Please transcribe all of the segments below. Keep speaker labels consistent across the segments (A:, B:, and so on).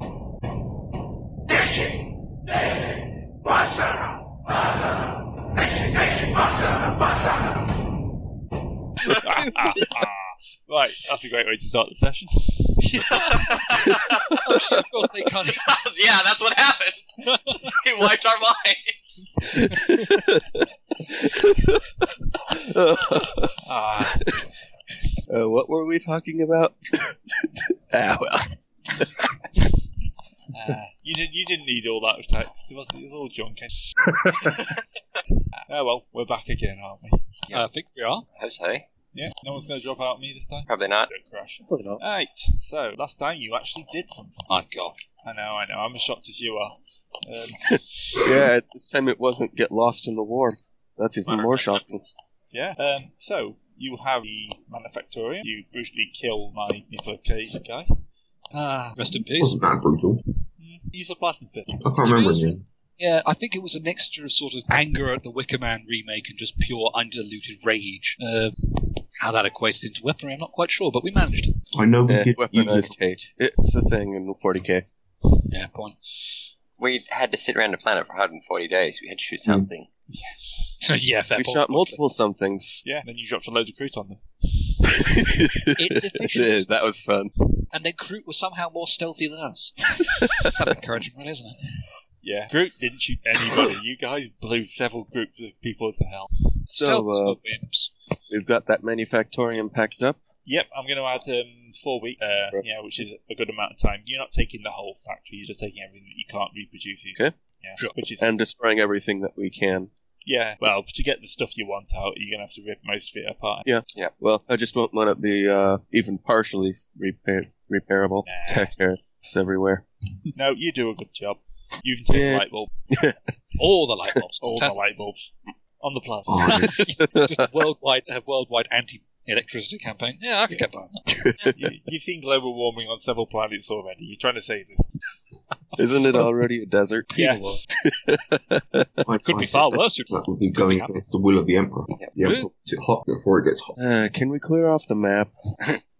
A: Oh,
B: right, that's a great way to start the session.
C: oh, shit, of course they can't.
D: yeah, that's what happened. It wiped our minds.
B: Ah,
E: Uh, what were we talking about? ah, well.
B: ah. you didn't. You didn't need all that text. It was, it was all junk. eh? oh well, we're back again, aren't we?
C: I think we are.
D: I hope so.
B: Yeah. No one's going to drop out on me this time.
D: Probably not.
B: Don't crash.
E: Probably not.
B: Right. So last time you actually did something.
C: My God.
B: I know. I know. I'm as shocked as you are. Um,
E: Yeah, at this time it wasn't get lost in the war. That's even more shocking.
B: yeah. Um, so you have the manufactorium. You brutally kill my Nicola Cage guy.
C: Ah, rest in peace.
F: wasn't that brutal.
B: Mm, Use a plasma pit.
F: I can't remember him.
C: Yeah, I think it was a mixture of sort of anger at the Wicker Man remake and just pure undiluted rage. Uh, how that equates into weaponry, I'm not quite sure, but we managed.
F: I know we
E: Yeah,
F: did
E: weaponized hate. It's a thing in 40k.
C: Yeah, point.
D: We had to sit around the planet for 140 days. We had to
E: Hmm.
D: shoot something.
C: yeah, fair
E: We
C: point.
E: shot multiple somethings.
B: Yeah. Then you dropped a load of cruit on them.
C: It's
E: Yeah,
C: efficient.
E: that was fun.
C: and then Groot was somehow more stealthy than us. That's encouraging, really, isn't it?
B: Yeah. Group didn't shoot anybody. you guys blew several groups of people to hell.
E: So uh,
C: wimps.
E: we've got that manufactorium packed up.
B: Yep, I'm going to add um, four weeks. Uh,
E: Right.
B: Yeah, which is a good amount of time. You're not taking the whole factory. You're just taking everything that you can't reproduce. either.
E: Okay.
B: Yeah.
C: Sure.
B: Which is
E: and destroying everything that we can.
B: yeah. Well, to get the stuff you want out, you're going to have to rip most of it apart.
E: Well, I just won't let it be uh, even partially repair- repairable.
B: Nah.
E: Tech errors everywhere.
B: no, you do a good job. You even take
E: Yeah.
B: the light bulb,
C: All the light bulbs.
B: all the light bulbs on the planet. uh,
F: Oh, yeah.
C: Just worldwide, a worldwide anti electricity campaign. Yeah, I could get by on that.
B: you, you've seen global warming on several planets already. You're trying to say this.
E: Isn't it already a desert?
B: Yeah.
C: People were-
F: I-
C: Could be
F: I think
C: far worse.
F: That would be going
C: happy.
F: against the will of the Emperor.
D: Yeah.
F: The Emperor gets it hot before it gets hot.
E: Uh, can we clear off the map?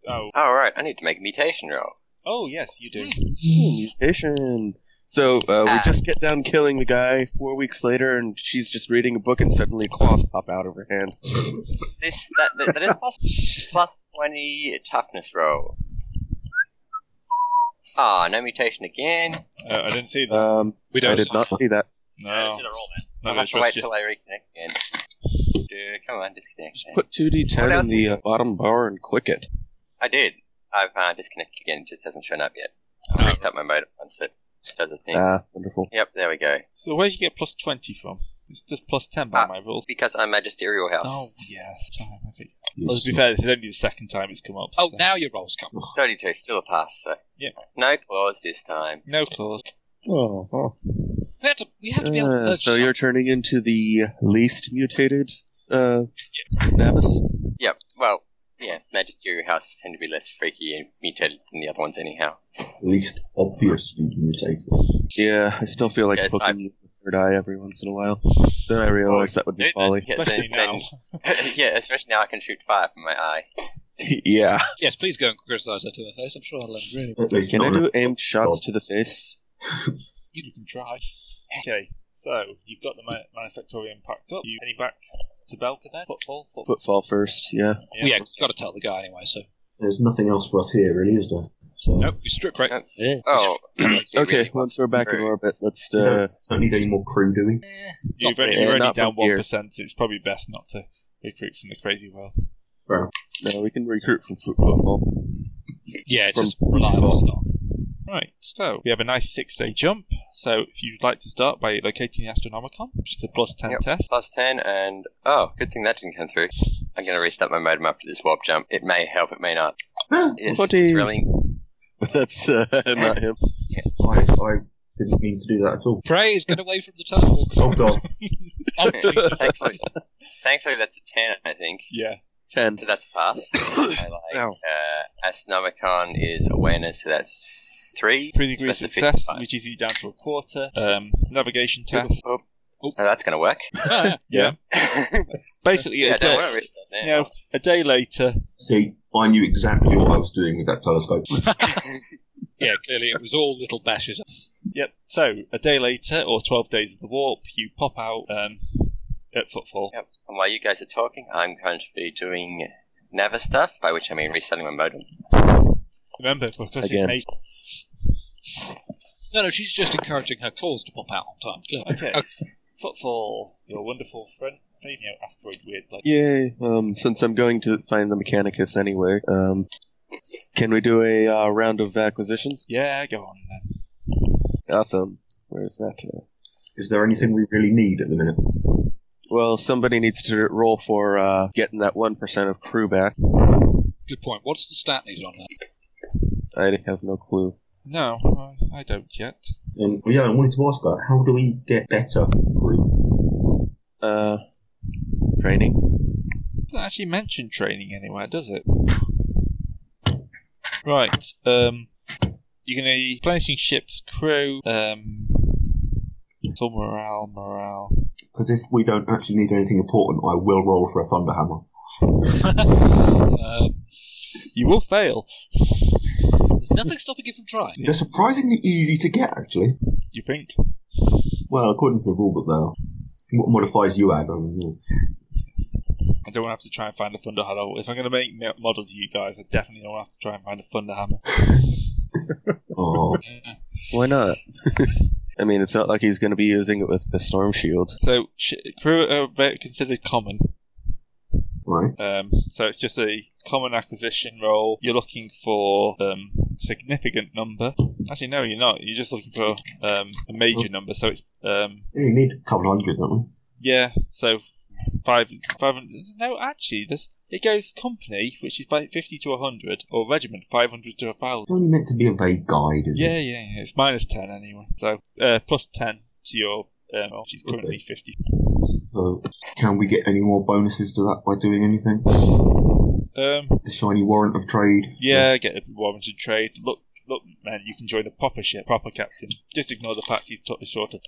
B: Oh,
D: All right, I need to make a mutation roll.
B: oh yes, you do.
C: Hmm.
E: Mutation. So uh,
C: Ah.
E: we just get down killing the guy four weeks later, and she's just reading a book, and suddenly claws pop out of her hand.
D: This that, that, that is plus, plus 20 toughness roll. Ah, no mutation again.
B: Uh, I didn't see that.
E: Um,
C: We
E: I
C: don't.
E: did not see that.
B: no,
D: I didn't see the roll, man.
B: not
D: I'll
B: gonna
D: have to wait
B: trust you.
D: till I reconnect again. Dude, come on, disconnect.
E: Just
D: man.
E: put two
D: What
E: d10 in
D: else?
E: the uh, bottom bar and click it.
D: I did. I've uh, disconnected again. It just hasn't shown up yet. I'll
C: Oh.
D: restart my motor once it does a thing.
E: Ah, wonderful.
D: Yep, there we go.
B: So where'd you get plus twenty from? It's just plus ten by
D: Ah.
B: my rules.
D: Because I'm Magisterial House.
B: Oh yes, time I think.
F: You
B: Well, to be
F: sn-
B: fair, this is only the second time it's come up.
C: Oh,
B: so-
C: now your rolls come.
D: 32, still a pass, so.
B: Yeah.
D: No claws this time.
B: no claws.
E: Oh,
C: We have to, we have to be able to.
E: Uh,
C: purchase
E: so you're turning into the least mutated uh, Navis?
D: Yep, well, yeah, Magisterial Houses tend to be less freaky and mutated than the other ones, anyhow.
F: At least obviously mutated.
E: Yeah, I still feel like
D: Yes,
E: poking
D: I'm-
E: you with the third eye every once in a while. Then I realized that would be folly.
D: Yeah,
B: Especially now.
D: then- then- yeah, especially now I can shoot fire from my eye.
E: yeah.
C: Yes, please go and criticise her to her face. I'm sure I'll end really.
F: At least
E: Can I
F: not-
E: do aimed shots to the face?
B: You can try. Okay, so you've got the ma- manufactorium packed up. You heading back to Belka then? Football? Football.
E: Footfall first, yeah.
C: Well, yeah, we've got to tell the guy anyway. So
F: There's nothing else for us here, really, is there? So,
C: nope, we strip right.
D: Nope.
C: Yeah.
D: Oh, unless you
E: Okay,
D: really want
E: once we're back in
D: through.
E: orbit, let's.
F: We
E: Uh,
F: Don't need any more crew, do we?
C: Eh,
B: You've only,
C: not really.
B: you're only
E: not
B: down
E: from here.
B: 1%, so it's probably best not to recruit from the crazy world.
E: no, we can recruit from foot- footfall.
C: Yeah, it's
E: From-
C: just reliable
E: from-
C: stock.
B: Right, so we have a nice six day jump. So if you'd like to start by locating the Astronomicon, which is a plus 10
D: Yep.
B: test.
D: Plus 10, and. Oh, good thing that didn't come through. I'm going to restart my modem after this warp jump. It may help, it may not. It's
E: Forty.
D: thrilling.
E: That's uh, not him.
F: I, I didn't mean to do that at all.
C: Praise, get away from the tunnel.
F: Oh, God.
C: Oh,
D: thankfully, thankfully, that's a 10, I think.
B: Yeah.
E: Ten.
D: So that's a pass. I like,
E: Ow.
D: uh, Astronomicon is awareness, so that's three.
B: Three degrees
D: That's a
B: success,
D: 55.
B: which is you down to a quarter. Um, navigation test.
D: Oh, oh, that's going to work.
C: yeah.
B: Yeah. Basically,
D: yeah,
B: a, day,
D: don't worry, it's not
B: you
D: now.
B: know, a day later,
F: See, I knew exactly what I was doing with that telescope.
C: yeah, clearly it was all little bashes.
B: Yep. So a day later, or twelve days of the warp, you pop out um, at Footfall.
D: Yep. And while you guys are talking, I'm going to be doing Navi stuff, by which I mean resetting my modem.
B: Remember, because
E: Again.
B: it may-
C: No, no, she's just encouraging her claws to pop out on time. Clearly.
B: Okay. Footfall, your wonderful friend, you know, asteroid weird blood.
E: Yay! Um, since I'm going to find the Mechanicus anyway, um, can we do a uh, round of acquisitions?
B: Yeah, go on then.
E: Awesome. Where's that? Uh,
F: Is there anything we really need at the minute?
E: well, somebody needs to roll for uh, getting that one percent of crew back.
C: Good point. What's the stat needed on that?
E: I have no clue.
B: No, I, I don't yet.
F: And yeah, I wanted to ask that. How do we get better crew?
E: Uh, training.
B: Doesn't actually mention training anywhere, does it? Right. Um, you're going to be replenishing ship's crew. Um, it's all morale, morale.
F: Because if we don't actually need anything important, I will roll for a thunder hammer.
C: Um,
B: You will fail.
C: there's nothing stopping you from trying.
F: They're surprisingly easy to get, actually.
B: You think?
F: Well, according to the rulebook, though. What modifiers you add? I don't know.
B: I don't want to have to try and find a thunder hammer. If I'm going to make mo- model to you guys, I definitely don't want to have to try and find a thunder hammer.
F: Oh,
C: Uh,
E: Why not? I mean, it's not like he's going to be using it with the storm shield.
B: So sh- crew are very considered common.
F: right.
B: Um, so it's just a common acquisition role. You're looking for um, significant number. Actually, no, you're not. You're just looking for um, a major number. So it's um,
F: Yeah, you need a couple hundred, don't
B: yeah. So five, five hundred. No, actually, this it goes company, which is by fifty to hundred, or regiment, five hundred to
F: we? It's
B: thousand.
F: only meant to be a vague guide, isn't
B: Yeah,
F: it?
B: yeah, yeah. It's minus ten anyway. So uh, plus ten to your. Um, which is currently fifty.
F: So, can we get any more bonuses to that by doing anything?
B: Um,
F: The shiny warrant of trade?
B: Yeah, get a warrant to trade. Look, look, man, you can join a proper ship, proper captain. Just ignore the fact he's totally short of.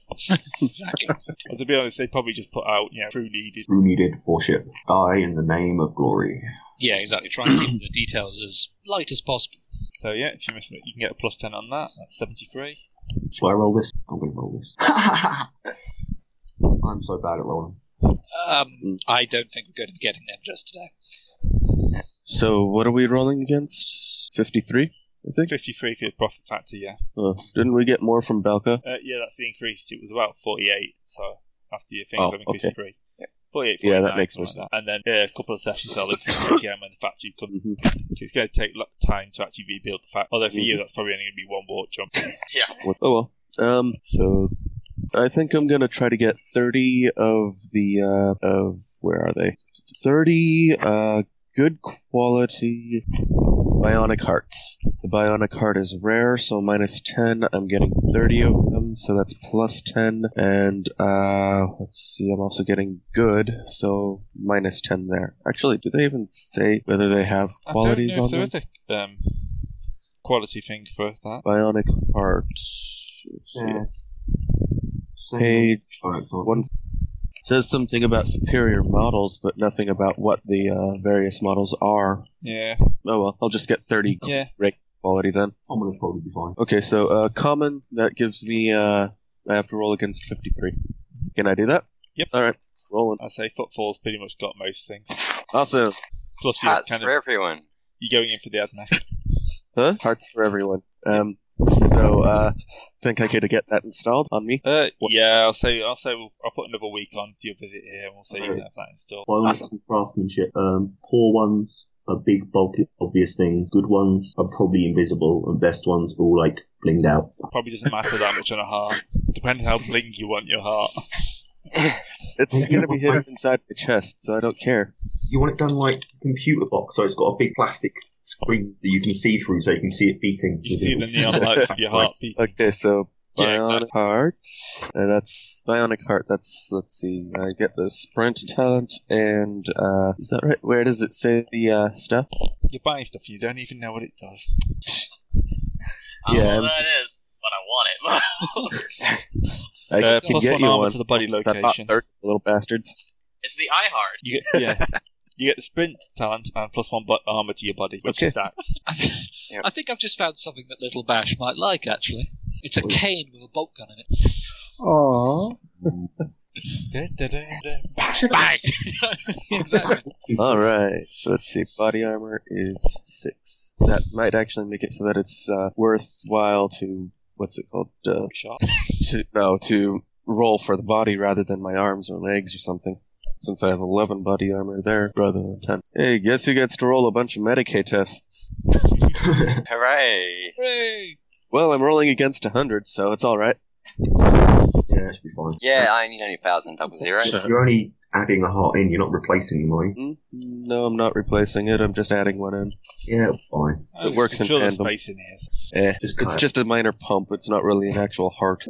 C: exactly.
B: Well, to be honest, they probably just put out, you know, crew needed.
F: Crew needed for ship. Die in the name of glory.
C: Yeah, exactly. Try and keep the details as light as possible.
B: So yeah, if you miss it, you can get a plus ten on that. That's seventy-three.
F: Shall I roll this? I'm going to roll this. I'm so bad at rolling.
C: Um, I don't think we're going to be getting them just today.
E: So, what are we rolling against? Fifty-three, I think.
B: Fifty-three for your profit factor. Yeah,
E: Uh, didn't we get more from Belka?
B: uh, yeah, that's the increase. It was about forty-eight. So after your thing,
E: Oh,
B: I've increased
E: okay.
B: three. Forty-eight.
E: Yeah, that
B: 49,
E: makes
B: something
E: more
B: like that. And then uh, a couple of sessions I'll look again when the factory comes.
E: Mm-hmm.
B: It's going to take lo- time to actually rebuild the factory. Although for you, that's probably only going to be one warp jump.
E: What- Oh well. Um. So, I think I'm gonna try to get thirty of the uh of where are they? Thirty uh good quality bionic hearts. The bionic heart is rare, so minus ten. I'm getting thirty of them, so that's plus ten. And uh, let's see. I'm also getting good, so minus ten there. Actually, do they even say whether they have qualities
B: I don't
E: on
B: know
E: them?
B: if there is a um, quality thing for that.
E: Bionic heart. Let's see.
F: Yeah. Same.
E: Page
F: Alright, so
E: One says something about superior models, but nothing about what the uh, various models are.
B: Yeah,
E: Oh well, I'll just get 30
B: yeah.
E: quality then.
F: I'm going to probably be fine.
E: Okay, so uh, common, that gives me, uh, I have to roll against 53. Can I do that?
B: Mm-hmm. Yep.
E: Alright, rolling.
B: I say footfall's pretty much got most things.
E: Awesome.
B: Plus, you're
D: Hats
B: kind
D: for
B: of
D: everyone.
B: you're going in for the admech.
E: Huh? Hearts for everyone. Um, so, uh, think I could get that installed on me?
B: Uh,
E: What-
B: yeah, I'll say I'll say we'll, I'll put another week on for your visit here, and we'll say you can
F: Alright.
B: have that installed.
F: Bonus and craftsmanship. Um, poor ones are big, bulky, obvious things. Good ones are probably invisible, and best ones are all like blinged out.
B: Probably doesn't matter that much on a heart, depending how bling you want your heart.
E: It's
F: Okay.
E: gonna be hidden inside my chest, so I don't care.
F: You want it done like a computer box, so it's got a big plastic screen that you can see through, so you can see it beating.
B: You see the neon lights of your heart beating.
E: Okay, so
B: Yeah,
E: bionic
B: exactly.
E: heart. Uh, that's bionic heart. That's let's see. I get the sprint talent, and uh, is that right? Where does it say the uh, stuff?
B: You're buying stuff and you don't even know what it does.
A: I don't
E: Yeah,
A: know
E: I'm
A: what Oh, that is, but I want it.
E: I
B: Uh,
E: can
B: plus
E: get
B: one
E: you
B: armor
E: one.
B: to the body
E: Is that not
B: location.
E: thirty, little bastards.
A: it's the iHeart.
B: You get yeah. You get the sprint talent and plus one bu- armor to your body, which
E: Okay.
B: stacks.
D: Yeah.
C: I think I've just found something that Little Bash might like, actually. It's a
F: Oh.
C: cane with a bolt gun in it.
G: Aww.
C: Bang! Bang! exactly.
E: All right. So let's see. Body armor is six. That might actually make it so that it's uh, worthwhile to what's it called? Uh,
B: Sharp.
E: to no to roll for the body rather than my arms or legs or something. Since I have eleven body armor there rather than ten. Hey, guess who gets to roll a bunch of Medicaid tests?
D: Hooray!
C: Hooray!
E: Well, I'm rolling against hundred, so it's all right.
F: Yeah, that should be fine.
D: Yeah, I need only thousand double zeros.
F: So you're only adding a heart in, you're not replacing mine.
E: Mm, No, I'm not replacing it. I'm just adding one in.
F: Yeah, fine.
B: Oh,
E: It works
B: there's
E: in
B: other
E: tandem.
B: space in here.
E: Eh,
F: Just
E: it's
F: cut.
E: just a minor pump. It's not really an actual heart.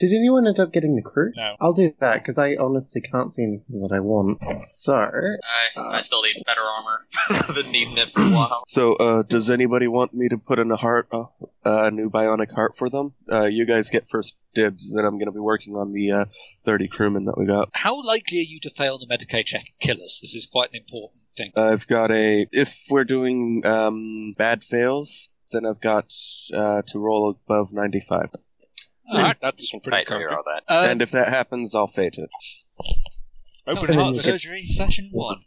G: Did anyone end up getting the crew?
B: No.
G: I'll do that because I honestly can't see anything that I want. So, uh,
A: I, I still need better armor. Been needing it for a while.
E: So, uh, does anybody want me to put in a heart, a uh, new bionic heart for them? Uh, you guys get first dibs. Then I'm going to be working on the uh, 30 crewmen that we got.
C: How likely are you to fail the Medicaid check and kill us? This is quite an important thing.
E: I've got a. If we're doing um, bad fails, then I've got uh, to roll above 95.
C: Alright, that's pretty
D: Right,
C: correct.
D: all that.
G: Uh,
C: Um,
E: and if that happens, I'll fate it.
B: Open
C: Oh,
B: heart
C: that's-
B: surgery session one.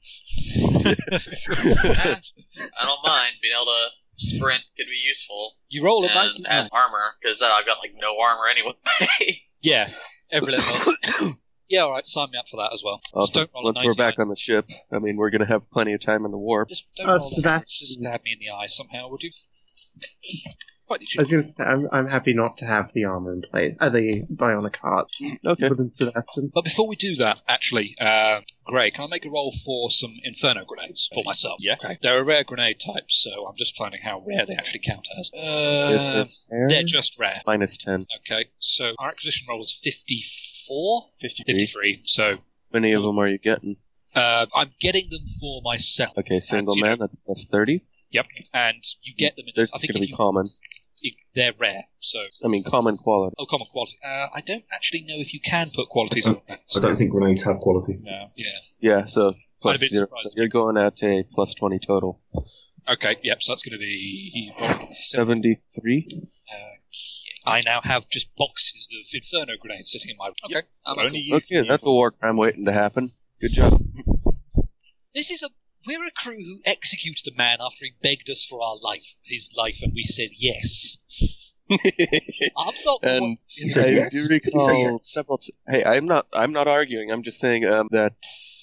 A: Eh, I don't mind being able to sprint. Could be useful
C: you roll a
A: and,
C: 99.
A: and armor because uh, I've got like no armor anyway.
C: Yeah, every level. yeah, alright, sign me up for that as well.
E: Also,
C: just don't roll a
E: once we're
C: 99.
E: back on the ship, I mean, we're going to have plenty of time in the warp.
C: Just don't
G: Uh,
C: roll a damage.
G: Sebastian.
C: stab me in the eye somehow, would you? Quite
G: I
C: legit.
G: was going to say, I'm, I'm happy not to have the armor in place. Uh, the bionic heart.
C: Uh,
E: Okay.
G: Wooden Sebastian.
C: But before we do that, actually, uh, Gray, can I make a roll for some Inferno grenades for myself?
B: Yeah.
C: Okay. They're a rare grenade type, so I'm just finding how rare they actually count as. Uh,
E: If it's
C: they're
E: air,
C: just rare.
E: minus 10.
C: Okay, so our acquisition roll was 54?
B: 53.
C: 53. So
E: How many of them are you getting?
C: uh, I'm getting them for myself.
E: Okay, single
C: you
E: man, that's plus 30.
C: Yep. And you get them in.
E: They're
C: I
E: just
C: think
E: going to
C: if
E: be
C: you,
E: common.
C: you- they're rare, so.
E: I mean, common quality.
C: Oh, common quality. Uh, I don't actually know if you can put qualities on that.
E: Oh,
F: I don't think grenades have quality.
B: No.
C: Yeah.
E: Yeah, so plus
C: been
E: zero.
C: surprised.
E: So you're going at a plus 20 total.
C: Okay, yep, so that's going to be. uh,
E: 73?
C: I now have just boxes of Inferno grenades sitting in my. Okay. I'm
B: Only
C: cool.
B: you can
E: Okay,
B: use
E: that's a
B: them.
E: war crime waiting to happen. Good job.
C: This is a. We're a crew who executed a man after he begged us for our life, his life, and we said yes. I'm not. the one-
E: and
F: said
E: I
F: yes.
E: do
F: He said
E: recall several. T- hey, I'm not. I'm not arguing. I'm just saying um, that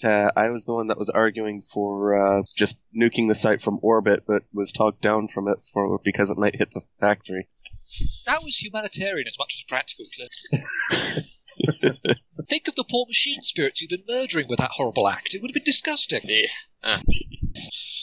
E: uh, I was the one that was arguing for uh, just nuking the site from orbit, but was talked down from it for because it might hit the factory.
C: That was humanitarian as much as practical, clearly. Think of the poor machine spirits you've been murdering with that horrible act. It would have been disgusting.
A: Yeah.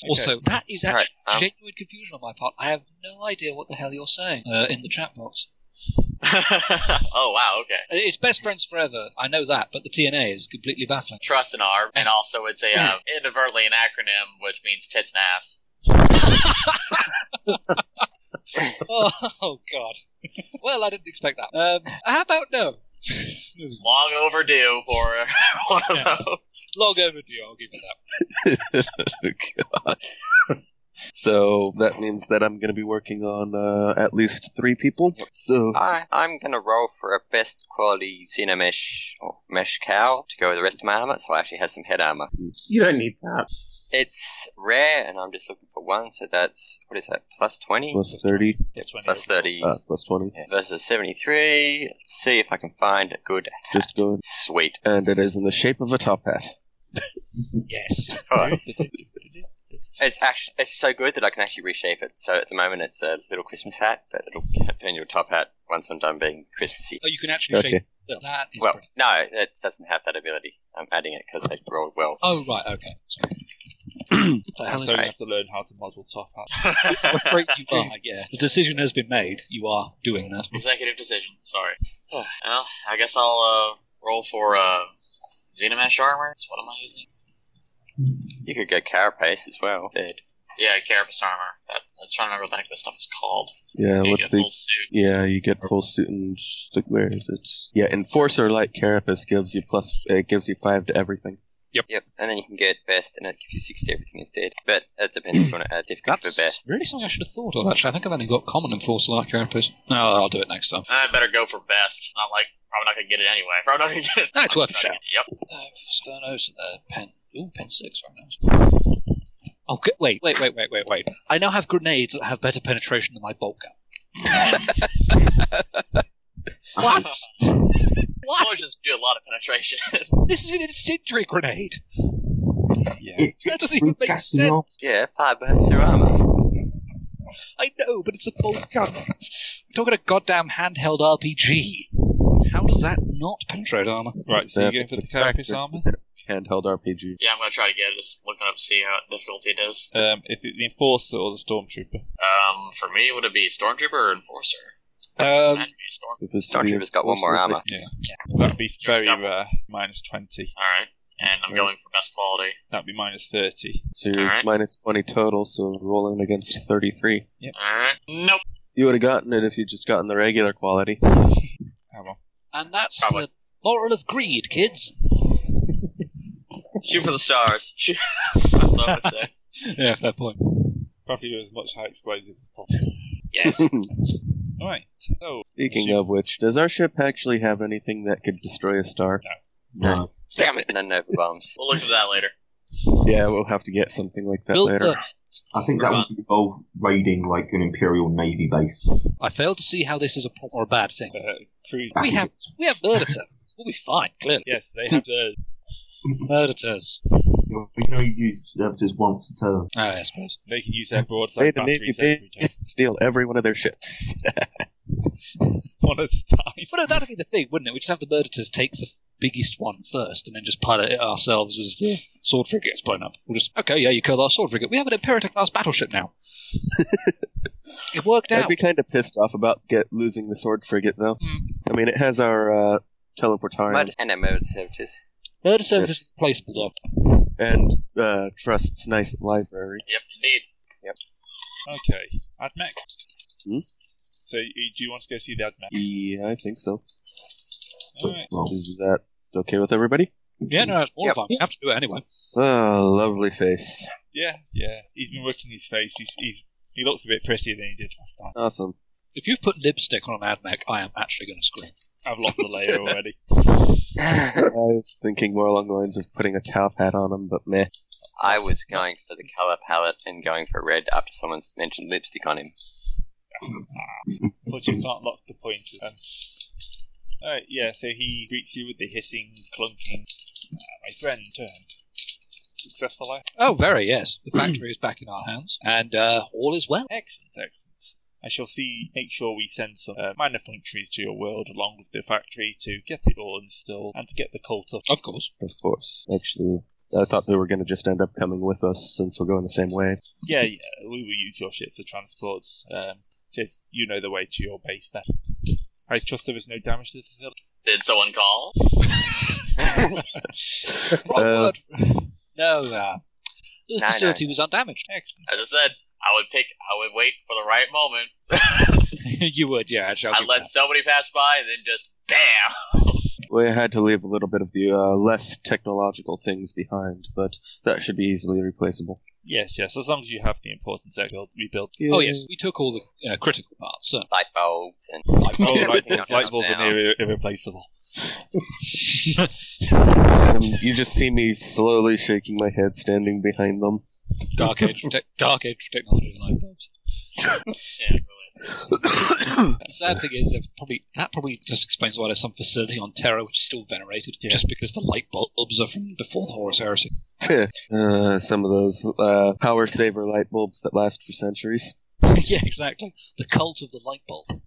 C: Also, that is
D: Ah. All
C: actually
D: right, um,
C: genuine confusion on my part. I have no idea what the hell you're saying uh, in the chat box.
A: oh wow. Okay.
C: It's best friends forever. I know that, but the TNA is completely baffling.
A: Trust and arm, and also it's a uh, inadvertently an acronym which means tits and ass.
C: oh, God. well, I didn't expect that. Um, how about no?
A: Long overdue for one of
C: Yeah.
A: those.
C: Long overdue. I'll give you that.
E: Oh, God. So that means that I'm going to be working on uh, at least three people. So
D: I, I'm going to roll for a best quality Xenomesh or mesh cowl to go with the rest of my armor, so I actually have some head armor.
G: You don't need that.
D: It's rare, and I'm just looking for one, so that's, what is that, plus 20?
E: plus thirty,
B: That's when
D: Plus
B: it-
D: 30
E: uh, plus twenty.
D: yeah, versus 73. Let's see if I can find a good hat.
E: Just go
D: Sweet.
E: and it is in the shape of a top hat.
C: Yes. Oh,
D: Alright. It's actually it's so good that I can actually reshape it. So at the moment it's a little Christmas hat, but it'll turn into a top hat once I'm done being Christmassy.
C: Oh, you can actually
E: Okay.
C: shape well, that. Is
D: Well,
C: brilliant.
D: no, it doesn't have that ability. I'm adding it because I rolled well.
C: Oh, right, okay. the hell is
B: So you
C: that?
B: have to learn how to model top hat.
C: I'm afraid you are, yeah. The decision has been made. You are doing that.
A: Executive decision. Sorry. well, I guess I'll uh, roll for uh, Xenomesh armor. That's what am I using?
D: You could go carapace as well. Third.
A: Yeah, Carapace armor. That, I was trying to remember what the heck this stuff is called.
E: Yeah,
A: You
E: what's
A: get
E: the
A: full suit.
E: Yeah, you get full suit and where is it? Yeah, enforcer like carapace gives you plus it gives you five to everything.
D: Yep, and then you can get best, and it gives you six to everything instead. But it depends if you want to add difficulty
C: That's
D: for best.
C: really something I should have thought of, actually. I think I've only got common and force like characters. No, I'll do it next time.
A: I better go for best. Not like probably not gonna get it anyway. Probably not gonna get it.
C: No, it's worth a shot.
A: Yep.
C: Uh, Sternos, uh, pen. Ooh, pen six, very nice. Oh, g- wait, wait, wait, wait, wait, wait. I now have grenades that have better penetration than my bolt gun.
A: What? Explosions do a lot of penetration.
C: This is an incendiary grenade.
B: Yeah.
C: That doesn't even make
F: Cutting
C: sense.
F: off
D: Yeah, five burns through armor.
C: I know, but it's a bolt gun. We're talking a goddamn handheld RPG. How does that not penetrate armor?
B: Right, so
E: Uh,
B: you're going
E: if
B: for
E: it's
B: the
E: a factor,
B: carapace armor?
E: handheld RPG.
A: yeah, I'm gonna try to get it. Just looking up, to see how difficulty it is.
B: Um, if it, the enforcer or the stormtrooper.
A: Um, for me, would it be stormtrooper or enforcer?
C: Um,
A: That'd be storm.
E: If it's the
D: Stormtrooper's got one more
E: enforcer,
D: armor.
B: That'd be very
A: got-
B: rare. Minus 20.
A: All right, and I'm
E: Right.
A: going for best quality.
B: That'd be minus 30.
E: So you're
A: Alright.
E: minus 20 total, so rolling against 33.
A: All right. Nope.
E: You would have gotten it if you'd just gotten the regular quality.
B: Hang on.
C: and that's
A: Probably.
C: the moral of greed, kids.
A: Shoot for the stars. Shoot. That's what I would say.
C: Yeah, fair point.
B: Probably do as much high explosive as possible.
C: Yes.
B: Alright, so.
E: Speaking of which, does our ship actually have anything that could destroy a star?
F: No.
D: Damn it! None over bombs.
A: We'll look at that later.
E: Yeah, we'll have to get something like that
C: Build
E: later.
C: the-
F: I think that would involve raiding like an Imperial Navy base.
C: I fail to see how this is a problem or a bad thing.
B: Uh, cruise.
C: We have we have murder servants. We'll be fine, clearly.
B: Yes, they uh, have theirs.
C: Murderers.
F: You can only use services once a turn.
C: Oh, I suppose.
B: They can use their
E: Raid
B: broadside
E: a Navy
B: batteries every day.
E: base and steal every one of their ships.
B: One at a time.
C: Well, no, that'd be the thing, wouldn't it? We just have the murderers take the biggest one first, and then just pilot it ourselves as the sword frigate gets blown up. We'll just okay, yeah, you killed our sword frigate. We have an Imperator class battleship now. it worked
E: I'd
C: out.
E: be kind of pissed off about get losing the sword frigate, though.
C: Mm.
E: I mean, it has our uh, teleportarium
D: Mud and emerald servitors.
C: Murder servant is replaceable though.
E: and uh, Trust's nice library.
A: Yep, indeed.
B: Okay, AdMech.
E: Hmm?
B: So, y- do you want to go see the AdMech?
E: Yeah, I think so.
B: Alright.
F: Well,
E: Is that okay with everybody?
C: Yeah, no, it's all
D: Yep.
C: fine. We have to do it anyway.
E: Oh, lovely face.
B: Yeah, yeah. He's been working his face. He's, he's He looks a bit prettier than he did last time.
E: Awesome.
C: If you've put lipstick on an AdMech, I am actually going to scream.
B: I've lost the layer already.
E: I was thinking more along the lines of putting a towel hat on him, but meh.
D: I was going for the color palette and going for red after someone's mentioned lipstick on him.
B: But you can't lock the pointer. Um, Alright, yeah, so he greets you with the hissing, clunking. Ah, my friend turned. Successful, eh?
C: Oh, very yes. The factory is back in our hands, and uh, all is well.
B: Excellent, excellent. I shall see, make sure we send some uh, minor functionaries to your world along with the factory to get it all installed and to get the cult up.
C: Of course.
E: Of course. Actually, I thought they were going to just end up coming with us since we're going the same way.
B: Yeah, yeah, we will use your ship for transports. Um, Jake, you know the way to your base then. I trust there was no damage to the facility.
A: Did someone call?
C: Wrong
E: Uh,
C: word. No, uh, the
D: No, no.
C: facility was undamaged.
B: Excellent.
A: As I said, I would pick. I would wait for the right moment.
C: you would, yeah. Actually, I'll
A: I'd
C: give
A: let
C: that.
A: somebody pass by and then just bam.
E: We had to leave a little bit of the uh, less technological things behind, but that should be easily replaceable.
B: Yes, yes, as long as you have the important set build rebuilt.
C: Oh yes, we took all the uh, critical parts. So.
D: Light bulbs and
B: Oh, light
D: Everything
B: bulbs,
D: else
B: light bulbs are
D: now.
B: near irreplaceable.
E: Um, you just see me slowly shaking my head, standing behind them.
C: Dark age, tech dark age technology and light bulbs.
A: Yeah, really.
C: The sad thing is, that probably that probably just explains why there's some facility on Terra which is still venerated,
B: Yeah.
C: just because the light bulbs are from before the Horus Heresy.
E: uh, some of those uh, power saver light bulbs that last for centuries.
C: yeah, exactly. The cult of the light bulb.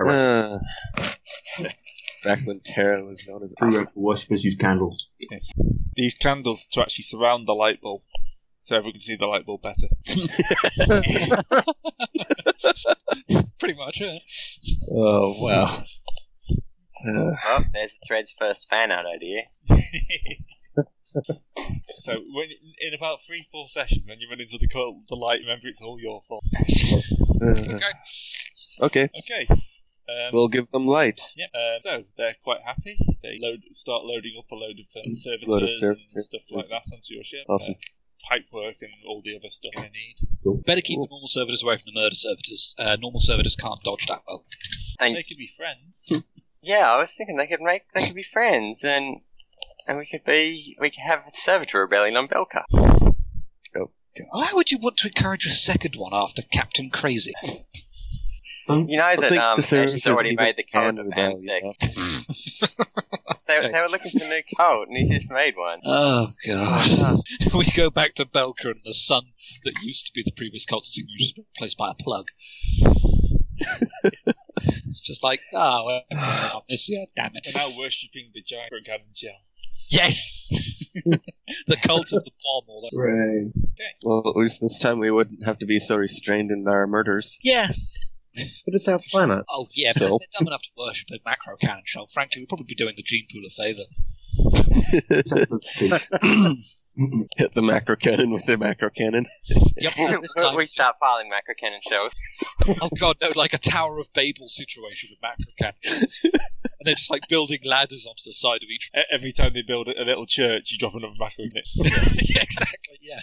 E: Uh, back when Terra was known as
F: True Rebel worshippers use candles.
B: These candles to actually surround the light bulb so everyone can see the light bulb better.
C: Pretty much. Yeah.
E: Oh wow. Uh,
D: oh, there's the thread's first fan art idea.
B: So when in about three, four sessions, when you run into the cult, the light, remember it's all your fault.
E: uh, okay.
C: Okay.
B: Okay. Um,
E: We'll give them light.
B: Yep. Uh, so they're quite happy. They load, start loading up a load of um, servitors
E: Load of
B: and
E: servitors.
B: stuff like that onto your ship.
E: Awesome.
B: Uh, pipe work and all the other stuff they need.
C: Better keep the normal servitors away from the murder servitors. Uh, normal servitors can't dodge that well.
D: And-
B: They could be friends.
D: Yeah, I was thinking they could make they could be friends and and we could be we could have a servitor rebellion on Belka.
C: Why would you want to encourage a second one after Captain Crazy?
D: You know
E: I
D: that
E: think
D: um,
E: the
D: Ash
E: services
D: has already
E: even
D: made the
E: can
D: code of
E: rebel,
D: AMSEC.
E: you know?
D: They, they were looking for a new code and he just made one.
C: Oh
D: Oh,
C: god. we go back to Belka and the son that used to be the previous cult signature just replaced by a plug. just like, ah, well, I'll miss you, damn it.
B: They're now worshipping the giant from Gavin Gel.
C: Yes! the cult of the bomb or that.
F: Hooray.
E: Well, at least this time we wouldn't have to be so restrained in our murders.
C: Yeah.
G: But it's our planet.
C: Oh yeah, but
E: So-
C: they're dumb enough to worship a macro cannon shell. Frankly, we'd probably be doing the gene pool a favour.
E: Hit the macro cannon with the macro cannon.
C: Yep, and this time.
D: we start filing macro cannon shells.
C: Oh god, no, like a Tower of Babel situation with macro cannons. and they're just like building ladders onto the side of each
B: E- Every time they build a a little church, you drop another macro in it.
C: Yeah, exactly, yeah.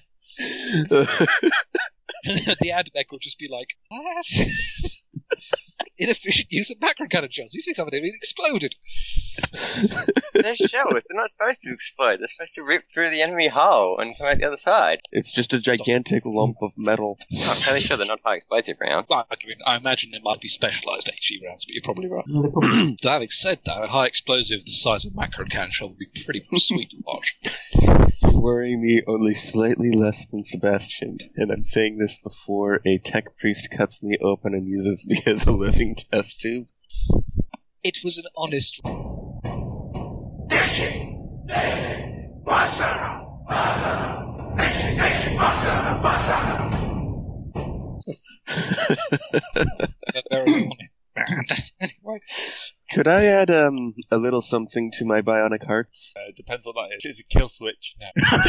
C: And the ad mech will just be like, ah, inefficient use of macro cannon shells. These things haven't even exploded.
D: They're shells. They're not supposed to explode. They're supposed to rip through the enemy hull and come out the other side.
E: it's just a gigantic lump of metal.
D: I'm fairly sure they're not high explosive round.
C: Well, I, mean, I imagine there might be specialised HE rounds, but you're probably right.
F: No, they're probably-
C: So having said that, a high explosive the size of macro cannon shell would be pretty sweet to watch.
E: You worry me only slightly less than Sebastian, and I'm saying this before a tech priest cuts me open and uses me as a living test tube.
C: It was an honest. Very honest. anyway,
E: Could I add um, a little something to my bionic hearts?
B: Uh, depends on that. If it's a kill switch. No.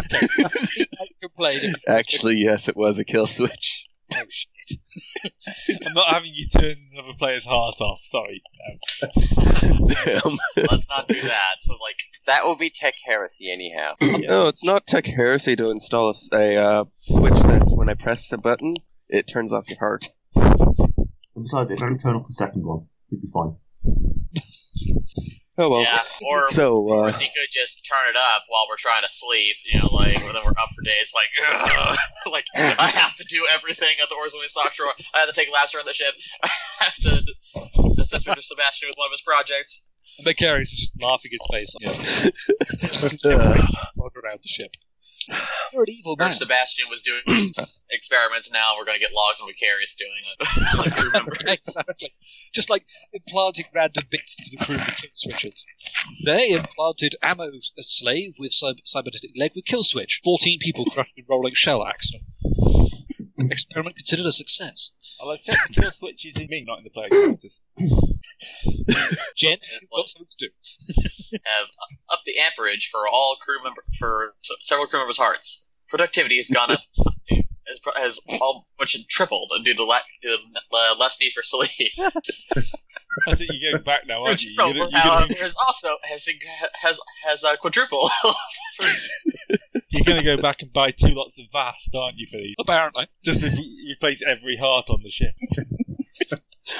C: I complained. if-
E: Actually, yes, it was a kill switch.
C: oh, shit.
B: I'm not having you turn another player's heart off. Sorry. No.
E: Damn.
A: Let's not do that. But like,
D: That will be tech heresy anyhow.
E: No, it's not tech heresy to install a, s- a, uh, switch that when I press a button, it turns off your heart.
F: And besides, if I turn off the second one, you'd be fine.
E: Oh well.
A: yeah, or
E: So,
A: or
E: uh,
A: he could just turn it up while we're trying to sleep. You know, like when we're up for days. Like, ugh, like I have to do everything at the Orzumi sock drawer. I have to take laps around the ship. I have to assist Mr. Sebastian with one of his projects.
C: And Macarius is just laughing his face off. just rod around the ship. You're an evil
A: Or
C: man.
A: Sebastian was doing experiments. Now we're gonna get logs and Vicarious doing it. like crew members.
C: exactly. Just like implanting random bits into the crew with kill switches. They implanted ammo a slave with cyber- cybernetic leg with kill switch. Fourteen people crushed in rolling shell accident. Experiment considered a success.
B: I'll accept the kill switch is in me, not in the player characters.
C: Jen, you've got something to do.
A: have upped the amperage for all crew member for s- several crew members' hearts. Productivity has gone up, has, pro- has all much tripled due to, la- due to uh, less need for sleep.
B: I think you're going back now, aren't you? You're
A: So,
B: gonna- you're
A: uh,
B: gonna-
A: there's also has inc- has has uh, quadruple.
B: You're going to go back and buy two lots of vast, aren't you, for these?
C: Apparently.
B: Just re- replace every heart on the ship.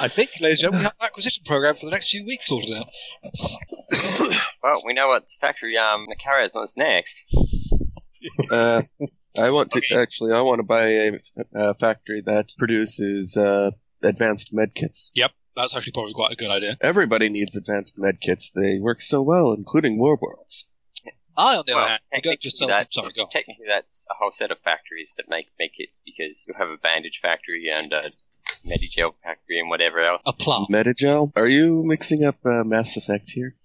C: I think, ladies and gentlemen, we have an acquisition program for the next few weeks sorted out.
D: Well, we know what factory um Nakaris wants next.
E: Uh, I want to actually. I want to buy a, a factory that produces uh, advanced medkits.
C: That's actually probably quite a good idea.
E: Everybody needs advanced medkits. They work so well, including war worlds.
C: I, on the
D: Well,
C: other hand, I'm going to just sell.
D: that-
C: Sorry, go. on.
D: Technically, that's a whole set of factories that make make kits because you have a bandage factory and a Medigel factory and whatever else.
C: A plant.
E: Metagel, are you mixing up uh, Mass Effect here?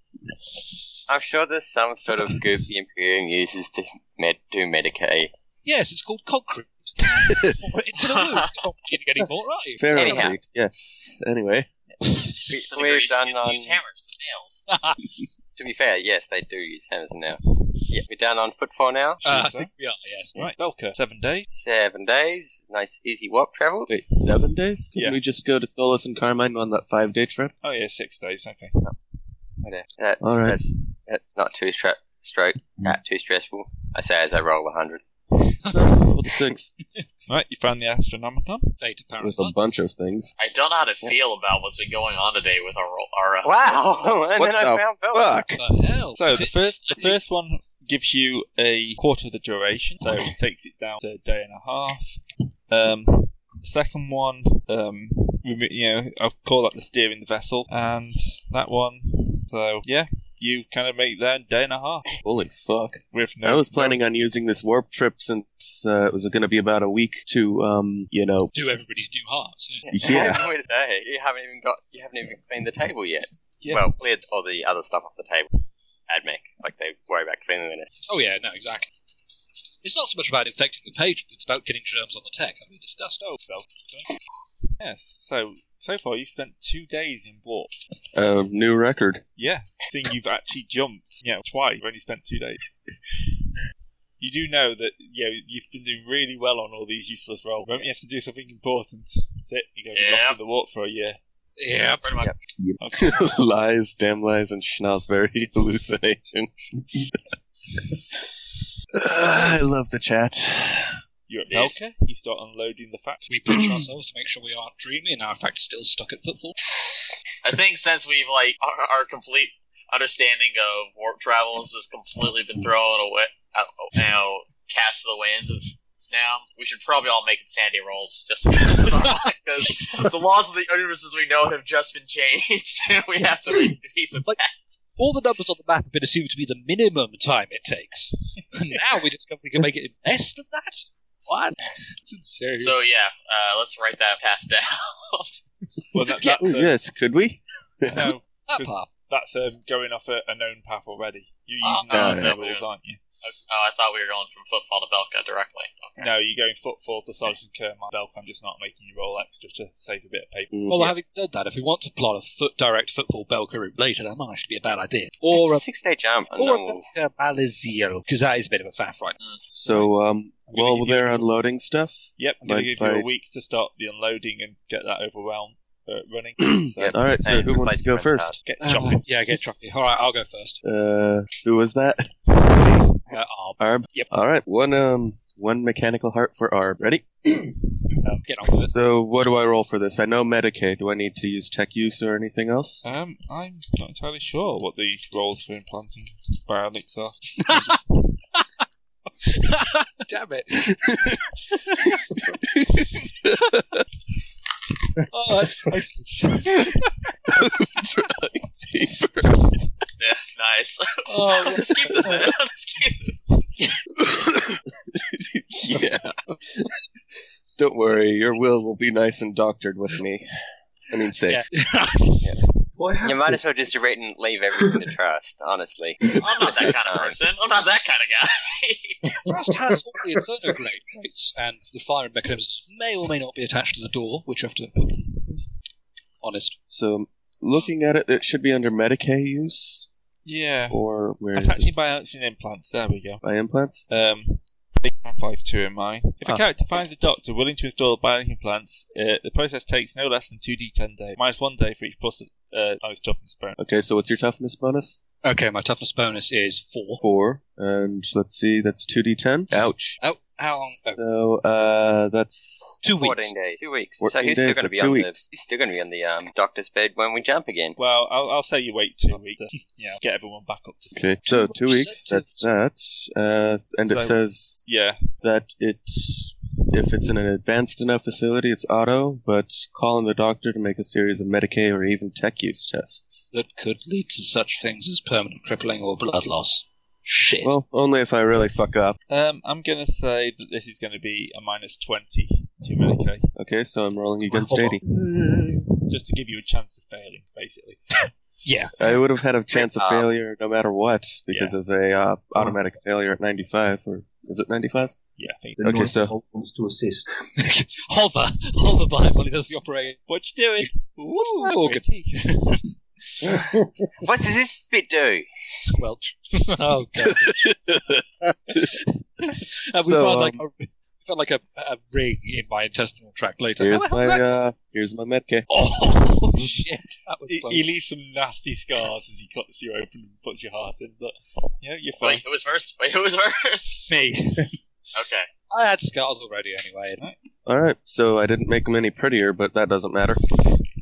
D: I'm sure there's some sort of goop the Imperium uses to med- do Medicaid.
C: Yes, it's called concrete. Into the wound. You're not getting any more, are you?
E: Fair
D: Anyhow.
E: enough. Yes. Anyway,
D: We,
A: The
D: we've
A: Vicarious
D: done
A: kids
D: on.
A: use hammers and nails.
D: To be fair, yes, they do use hammers now. Yeah, we're down on foot four now.
C: Uh, I
B: so.
C: think we are, yes.
B: Right, Belka, seven days.
D: Seven days. Nice easy walk travel.
E: Wait, seven days? Can
B: Yeah.
E: we just go to Solus and Carmine on that five day trip?
B: Oh yeah, six days. Okay.
D: Whatever. That's,
E: All right. Mm-hmm.
D: that's that's not too stra- stroke, not too stressful. I say as I roll a hundred.
E: Roll to six
B: All right, you found the Astronomicon.
C: Eight, apparently.
E: with a bunch of things.
A: I don't know how to feel about what's been going on today with our ro- our. Uh,
D: Wow! and
E: What
D: then I
E: the
D: found Bella.
E: Fuck!
C: What the hell?
B: So the first the first one gives you a quarter of the duration, so it takes it down to a day and a half. Um, the second one, um, remo- you know, I'll call that the steering the vessel, and that one. So yeah, you kind of make that day and a half
E: Holy fuck.
B: with no.
E: I was planning on using this warp trip since uh, it was going to be about a week to, um, you know,
C: Do everybody's new hearts. Yeah.
E: yeah.
D: Wait a day. You haven't even got. You haven't even cleaned the table yet.
B: Yeah.
D: Well, cleared all the other stuff off the table. Admec, like they worry about cleanliness.
C: Oh, yeah, no, exactly. It's not so much about infecting the patron, it's about getting germs on the tech. I mean, discussed.
B: Oh, well, okay. Yes. So so far you've spent two days in warp.
E: Uh, new record.
B: Yeah, seeing you've actually jumped, you know, twice. You've only spent two days. You do know that you know, you've been doing really well on all these useless roles. Don't you have to do something important? That's it. You go
A: Yeah.
B: lost in the walk for a year.
C: Yeah,
A: pretty much.
B: Okay.
E: lies, damn lies, and schnozberry hallucinations. Ah, I love the chat.
B: You're at Belka. You start unloading the facts.
C: we pinch ourselves to make sure we aren't dreaming and are in fact still stuck at footfall.
A: I think since we've like our, our complete understanding of warp travel has just completely been thrown away, out, you know, cast to the wind. Now we should probably all make insanity rolls just because the laws of the universe as we know have just been changed, and we have to make peace with
C: Like-
A: that.
C: All the numbers on the map have been assumed to be the minimum time it takes. And now we discover we can make it in less than that? What? Sincerely.
A: So yeah, uh, let's write that path down. Oh,
B: Well, that,
E: Oh,
B: that's, uh,
E: yes, could we?
B: no,
C: that part.
B: that's um, going off a, a known path already. You're
A: Oh,
B: using
E: no,
B: the
A: no.
B: rules, aren't you?
A: Oh, I thought we were going from footfall to Belka directly. Okay.
B: No, you're going footfall to Sergeant Kermine. Belka, I'm just not making you roll extra to save a bit of paper.
E: Mm.
C: Well, having said that, if we want to plot a foot direct football Belka route later, that might actually be a bad idea. Or a,
D: six day jump. on
C: or
D: normal.
C: a Belka Malaziel, because that is a bit of a faff right
E: So, um,
B: I'm gonna
E: while
B: give you-
E: they're unloading stuff,
B: Yep, I'm going to
E: Like,
B: give you a
E: like-
B: week to start the unloading and get that overwhelmed uh, running. So
D: Yep.
E: all right, so
D: And
E: who wants to go
D: replace your friend's
E: first?
B: Get
C: now.
B: chopping.
C: Uh, yeah, get choppy. All right, I'll go first.
E: Uh, who was that?
C: Uh, I'll
E: Arb.
C: Yep.
E: All right, one um, one mechanical heart for Arb. Ready?
C: um, get on with it.
E: So, what do I roll for this? I know Medicaid. Do I need to use tech use or anything else?
B: Um, I'm not entirely sure what the roles for implanting bionics are.
C: Damn it. oh, that's priceless.
A: Yeah, nice.
C: Oh,
A: let's keep this. Then. Let's keep this.
E: yeah. Don't worry, your will will be nice and doctored with me. I mean, safe.
C: Yeah.
F: Why have
D: You might as well just read and leave everything to trust, honestly.
A: I'm not that kind of person. I'm not that kind of guy.
C: Trust has all the inferno grade plates, and the firing mechanisms may or may not be attached to the door, which you have to open. Honest.
E: So, looking at it, it should be under Medicaid use
B: Yeah.
E: or where is
B: Attaching
E: it?
B: bionics and implants, there we go.
E: By implants.
B: Um, big man 52 in mind. If a
E: Ah.
B: character finds a doctor willing to install bionic implants, uh, the process takes no less than 2d10 days, minus one day for each plus uh, I was chopping sperm.
E: Okay, so what's your toughness bonus?
C: Okay, my toughness bonus is four.
E: Four, and let's see, that's two d10. Ouch.
C: Oh, how long? Oh,
E: So, uh, that's
C: two weeks.
D: Fourteen days, two weeks. So
E: 14
D: he's
E: days
D: still going
E: or
D: to be
E: two
D: on
E: weeks.
D: the he's still going to be on the um, doctor's bed when we jump again.
B: Well, I'll, I'll say you wait two weeks to
C: Yeah.
B: get everyone back up. to-
E: okay. So two weeks. That's
C: Percentage.
E: that. Uh, and it
B: So-
E: says
B: Yeah.
E: that it's if it's in an advanced enough facility, it's auto. But calling the doctor to make a series of Medicaid or even tech use tests.
C: That could lead to such things as permanent crippling or blood loss. Shit.
E: Well, only if I really fuck up.
B: Um, I'm going to say that this is going to be a minus 20 to Medicaid,
E: Okay, so I'm rolling against
C: Hold on.
E: eighty.
B: just to give you a chance of failing, basically.
C: yeah.
E: I would have had a chance of
D: Um,
E: failure no matter what because of a uh, automatic failure at ninety-five or. Is it 95?
B: Yeah, I think.
F: the
E: Okay,
F: okay,
E: so-
F: wants to assist?
C: Hover. Hover by him while he does the operation.
B: What you doing?
C: What's that organ?
D: What does this bit do?
C: Squelch. oh, God. and we
E: So,
C: found like
E: um,
C: a, we found like a, a ring in my intestinal tract later.
E: Here's my uh, here's my medkit.
C: oh shit! That was
B: He,
C: close.
B: he leaves some nasty scars as he cuts you open and puts your heart in, but you know, you're fine.
A: Wait, who was first? Wait, who was first?
B: Me.
A: Okay.
C: I had scars already anyway.
E: All right, so I didn't make them any prettier, but that doesn't matter.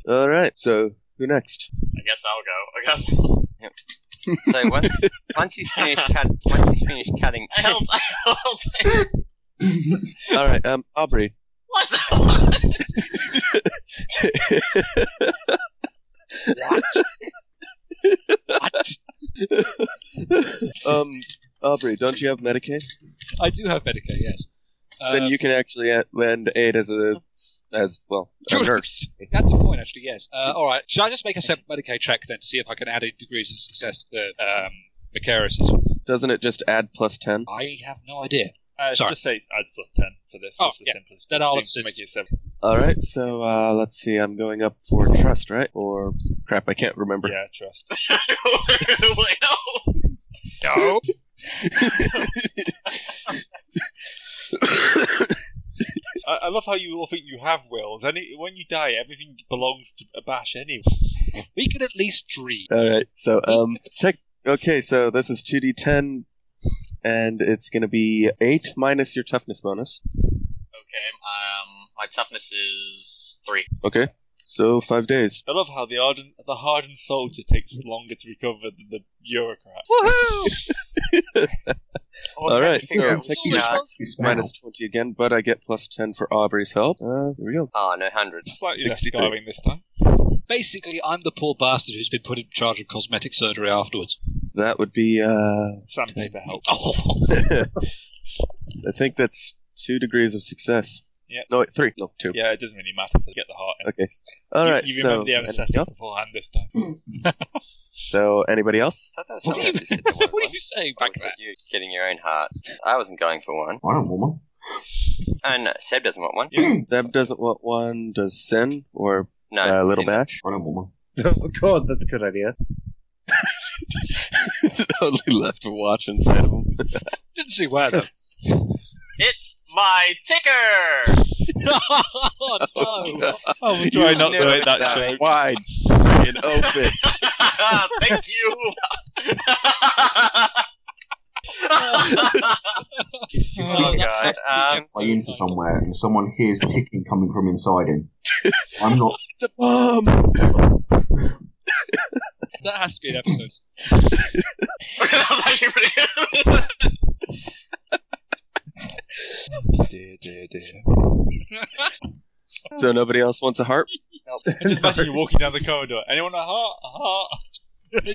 E: All right, so who next?
A: I guess I'll go. I guess
D: So once once he's finished cut, once he's finished cutting,
A: I held. I held. I-
E: All right, um, Aubrey.
A: What? the-
E: um, Aubrey, don't you have Medicaid?
C: I do have Medicare, yes. Uh,
E: then you can actually a- lend aid as a as well a
C: Sure.
E: nurse.
C: That's a point, actually. Yes. Uh, all right. Should I just make a separate Medicaid check then to see if I can add eight degrees of success to um, Macaris's?
E: Doesn't it just add plus ten?
C: I have no idea.
B: Uh,
C: Sorry.
B: Just say it's add plus 10 for this.
C: Oh,
B: That's the
C: yeah.
B: simplest.
C: Then I'll
B: thing.
C: assist.
B: Make it seven.
E: All right, so uh, let's see. I'm going up for trust, right? Or crap, I can't remember.
B: Yeah, trust.
A: Wait, no.
C: No.
B: I, I love how you all think you have wills. Any, when you die, everything belongs to Abash anyway.
C: we can at least dream.
E: All right, so um, check. Okay, so this is two d ten, and it's going to be eight minus your toughness bonus.
A: Okay. Um, my toughness is three.
E: Okay, so five days.
B: I love how the hardened, the hardened soldier takes longer to recover than the bureaucrat.
E: All right,
D: figure
E: so
D: out
E: check
D: which
E: your
D: one.
E: it's minus twenty again, but I get plus ten for Aubrey's help. Uh, there we go.
D: Oh no, hundred.
B: Slightly less
E: 63.
B: scarring this time.
C: Basically, I'm the poor bastard who's been put in charge of cosmetic surgery afterwards.
E: That would be. Uh,
B: Sandpaper help.
C: Oh,
E: I think that's two degrees of success.
B: Yeah.
E: No, wait, three. No, two.
B: Yeah, it doesn't really matter to get the heart in.
E: Okay. All
B: you,
E: right.
B: you
E: so,
B: remember the
E: anybody
B: anesthetic
E: else?
B: beforehand this time.
E: so, anybody else?
D: I thought that was
C: What
D: something I
C: do
D: just did that one
C: what are
D: was.
C: you saying
D: I
C: back
D: was
C: there?
D: like, You getting your own heart. I wasn't going for one.
F: I don't want one.
D: Oh no, Seb doesn't want one.
E: Deb doesn't want one. Does Sin or
D: No,
E: uh, Little
D: Sin-
E: Bash?
F: I don't want one.
G: Oh god, that's a good idea.
E: Only left to watch inside of him.
C: Didn't see where though.
A: It's my ticker.
C: oh no! Oh,
B: I was trying not to
E: know
B: make that
E: that
B: joke.
E: Wide, freaking open.
A: Uh, Thank you.
C: Oh,
D: God,
C: that's
A: Uh,
C: the
D: um,
F: I
C: episode
F: into
C: title.
F: somewhere and someone hears ticking coming from inside him. I'm not.
E: It's a bomb.
C: That has to be an episode.
A: that was actually pretty good.
B: Dear, dear, dear.
E: So nobody else wants a harp.
B: I just imagine you walking down the corridor. Anyone a heart? A heart?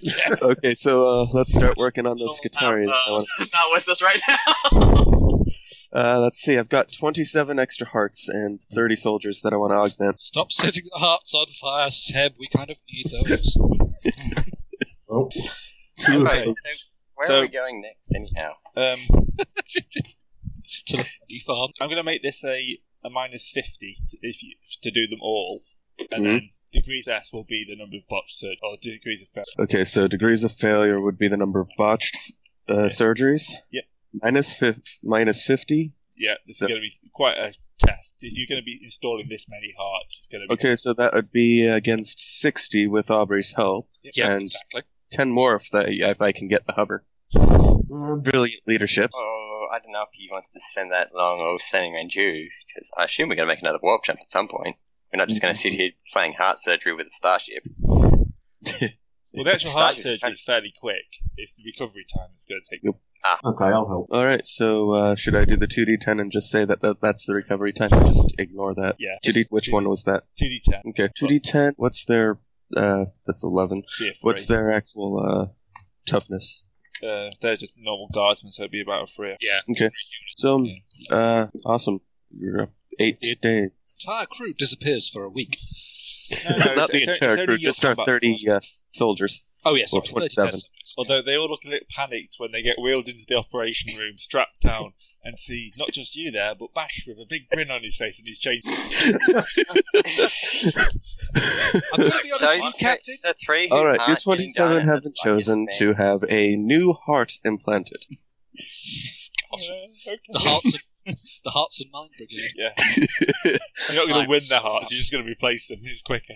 C: yeah.
E: Okay, so uh, let's start working on those
A: So,
E: Skatari.
A: uh, Not with us right now.
E: Uh, let's see. I've got 27 extra hearts and 30 soldiers that I want to augment.
C: Stop setting the hearts on fire, Seb. We kind of need those.
F: Oh.
D: Right, so where
B: So-
D: are we going next, anyhow?
B: Um,
C: to the funny farm.
B: I'm going to make this a, a minus 50 to, if you, to do them all. And
E: Mm-hmm.
B: then degrees S will be the number of botched surgery, or degrees of failure.
E: Okay, so degrees of failure would be the number of botched uh, surgeries.
B: Yep.
E: Minus, fif- minus 50.
B: Yeah, this
E: So-
B: is going to be quite a test. If you're going to be installing this many hearts, it's going to be.
E: Okay, so that would be against 60 with Aubrey's help.
C: Yeah,
E: And-
C: exactly.
E: 10 more if, that, if I can get the hover.
F: Um,
E: Brilliant leadership.
D: Oh, I don't know if he wants to spend that long or standing around you, because I assume we're going to make another warp jump at some point. We're not just going to sit here playing heart surgery with a starship.
B: Well, the actual heart
D: Starship's
B: surgery
D: kind
B: is fairly quick. It's the recovery time that's going to take.
F: okay, I'll help.
E: All right, so uh, should I do the 2d10 and just say that, that that's the recovery time? Just ignore that.
B: Yeah.
E: 2d, which one was that?
B: 2d10.
E: Okay, 2d10. What's their. Uh, that's 11.
B: Yeah,
E: What's
B: three.
E: their actual uh, toughness?
B: Uh, they're just normal guardsmen, so it'd be about a three.
C: Yeah.
E: So, uh, awesome. You're up eight
C: It-
E: days.
C: Entire crew disappears for a week.
B: No, no,
E: Not
B: it's-
E: the
B: it's
E: entire
B: only
E: crew,
B: your
E: just our
B: combat
E: 30
B: squad.
E: uh, soldiers.
C: Oh yes,
E: Or
C: sorry, thirty
E: 27.
C: test subjects.
B: Although they all look a little panicked when they get wheeled into the operation room, strapped down, and see not just you there, but Bash with a big grin on his face and he's changed.
C: I'm going to be honest with you,
D: Those-
C: Captain.
D: The three. who
E: All right, your
D: aren't getting done
E: 27
D: in the
E: have
D: luckiest
E: chosen
D: thing.
E: to have a new heart implanted.
C: Gosh,
B: Uh, okay.
C: the hearts, and, the hearts and mind brigade.
B: Yeah. You're not going
C: Like,
B: to win their
C: so
B: hearts,
C: much.
B: you're just going to replace them. It's quicker.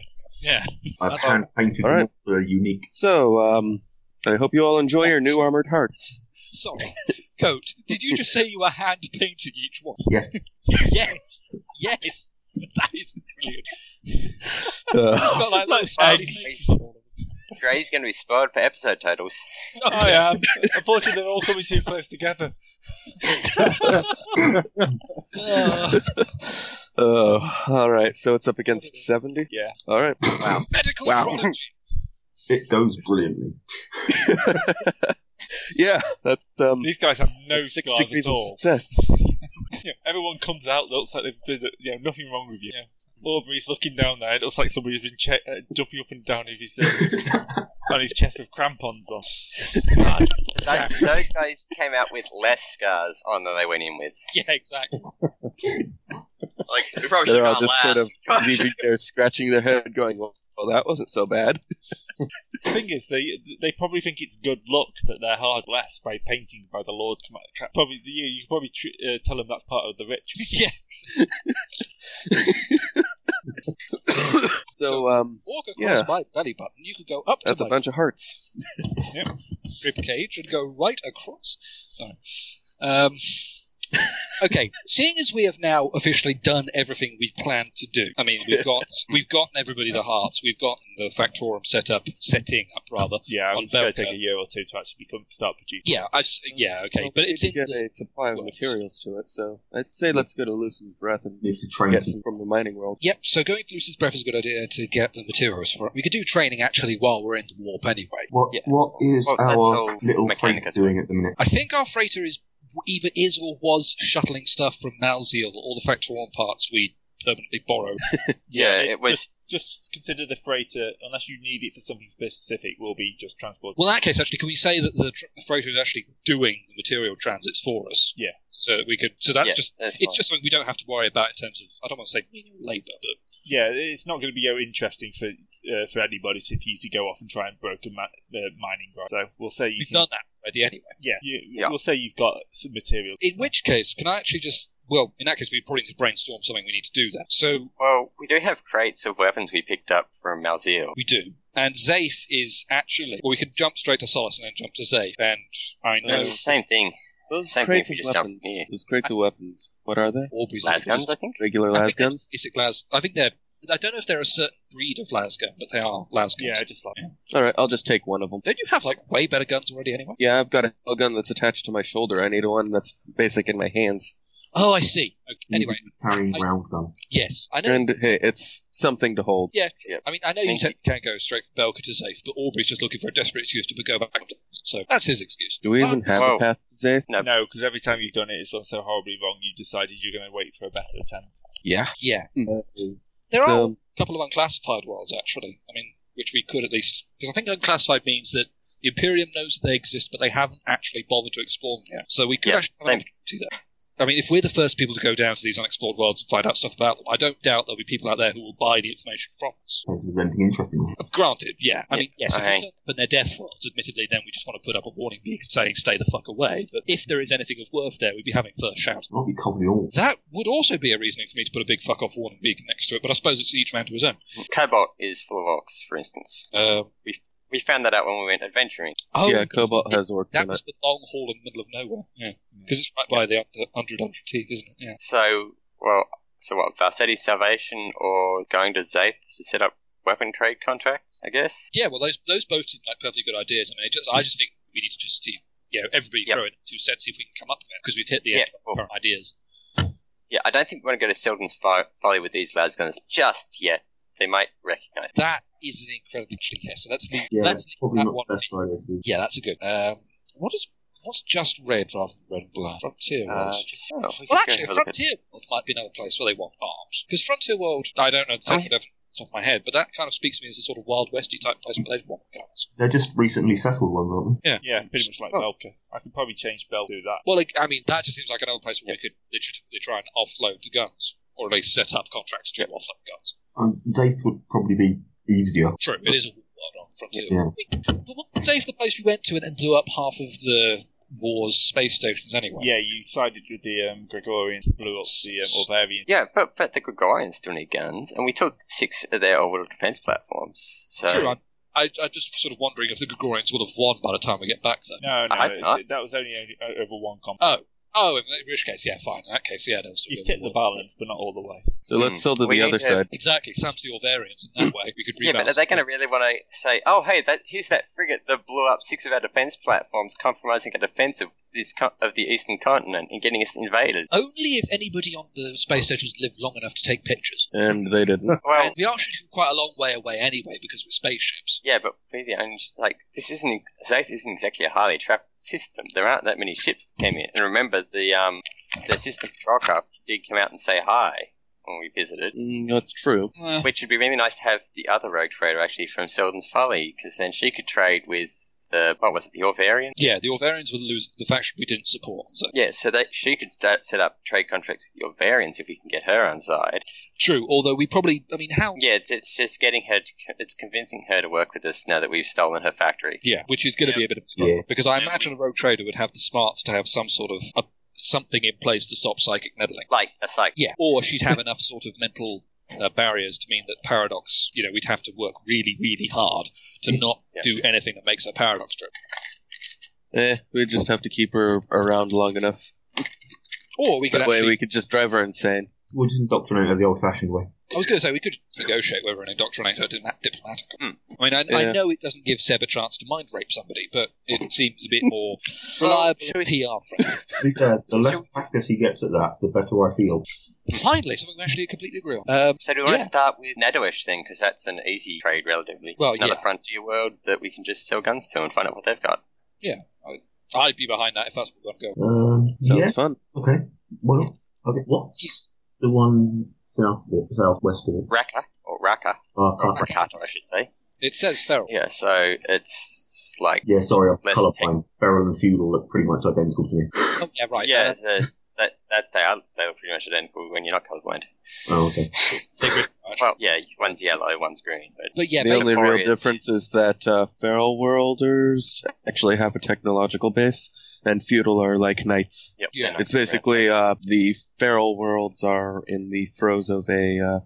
F: I've
C: That's
F: hand painted
E: All
F: them
E: right.
F: all with a uh, unique.
E: So, um, I hope you all enjoy your new armored hearts.
C: Sorry, coat. Did you just say you were hand painting each one?
F: Yes.
C: Yes, yes. That is brilliant.
E: Uh,
C: It's got like little
B: Like
C: smiley
B: eggs.
C: faces on all of them.
D: Gray's going to be spoiled for episode titles.
B: I am. Oh, Unfortunately, they're all coming too close together.
C: Uh,
E: oh, all right, so it's up against 70?
B: Yeah.
E: All right.
C: medical
E: Wow.
C: astrology.
F: It goes brilliantly.
E: Yeah, that's um,
B: These guys have no
E: that's six
B: scars
E: degrees
B: at
E: of
B: all.
E: success.
B: You know, everyone comes out, looks like they've been, you know, nothing wrong with you. you know. Aubrey's looking down there, it looks like somebody's been che- uh, jumping up and down with his, uh, on his chest with crampons on.
D: Those, those guys came out with less scars on than they went in with.
C: Yeah, exactly.
A: Like we probably should
E: They're all
A: have gone
E: just
A: last.
E: sort of leaving there, scratching their head, going, well, that wasn't so bad.
B: The thing is, they they probably think it's good luck that they're hard blessed by painting by the Lord. Come out- Probably you, you could probably tr- uh, tell them that's part of the ritual.
C: Yeah.
E: So, um,
C: Walk across
E: Yeah.
C: my belly button. You could go up
E: that's
C: to
E: a
C: my
E: bunch of hearts.
C: rib cage and go right across. Sorry. Um, okay, seeing as we have now officially done everything we planned to do, I mean we've got we've gotten everybody the hearts, we've gotten the factorum set up, setting up rather.
B: Yeah,
C: On
B: it's going to
C: Belka.
B: take a year or two to actually become start producing.
C: Yeah, I've s- yeah okay,
E: Well,
C: but
E: we
C: it's
E: need
C: in
E: to get a supply of
C: works.
E: materials to it, so I'd say let's go to Lucen's Breath and
F: If the train
E: get some from the mining world.
C: Yep, so going to Lucy's Breath is a good idea to get the materials for it. We could do training actually while we're in the warp anyway.
F: What
D: Yeah.
F: what is
D: Well, that's
F: our
D: all
F: little
D: Mechanicus
F: freight doing at the minute?
C: I think our freighter is either is or was shuttling stuff from Malzeal, all the Factorum parts we permanently borrowed.
D: Yeah,
B: it
D: it was.
B: Just, just consider the freighter, unless you need it for something specific, will be just transport.
C: Well, in that case, actually, can we say that the tr- freighter is actually doing the material transits for us?
B: Yeah.
C: So that we could. So that's
D: yeah,
C: just.
D: that's
C: It's
D: fine.
C: just something we don't have to worry about in terms of. I don't want to say manual labour, but
B: Yeah, it's not going to be uh, interesting for uh, for anybody so for you to go off and try and broken ma- uh, mining ground. So we'll say you
C: we've
B: can,
C: done that already anyway.
B: Yeah, you,
D: Yeah.
B: we'll say you've got some materials.
C: In which case, can I actually just? Well, in that case, we probably need to brainstorm something. We need to do that. So
D: Well, we do have crates of weapons we picked up from Malzeal.
C: we do. And Zafe is actually. Well, we can jump straight to Solace and then jump to Zafe. And I know
D: It's the same thing.
E: Those
D: Same thing
E: crates
D: if
E: of
D: you just jump
E: weapons.
D: from here.
E: Those crates of weapons. What are they?
C: Aubrey's
D: Lasguns, I think.
E: Regular
C: I
E: las
C: think they're
E: guns?
C: Basic las. I think they're. I don't know if they're a certain breed of lasgun, but they are lasguns.
B: Yeah, just like
E: All right, I'll just take one of them.
C: Don't you have like way better guns already anyway?
E: Yeah, I've got a hell gun that's attached to my shoulder. I need one that's basic in my hands.
C: Oh, I see. Okay. Anyway,
F: carrying
C: I-
F: round gun.
C: yes, I know.
E: And hey, it's something to hold.
C: I mean, I know you
D: Means
C: te- can go straight from Belka to safe, but Aubrey's just looking for a desperate excuse to go back. So that's his excuse.
E: Do we even
C: Um,
E: have
D: Whoa.
E: a path to safe?
D: Yep.
B: no, because every time you've done it, it's gone so horribly wrong. You decided you're going to wait for a better attempt.
E: Yeah.
C: Yeah, there are
E: So,
C: a couple of unclassified worlds actually. I mean, which we could at least because I think unclassified means that the Imperium knows that they exist, but they haven't actually bothered to explore them yet. So we could
D: Yeah,
C: actually have an
D: they-
C: opportunity there. I mean, if we're the first people to go down to these unexplored worlds and find out stuff about them, I don't doubt there'll be people out there who will buy the information from us.
F: Depends if there's anything interesting.
C: Granted, yeah. I
D: Yeah,
C: mean, yes, if
D: okay.
C: we turn up and they're death worlds, admittedly, then we just want to put up a warning beacon saying stay the fuck away. But if there is anything of worth there, we'd be having first shout.
F: I'll be covered in all.
C: That would also be a reasoning for me to put a big fuck off warning beacon next to it, but I suppose it's each man to his own.
D: Cobalt is full of orcs, for instance.
C: Um,
D: We found that out when we went adventuring.
C: oh,
E: yeah,
C: because
E: Cobalt
C: it-
E: has orcs
C: That
E: in it.
C: was the long haul in the middle of nowhere. Yeah. Because it's right by the under- under under teeth, isn't it? Yeah.
D: So, well, so what? Varsetti's salvation or going to Zaith to set up weapon trade contracts, I guess?
C: Yeah, well, those those both seem like perfectly good ideas. I mean, it just, I just think we need to just see, you know, everybody
D: Yeah.
C: throw in two cents, see if we can come up with it, because we've hit the
D: Yeah,
C: end of
D: well,
C: our current ideas.
D: yeah, I don't think we want to go to Seldon's Fo- Folly with these lasguns just yet. They might recognize
C: That is an incredible actually, yes. So let's leave,
F: Yeah,
C: let's
F: that's
C: leave
F: probably
C: that
F: not
C: one.
F: the best idea. to do.
C: Yeah, that's a good. Um, what is what's just red rather than red and black? Frontier
D: Uh,
C: World.
D: just, oh, we could
C: well,
D: go
C: actually,
D: have a look at-
C: Frontier World might be another place where they want arms because Frontier World. I don't know the
D: Oh,
C: technical def- off my head, but that kind of speaks to me as a sort of Wild Westy type place where they'd want guns.
F: They're just recently settled ones, aren't they?
B: Yeah, pretty much
D: Oh.
B: like Belka. I could probably change Bel to that.
C: Well, like, I mean, that just seems like another place where we could legitimately try and offload the guns, or at least set up contracts to offload guns.
F: Um, Zaith would probably be easier.
C: True, it is a war world on frontier.
F: Yeah.
C: We, but what, say if the place we went to and, and blew up half of the war's space stations anyway.
B: Yeah, you sided with the um, Gregorians, blew up the um, Orvarians.
D: Yeah, but but the Gregorians still need guns, and we took six of their orbital defense platforms. So
C: True, I, I, I'm just sort of wondering if the Gregorians will have won by the time we get back, though.
B: No, no,
D: I hope
B: it's-
D: not.
B: that was only o- o- over one comp.
C: Oh, oh, in which case, yeah, fine. In that case, yeah, they'll still
B: You've
C: be able
B: tipped
C: to
B: the
C: walk.
B: balance, but not all the way.
E: So
C: Hmm.
E: let's sell to
D: We
E: the
D: need
E: other
D: to-
E: side.
C: Exactly, Sam's the Orvarians, and that way we could
D: yeah,
C: rebalance.
D: but are they going to
C: to?
D: really want to say, "Oh, hey, that here's that frigate that blew up six of our defense platforms, compromising our defense of this co- of the eastern continent and getting us invaded"?
C: Only if anybody on the space stations lived long enough to take pictures.
E: And they didn't.
D: Well,
C: And we are shooting quite a long way away anyway because we're spaceships.
D: yeah, but we're the only like this isn't Zaith isn't exactly a highly trapped system. There aren't that many ships that came in, and remember the um the system patrol craft did come out and say hi when we visited.
E: Mm, that's true.
C: Eh,
D: Which would be really nice to have the other rogue trader actually from Selden's Folly, because then she could trade with the what was it, the Orvarian?
C: yeah, the Orvarians would lose the faction we didn't support. So
D: Yeah, so that she could start set up trade contracts with the Orvarians if we can get her on side.
C: true. Although we probably, I mean, how?
D: Yeah, it's, it's just getting her, to, it's convincing her to work with us now that we've stolen her factory.
C: Yeah, which is going to be a bit of a struggle
F: Yeah.
C: because I
A: Yeah.
C: imagine a rogue trader would have the smarts to have some sort of a, something in place to stop psychic meddling.
D: Like a psych.
C: Yeah, or she'd have enough sort of mental uh, barriers to mean that paradox. You know, we'd have to work really, really hard to not
D: Yeah.
C: do anything that makes a paradox trip.
E: Eh, we just have to keep her around long enough.
C: Or we could
E: That way
C: actually.
E: we could just drive her insane.
F: We'll just indoctrinate her the old fashioned way.
C: I was going to say we could negotiate whether an indoctrinator diplomat- diplomatic.
D: Hmm.
C: I mean, I,
E: Yeah.
C: I know it doesn't give Seb a chance to mind rape somebody, but it seems a bit more reliable
D: should we-
C: PR friend.
F: To be fair, the less practice he gets at that, the better I feel.
C: Finally, something we actually completely agree on. Um,
D: So do we want
C: Yeah.
D: to start with Nadoish then, because that's an easy trade relatively.
C: Well,
D: Another
C: yeah.
D: frontier world that we can just sell guns to and find out what they've got.
C: I'd be behind that if that's what we want to go.
F: Um,
E: Sounds
F: yeah,
E: fun.
F: okay. Well, okay. What's the one south of it, southwest of it?
D: Raka, or Raka,
F: Uh,
D: or
F: Carthage.
D: Rakata, I should say.
C: It says feral.
D: Yeah, so it's like
F: Yeah, sorry, I'm
D: Let's
F: colourblind. Feral and feudal look pretty much identical to me.
C: Oh, yeah, right.
D: Yeah,
C: uh,
D: the, that that they are they were pretty much identical when you're not colorblind.
F: Oh, okay.
D: Well, yeah, one's yellow, one's green, but
C: but yeah,
E: the
D: makes
E: only
D: more
E: real
D: is-
E: difference is that uh, feral worlders actually have a technological base, and feudal are like knights.
D: yep,
C: Yeah.
D: they're not
E: It's basically uh, the feral worlds are in the throes of a uh,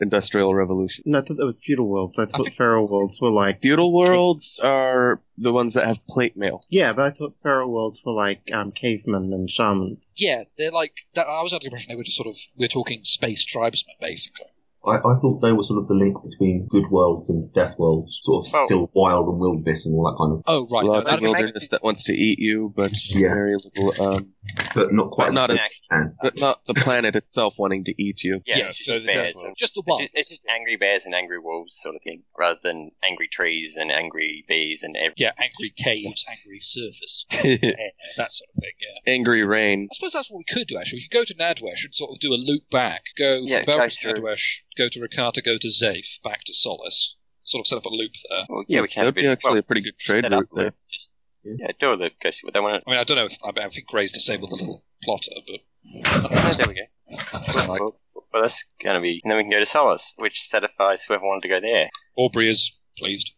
E: industrial revolution.
G: No, I thought that was feudal worlds. I thought
C: think-
G: feral worlds were like.
E: Feudal worlds are the ones that have plate mail.
G: Yeah, but I thought feral worlds were like um, cavemen and shamans.
C: yeah, they're like that. I was under the impression they were just sort of we're talking space tribesmen basically.
F: I, I thought they were sort of the link between good worlds and death worlds, sort of
D: Well-
F: still wild and wilderness and all that kind of,
C: Oh right, no,
E: Lots
C: that'd
E: of
C: be-
E: wilderness that wants to eat you, but
F: Yeah.
E: very little. Um,
F: but not quite
E: But not as-
F: And
E: but not the planet itself wanting to eat you.
D: Yeah,
C: Yes,
D: it's
B: so
D: just
B: they're
D: bears.
B: different.
D: and-
C: just the
D: It's
C: one.
D: just, it's just angry bears and angry wolves sort of thing, rather than angry trees and angry bees and every.
C: Yeah, angry caves, angry surface, that sort of thing. Yeah.
E: Angry rain.
C: I suppose that's what we could do. Actually, we could go to Nadwesh and sort of do a loop back. Go
D: Yeah,
C: from Belrus
D: go
C: to
D: through.
C: Nadwesh, go to Rakata, go to Zafe, back to Solace. Sort of set up a loop there.
D: Well, yeah, we can
E: That
D: have
E: would
D: a bit-
E: be actually
D: well,
E: a pretty good trade
D: set up
E: route there.
D: loop, Just, yeah, do a loop, go see what they want.
C: I mean, I don't know if I, I think Gray's disabled the little plotter, but
D: Oh, there we go.
C: Well, like-
D: Well, well, that's going to be. Then we can go to Solace, which satisfies whoever wanted to go there.
C: Aubrey is pleased.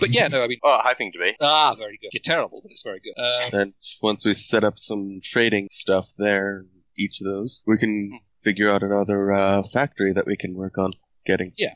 C: But yeah, no, I mean,
D: Oh, hoping to be.
C: ah, very good. You're terrible, but it's very good. Uh,
E: And once we set up some trading stuff there, each of those, we can figure out another uh, factory that we can work on getting.
C: we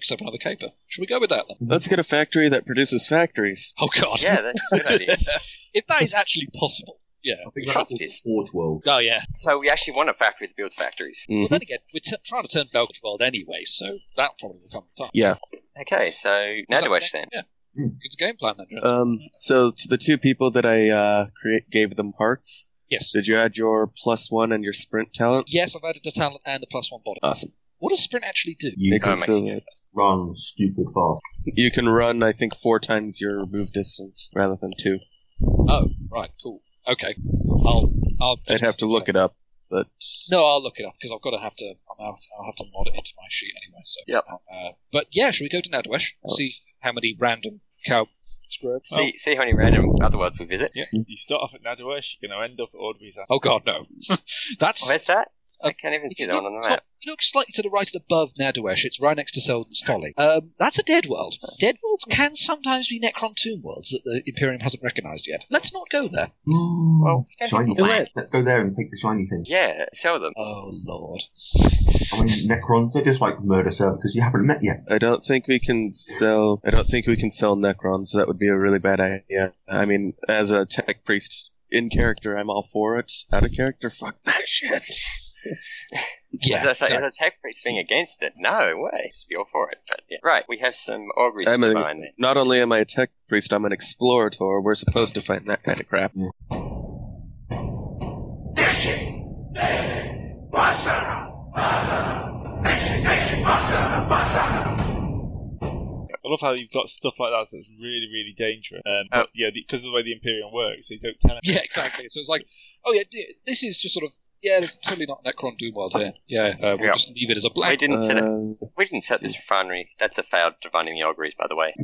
C: can set up another caper. Should we go with that then?
E: Let's get a factory that produces factories.
C: Oh God,
D: Yeah, that's a good idea.
C: if that is actually possible, yeah.
F: I think
D: Trust
F: that's the
D: is-
F: Forge World.
C: Oh yeah.
D: so we actually want a factory that builds factories.
C: Well,
E: Mhm.
C: then again, we're t- trying to turn Belgrade World anyway, so that probably will come time.
E: Yeah.
D: Okay, so
C: Is that
D: Nadoesh
C: the game-
D: then.
C: Yeah. Good game plan then. Jonathan.
E: Um, so to the two people that I uh, create, gave them parts,
C: yes.
E: did you add your plus one and your sprint talent?
C: Yes, I've added a talent and a plus one body.
E: Awesome.
C: What does sprint actually do?
F: You
E: Makes
D: Oh,
E: it
D: makes
E: so
D: it
E: that
F: run stupid fast.
E: you can run, I think, four times your move distance rather than two.
C: Oh, right, cool. Okay, I'll. I'll
E: I'd have to look it up. but
C: No, I'll look it up because I've got to have to. I'm out, I'll have to mod it into my sheet anyway. So.
G: Yep.
C: Uh, but yeah, should we go to Nadwesh?
E: Oh.
C: See how many random cow squares?
D: See, see how many random other worlds we visit.
B: You start off at Nadawesh, you're going to end up at Ordby's.
C: Oh, God, no. That's
D: Where's that? I
C: Uh,
D: can't even
C: if
D: see
C: you
D: that
C: look
D: one on the
C: top-
D: map.
C: you look slightly to the right and above Nadoesh. It's right next to Selden's Folly. Um, that's a dead world. Dead worlds can sometimes be Necron tomb worlds that the Imperium hasn't recognised yet. Let's not go there.
E: Mm.
F: Well,
D: don't
F: shiny.
G: do it.
F: Let's go there and take the shiny thing.
D: Yeah, sell them.
C: Oh lord.
F: I mean, Necrons are just like murder servitors you haven't met yet.
E: I don't think we can sell. I don't think we can sell Necrons. That would be a really bad idea. I mean, as a tech priest in character, I'm all for it. Out of character, fuck that shit.
C: Yeah.
D: is, that,
C: so-
D: is that tech priest being against it? No way. You're for it. But yeah. Right, we have some auguries
E: I'm
D: to
E: a-
D: find then.
E: Not only am I a tech priest, I'm an explorator. We're supposed to find that kind of crap.
B: I love how you've got stuff like that that's really, really dangerous. Um,
D: Oh.
B: but, yeah, because of the way the Imperium works, they don't tell
C: yeah, exactly. So it's like, oh yeah, d- this is just sort of yeah, there's totally not Necron tomb world here. Yeah, uh, we'll
D: Yeah.
C: just leave it as a
D: We
C: blank.
D: didn't set it.
E: Uh,
D: We didn't set this refinery. That's a failed divining the auguries, by the way.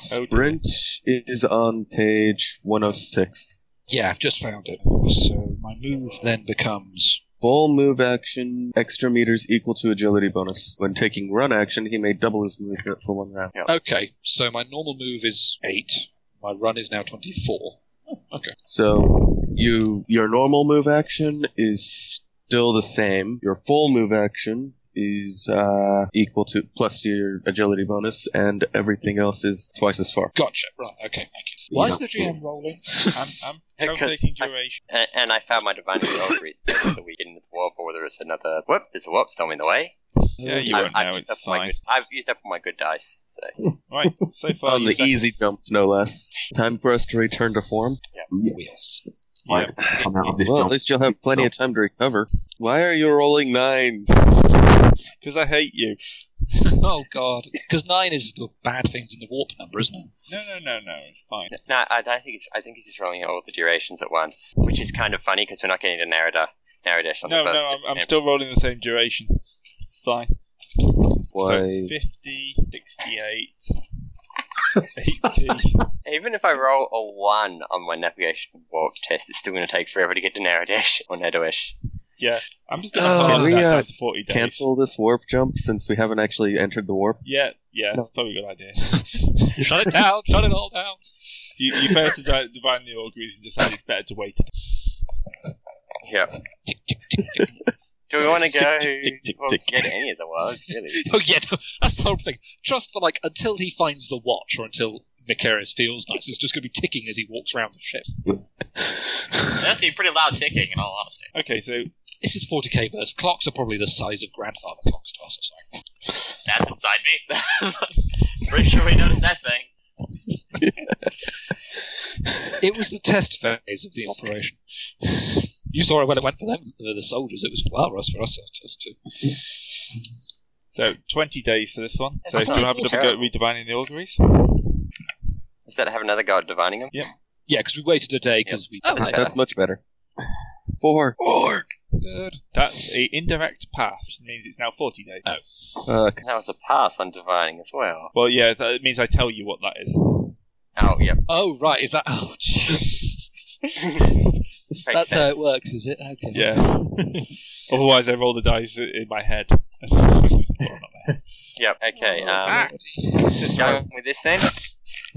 E: Sprint is on page 106.
C: Yeah, just found it. So my move then becomes
E: Full move action, extra meters equal to agility bonus. When taking run action, he may double his movement for one round.
C: okay. So my normal move is eight. My run is now twenty-four. Oh, okay.
E: So you your normal move action is still the same. Your full move action is uh, equal to plus your agility bonus, and everything else is twice as far.
C: Gotcha. Right. Okay. Thank you. Why is the
F: Yeah.
C: GM rolling?
B: I'm, I'm
D: Because
B: calculating
D: I-
B: duration.
D: And, and I found my divining the auguries, so we get into the warp, or there's another. Whoop! There's a warp storm in the way.
B: Yeah, you
D: I-
B: won't
D: I've
B: know.
D: used
B: It's
D: up all my
B: fine.
D: good- I've used up all my good dice. So
B: Right, so far.
E: On
B: you
E: the
B: set-
E: easy jumps, no less. Time for us to return to form.
C: Yes.
B: Yeah.
F: Come out of this
E: Well, at
F: jump.
E: least you'll have plenty of time to recover. Why are you rolling nines?
B: Because I hate you.
C: oh God. Because nine is the bad things in the warp number, isn't it?
B: No, no, no, no. It's fine.
D: no, I don't think. It's, I think he's just rolling all the durations at once, which is kind of funny because we're not getting to Narada. Naradesh on
B: No,
D: the
B: no.
D: first.
B: I'm, I'm still rolling the same duration. It's fine. So
E: Why?
B: it's 50, 68, 80.
D: Even if I roll a one on my navigation walk test, it's still going to take forever to get to Naradesh or Nadoesh.
B: I'm just going
C: Oh.
B: to
C: Can
B: pop
E: we,
B: that
E: uh,
B: down to 40 days.
E: Cancel this warp jump since we haven't actually entered the warp.
B: Yeah, yeah. That's probably a good idea.
C: shut it down. Shut it all down.
B: You, you failed to di- divine the auguries and decided it's better to wait.
D: Yeah.
C: Tick, tick, tick, tick.
D: Do we want to go?
E: Tick, tick, tick,
D: well,
E: tick.
D: Get to any of the worlds, really.
C: oh yeah, no, that's the whole thing. Trust for like until he finds the watch or until Macarius feels nice, it's just going to be ticking as he walks around the ship.
A: That's a pretty loud ticking, in all honesty.
B: Okay, so
C: This is 40k verse. Clocks are probably the size of grandfather clocks to us. Or something.
A: That's inside me. pretty sure we noticed that thing.
C: It was the test phase of the operation. You saw it when it went for them, the, the soldiers. It was well for us for us. uh, just to-
B: so 20 days for this one. So if you
D: not
B: have another go at
D: terrible.
B: redivining the auguries.
D: Is that have another go at divining them?
C: Yeah, because we waited a day because we. Oh,
D: That's
E: That's much better. Four. Four.
C: good.
B: That's a indirect path, which means it's now 40 days.
C: Oh.
E: Uh,
D: That was a pass on divining as well.
B: Well, yeah, that means I tell you what that is.
D: Oh, yep.
C: Oh, right. Is that? Oh,
D: Makes
C: that's how
D: sense.
C: it works, is it? Okay.
B: Yeah. Otherwise, I roll the dice i- in my head. Well, not my head.
D: Yep. Okay. Um,
C: Ah,
B: This one-
D: going with this then.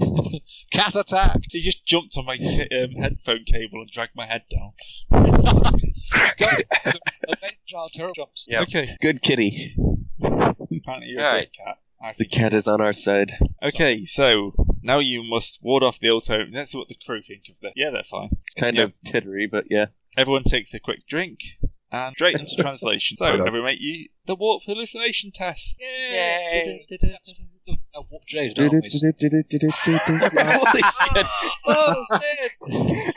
C: cat attack.
B: He just jumped on my ca- um, headphone cable and dragged my head down.
C: Go. Avenge our turtle jumps.
D: Yep.
B: Okay.
E: good kitty.
B: Apparently, you're a
D: Right.
B: great cat. I
E: The
B: think-
E: cat is on our side.
B: Okay, so now you must ward off the auto. Let's see what the crew think of this. Yeah, they're fine.
E: Kind of tittery, but yeah.
B: Everyone takes a quick drink and straight into translation. So,
F: Hold on.
B: everyone, make you the warp hallucination test.
D: Yay.
C: Now walk jaded, aren't we?
E: Holy shit.
C: Whoa, shit.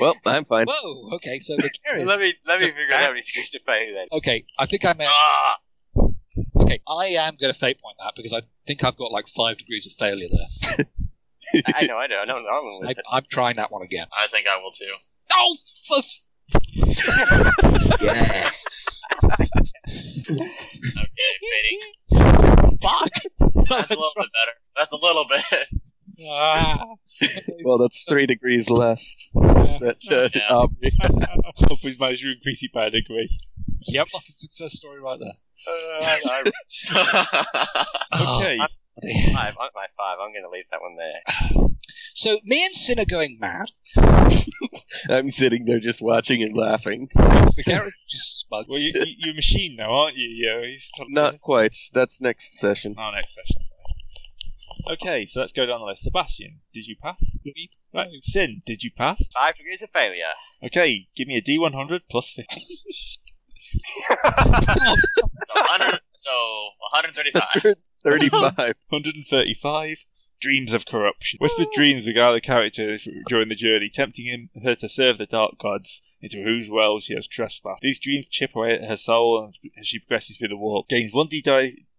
E: well, I'm fine.
C: Whoa. Okay, so the carriers.
D: let me let me
C: Just
D: figure out how many degrees to play then.
C: Okay, I think I meant.
A: Ah,
C: Okay, I am going to fate point that because I think I've got like five degrees of failure there.
D: I know, I know, I know. I'm with
C: I, I'm trying that one again.
A: I think I will too.
C: Oh, for f-
F: Yes.
A: Okay, fading.
C: Fuck!
A: That's a little bit better. That's a little bit.
C: Ah.
E: Well, that's three degrees less. That, uh,
A: Yeah.
E: Aubrey-
B: Hope we've managed to increase it by a degree.
C: yep, like a success story right there.
D: Uh,
B: Okay.
C: Oh, buddy.
D: Five, aren't I? Five. I'm going to leave that one there.
C: so me and Sin are going mad.
E: I'm sitting there just watching and laughing.
C: The characters are just smug.
B: well, you, you, you're a machine now, aren't you? Yeah, he's-
E: Not quite. That's next session.
B: Oh, next session. Okay, so let's go down the list. Sebastian, did you pass? Right. Sin, did you pass?
D: Five degrees of failure.
B: Okay, give me a D100 plus 50.
A: So 100, so 135.
E: 35.
B: 135. Dreams of corruption. Whispered dreams regard the character during the journey, tempting him her to serve the dark gods into whose well she has trespassed. These dreams chip away at her soul as she progresses through the warp. Gains one D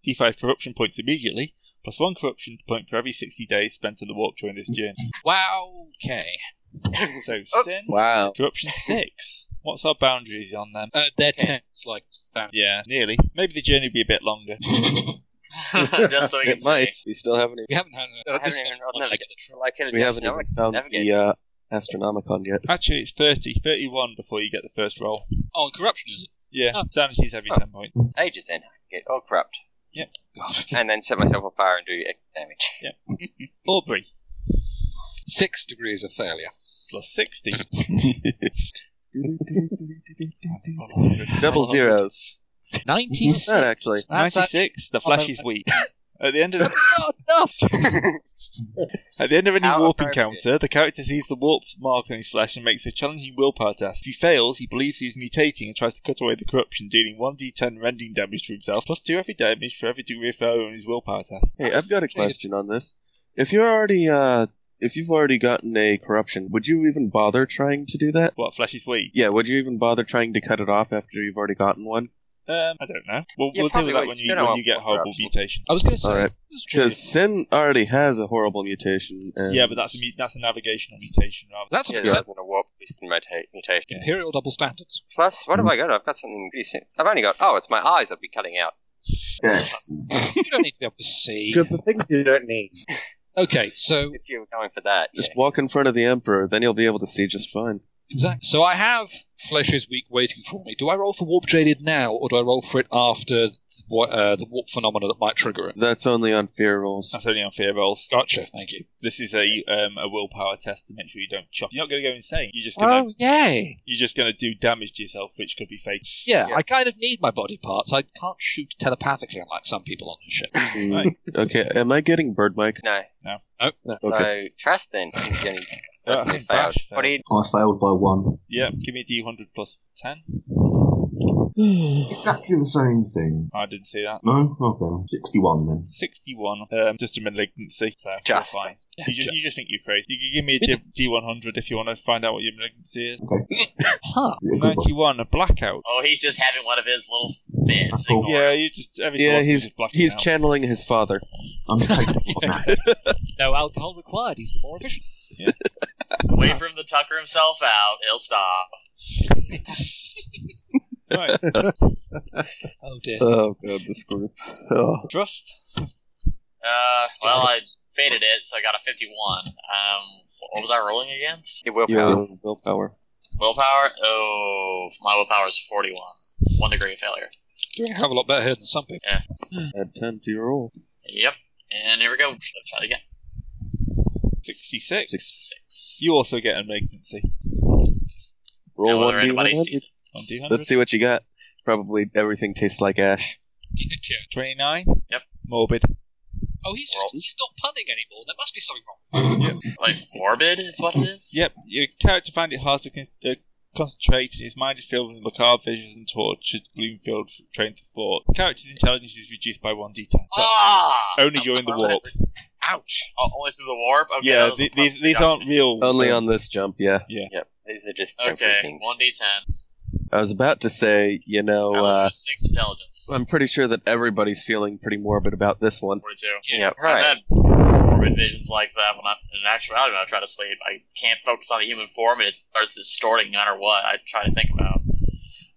B: D5 corruption points immediately, plus one corruption point for every 60 days spent in the warp during this journey.
C: Wow. Okay.
B: So,
D: Oops.
B: Sin,
E: Wow.
B: corruption 6. What's our boundaries on them?
C: Uh, they're tense, like um,
B: Yeah, nearly. Maybe the journey will be a bit longer.
A: Just so we can
E: It
A: say.
E: might. We still haven't
C: we haven't had. A,
D: I haven't
C: this
D: even.
C: sounds
D: I've
C: like
D: never,
C: I get the tr-
D: well, I could have
E: We
D: just
E: haven't even
D: navigated-
E: found the
D: navigated.
E: uh, Astronomicon yet.
B: Actually, it's 30, 31 before you get the first roll.
C: Oh, and corruption is it?
B: Yeah,
C: Oh.
B: sanity is every
D: Oh.
B: 10 points.
E: uh,
D: ages then. Get all corrupt.
B: Yep.
D: and then set myself on fire and do extra damage.
B: Aubrey,
C: Six degrees of failure.
B: plus 60.
E: Double zeros.
C: Ninety-six.
E: Not actually.
C: That's
B: 96, the flash is weak. At the end of at the end of any
D: How
B: warp
D: appropriate.
B: encounter, the character sees the warp mark on his flesh and makes a challenging willpower test. If he fails, he believes he is mutating and tries to cut away the corruption, dealing 1d10 rending damage to himself, plus 2 every damage for every degree of failure on his willpower test.
E: Hey, I've got a question on this. If you're already, uh, if you've already gotten a corruption, would you even bother trying to do that?
B: What, flesh is weak?
E: Yeah, would you even bother trying to cut it off after you've already gotten one?
B: Um, I don't know. We'll,
D: Yeah,
B: we'll deal
D: probably
B: with that
D: would.
B: when
D: Still
B: you,
D: don't
B: when
D: want
B: you get
D: more
B: horrible
D: corruption.
B: mutation.
C: I was going to say.
E: Alright.
C: it was true.
E: Because Sin already has a horrible mutation. And
B: Yeah, but that's a, mu- that's a navigational mutation rather
C: that's
D: Yeah,
C: a
D: it's not going to warp beast and mutate, mutation.
C: imperial double standards.
D: Plus, what have I got? I've got something decent. I've only got. Oh, it's my eyes. I'll be cutting out.
F: Yes.
C: you don't need to be able to see.
G: Good for things you don't need.
C: Okay, so
D: If you were going for that,
E: Just
D: yeah.
E: walk in front of the Emperor, then you'll be able to see just fine.
C: exactly. So I have flesh is weak waiting for me. Do I roll for warp jaded now, or do I roll for it after the, uh, the warp phenomena that might trigger it?
E: That's only on fear rolls.
B: That's only on fear rolls.
C: Gotcha. Thank you.
B: This is a um, a willpower test to make sure you don't chop. You're not going to go insane. You're just gonna
C: Oh yay!
B: you're just gonna do damage to yourself, which could be fake. Uh,
C: Yeah,
D: Yeah.
C: I kind of need my body parts. I can't shoot telepathically, unlike some people on this ship.
B: Right.
E: Okay, am I getting bird mic?
D: no.
C: Oh, no.
E: Okay.
D: So trust then is the only person
B: Uh,
D: who failed.
B: Bash
D: What do you?
F: I failed by one.
B: Yeah, give me a D100 plus ten. Oh.
F: Exactly the same thing.
B: I didn't see that.
F: No? Okay. 61 then.
B: Sixty-one, um, just a malignancy. So you're
D: Just.
B: fine. You just,
C: Ju-
B: you just think you're crazy. You can give me a D- D100 if you want to find out what your malignancy is.
C: huh.
F: Is it a good one?
B: Ninety-one, a blackout.
A: Oh, he's just having one of his little fits.
E: Oh.
F: Cool.
A: Ignore
B: Yeah,
A: him.
B: you just every so
E: Yeah,
B: often
E: he's
B: just blacking
E: he's
B: out.
E: channeling his father.
F: I'm just taking it off now.
C: No alcohol required. He's the more efficient.
A: Wait for him to tucker himself out. He'll stop.
B: right.
C: Oh dear.
B: Uh,
E: Oh god, this group. Oh.
B: Trust.
A: Uh, well, I faded it, so I got a 51. Um, what was I rolling against?
D: Your willpower.
E: Your willpower.
A: Willpower? Oh, my willpower is 41. One degree of failure.
C: Doing a hell of a lot better here than some people.
E: Add ten to your roll.
A: Yep. And here we go. Let's try it again.
B: Sixty-six.
A: Six.
B: You also get a malignancy
A: Yeah, whether
E: Roll one d
A: anybody sees it.
B: on D100.
E: Let's see what you got. Probably everything tastes like ash.
C: Yeah.
B: Twenty-nine.
A: Yep.
B: Morbid.
C: Oh, he's
A: Roll.
C: just—he's not punning anymore. There must be something wrong.
A: Like, morbid is what it is?
B: Yep, your character found it hard to con- uh, concentrate. His mind is filled with macabre visions and tortured, gloom-filled trains of thought. Character's intelligence is reduced by one d10.
A: Ah!
B: Only during the warp.
A: Ouch. Oh, only through the warp? Okay, that
B: yeah,
A: was a
B: th-
A: pump
B: these, uh, these
A: reduction.
B: aren't real.
E: Only on this jump, yeah.
D: Yep. These are just temporary
A: Okay,
D: things.
A: 1d10.
E: I was about to say, you know,
A: I will
E: uh,
A: use six intelligence.
E: I'm pretty sure that everybody's feeling pretty morbid about this one.
A: Forty-two.
D: Yep,
A: I've
D: right.
A: had morbid visions like that when I'm in actual. I don't know. I try to sleep. I can't focus on the human form, and it starts distorting no matter what I try to think about.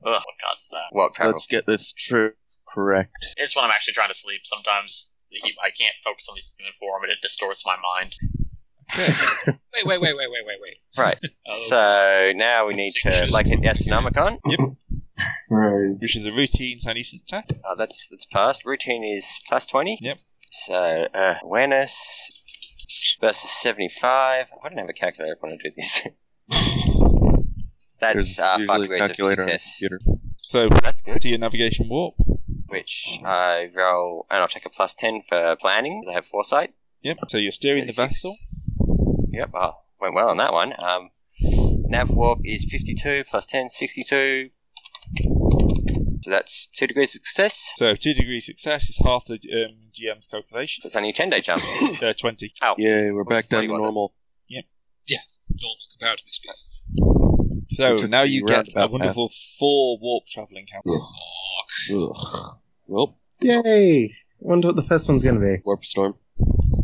A: Ugh, what causes that?
D: What power?
E: Let's get this true correct.
A: It's when I'm actually trying to sleep. Sometimes the hu- I can't focus on the human form, and it distorts my mind.
C: Wait, wait, wait, wait, wait, wait, wait.
D: Right.
C: Oh,
D: So now we need to, like an Astronomicon.
F: Right.
B: which is a routine Chinese attack.
D: Oh, that's that's passed. Routine is plus twenty.
B: Yep.
D: So uh, awareness versus seventy-five. I don't have a calculator when I do this. that's
E: There's
D: uh, five
E: usually a
D: degrees of
E: calculator on the
D: success.
E: computer.
B: So
D: That's good.
B: to your navigation warp.
D: Which I roll, and I'll take a plus ten for planning. 'cause I have foresight.
B: Yep. So you're steering the
D: 36.
B: vessel.
D: Yep. Oh, went well on that one. Um, nav warp is fifty-two plus 10, 62. So that's two degrees of success.
B: So two degrees success is half the um, GM's calculation.
D: So it's only a ten-day jump.
B: Uh, Twenty.
E: Yay, we're back down to
D: 41.
E: normal.
C: normal, comparatively speaking.
B: So
E: It took
B: now
E: the
B: you get a
E: roundabout
B: wonderful four warp traveling count.
E: Ugh. Well,
G: Yay! I wonder what the first one's going to be.
E: warp storm.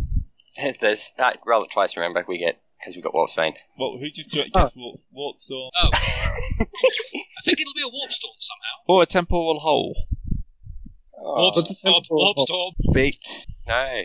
D: There's uh, roll it twice. Remember, we get because we got Wolf's Vein.
B: Well, who just got
G: Oh.
B: gets warp, warp storm
C: Oh. I think it'll be a warp storm somehow.
B: or a temporal hole?
D: Oh,
C: warp,
G: Ah, but the
C: storm,
G: temporal
C: warp
G: hole.
C: storm.
E: Fate.
D: no,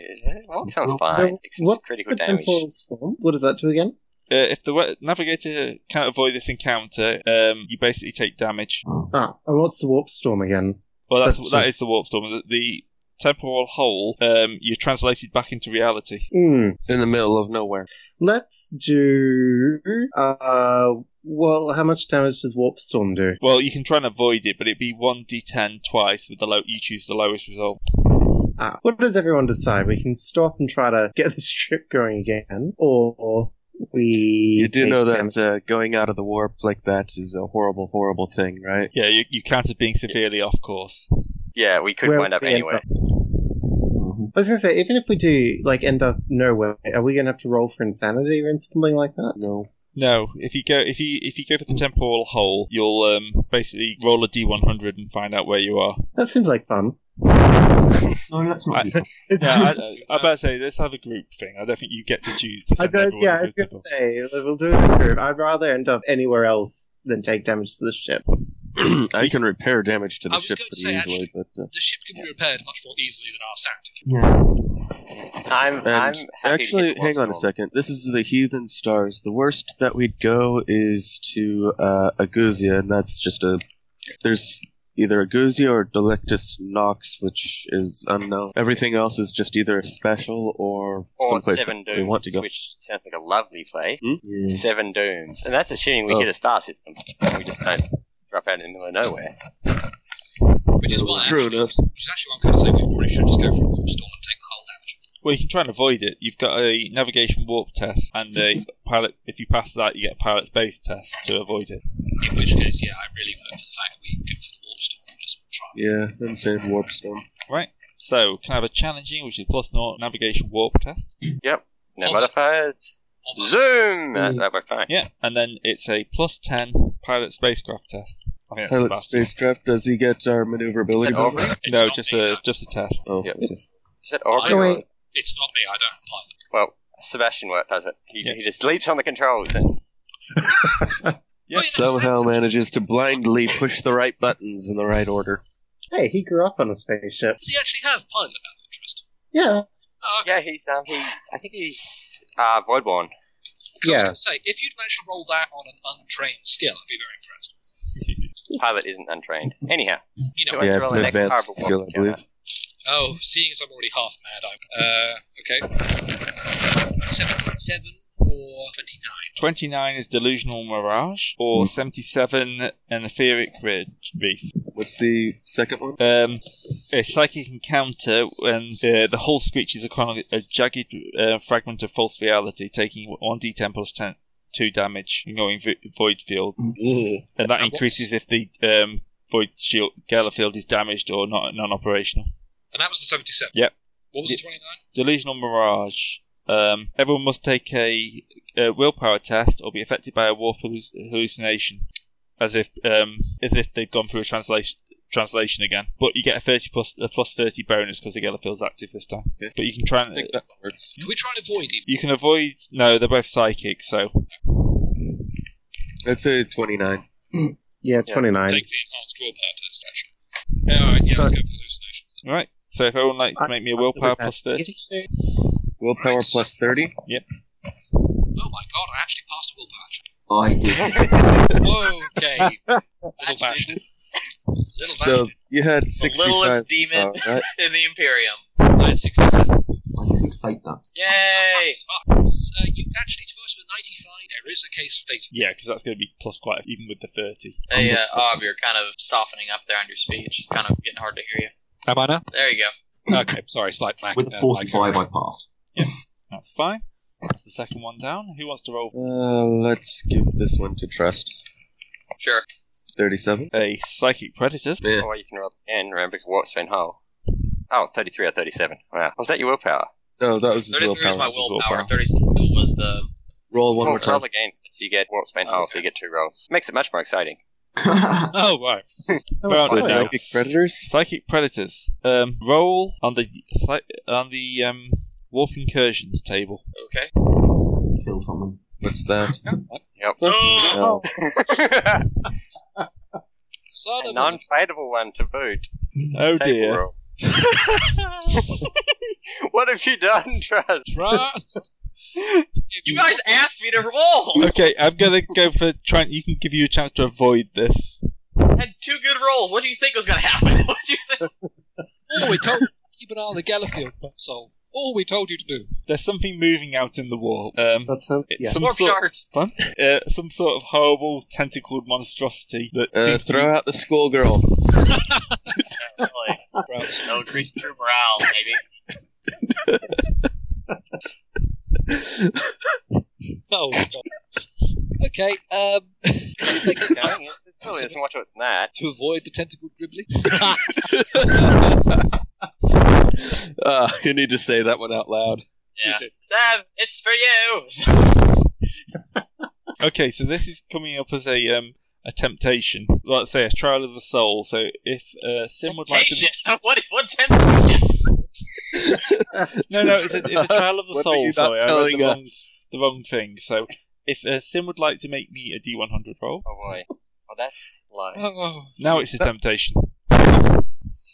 D: Wolf sounds fine. It's
G: What's
D: critical
G: the
D: damage.
G: temporal storm? What does that do again?
B: Uh, if the we- navigator can't avoid this encounter, um, you basically take damage.
F: Oh,
G: Ah, and what's the warp storm again?
B: Well, that's,
G: That's
B: that
G: just-
B: is the warp storm. The, the temporal hole. Um, you're translated back into reality.
G: Hmm.
E: In the middle of nowhere.
G: Let's do. Uh, well, how much damage does warp storm do?
B: Well, you can try and avoid it, but it'd be one d10 twice with the low. You choose the lowest result.
G: Ah, what does everyone decide? We can stop and try to get this trip going again, or we.
E: You do
G: take
E: know
G: damage.
E: that uh, going out of the warp like that is a horrible, horrible thing, right?
B: Yeah, you, you counted being severely off course.
D: Yeah, we could
G: Where
D: wind up
G: we end
D: anywhere.
F: Mhm.
G: I was gonna say, even if we do like end up nowhere, are we gonna have to roll for insanity or something like that?
E: No.
B: No, if you go if you if you go for the temporal hole, you'll um, basically roll a d100 and find out where you are.
G: That seems like fun.
F: No, that's not.
B: I-
F: good.
B: Yeah, I, I about to say let's have a group thing. I don't think you get to choose. To
G: I
B: send
G: don't,
B: everyone
G: yeah, I
B: to
G: was
B: the
G: gonna say we'll do it as a group. I'd rather end up anywhere else than take damage to the ship.
E: I can repair damage to
C: I
E: the
C: was
E: ship
C: going to
E: pretty
C: say,
E: easily, but. Uh,
C: The ship can be repaired much more easily than our sanity. can.
F: Yeah.
D: I'm,
E: and
D: I'm happy to
E: actually,
D: hit the
E: hang on a
D: Warpstorm.
E: second. This is the Heathen Stars. The worst that we'd go is to uh, Aguzia, and that's just a. There's either Aguzia or Delectus Nox, which is unknown. Everything else is just either a special or,
D: Or
E: someplace
D: Seven
E: that
D: Dooms,
E: we want to go. Hmm?
D: which sounds like a lovely place.
F: Yeah.
D: Seven Dooms, and that's assuming we
E: Oh.
D: hit a star system. We just don't drop out in the middle of nowhere.
G: Mm.
C: Which is why,
E: True
C: actually,
E: enough.
C: which is actually why I'm going to say we probably should just go for a warp storm and take the hull damage.
B: Well, you can try and avoid it. You've got a navigation warp test and a pilot. If you pass that, you get a pilot's base test to avoid it.
C: In which case, yeah, I really vote for the fact that we go for the warp storm and just try. and-
E: Yeah, I'm saying Warp Storm.
B: So, can I have a challenging, which is plus no navigation warp test?
D: No
C: Also-
D: modifiers.
C: Although,
D: Zoom.
E: Hmm.
D: That, that worked fine.
B: Yeah, and then it's a plus ten pilot spacecraft test. I think that's the
E: Pilot
B: best.
E: spacecraft, does he get our maneuverability?
D: Said over.
E: bonus?
C: it's
B: No,
C: not
B: just
C: me,
B: a
C: no.
B: just a test.
E: Oh,
D: Yep.
G: It's-
D: Is that
C: I
D: orbital?
G: wait.
C: It's not me. I don't have a pilot.
D: Well, Sebastian worked, does it? He,
B: Yeah.
D: he just leaps on the controls and
B: Yes.
E: somehow manages to blindly push the right buttons in the right order.
G: Hey, he grew up on a spaceship.
C: Does he actually have pilot out of interest?
G: Yeah,
C: Oh, okay.
D: yeah, he's um he I think he's uh voidborn.
C: 'Cause I was
G: Yeah.
C: going to say, if you'd managed to roll that on an untrained skill, I'd be very impressed.
D: Pilot isn't untrained. Anyhow,
C: You know,
D: Let's
E: yeah,
D: roll
E: it's
D: an
E: an
D: extra
E: advanced
D: powerful
E: skill,
D: one.
E: I believe.
C: oh, seeing as I'm already half mad, I'm. Uh, okay. 77 or 29.
B: Twenty nine is delusional mirage, or seventy seven an etheric rid- reef.
E: What's the second one?
B: Um, a psychic encounter when uh, the whole screeches upon a jagged uh, fragment of false reality, taking one d10 plus 10, two damage, ignoring vo- void field,
A: Mm-hmm.
B: and that
C: And what's-
B: increases if the um, void shield gala field is damaged or not non-operational.
C: And that was the 77.
B: Yep.
C: What was
B: Yeah.
C: the 29?
B: Delusional Mirage. Um, everyone must take a, uh willpower test or be affected by a warp halluc- hallucination. as if um, as if they've gone through a translation translation again. But you get a thirty plus a plus thirty bonus because the yellow field's active this time.
E: Okay.
B: But you can try
E: I
B: and
E: think that works.
C: Can we try and avoid even?
B: you can avoid. No, they're both psychic, so
E: I'd say 29.
G: Yeah,
D: Yeah,
G: 29.
C: Take the enhanced willpower test, actually. Yeah, all right, yeah,
G: So-
C: let's go for hallucinations. then.
B: right. So if everyone likes to
G: I-
B: make me a
G: I'll sit with
B: willpower
G: that.
B: plus thirty,
E: Willpower plus 30.
C: Oh my god, I actually passed a willpower check.
F: I did.
C: Whoa, okay. Little bastard. Little
E: So
C: bastard.
E: you had
A: The
E: 65.
A: littlest demon
E: Oh, right.
A: in the Imperium.
C: I had 67.
F: I didn't fake that.
A: Yay!
C: Uh, you actually, to us with 95, there is a case of data.
B: yeah, because that's going to be plus quite even with the thirty.
A: Hey, uh, Ob, you're kind of softening up there on your speech. It's kind of getting hard to hear you.
C: Am I now?
A: There you go.
C: Okay, sorry, slight blank.
F: With
C: uh,
F: 45,
C: like,
F: I pass.
B: That's fine. That's the second one down. Who wants to roll
E: Uh, let's give this one to Trust.
A: Sure.
E: 37.
B: a psychic predators?
E: Yeah.
D: Or you can roll again, remember, walk, spin, hole. Oh, 33 or 37. Wow. Was that your willpower?
E: No, that was his
A: 33
E: willpower.
A: was my
B: Willpower.
A: willpower. Oh, 37 was the.
E: Roll one
D: roll,
E: more time.
D: roll again. So you get walk, spin,
A: Oh,
D: hole, so
A: okay.
D: you get two rolls. Makes it much more exciting.
C: Oh, right.
G: Oh,
B: Well,
E: So
B: Oh,
G: sorry.
B: yeah.
E: psychic predators.
B: Psychic predators. Um, roll on the psy- on the um, warp incursions table.
A: Okay.
F: Kill someone.
E: What's that?
D: Yep.
E: No. Oh.
D: A
C: Son of
D: non
C: a...
D: playable one to boot.
B: Oh
D: Table
B: dear.
D: roll. what have you done, Trust?
C: Trust.
A: You guys asked me to roll!
B: Okay, I'm gonna go for trying. You can give you a chance to avoid this.
A: I had two good rolls. What do you think was going to happen? What do you think?
C: All we told keep an eye on the Gallopfield console. All we told you to do.
B: There's something moving out in the warp. Um,
G: That sounds-
B: it's
G: yeah.
B: some
A: Warp
B: sort,
A: shards!
B: uh, some sort of horrible tentacled monstrosity that
E: Uh,
B: seems to
E: throw out the schoolgirl.
A: That's like, no increase in true morale, maybe.
C: Oh, God. Okay, um...
D: No, it really isn't much of it than that.
C: to avoid the tentacle gribbly.
E: Uh, you need to say that one out loud.
A: Yeah.
C: too.
A: Sam, it's for you!
B: be- okay, so this is coming up as a um, a temptation. Let's say a trial of the soul. So if uh, Sim would like to,
A: Temptation! what, what temptation?
B: no, no, it's a, it's a trial of the
E: What are
B: soul.
E: you
B: Sorry,
E: not
B: I read
E: telling
B: the wrong,
E: us?
B: the wrong thing. So if uh, Sim would like to make me a D100 roll,
D: Oh boy. Well, that's low.
C: Oh,
B: Now it's a temptation.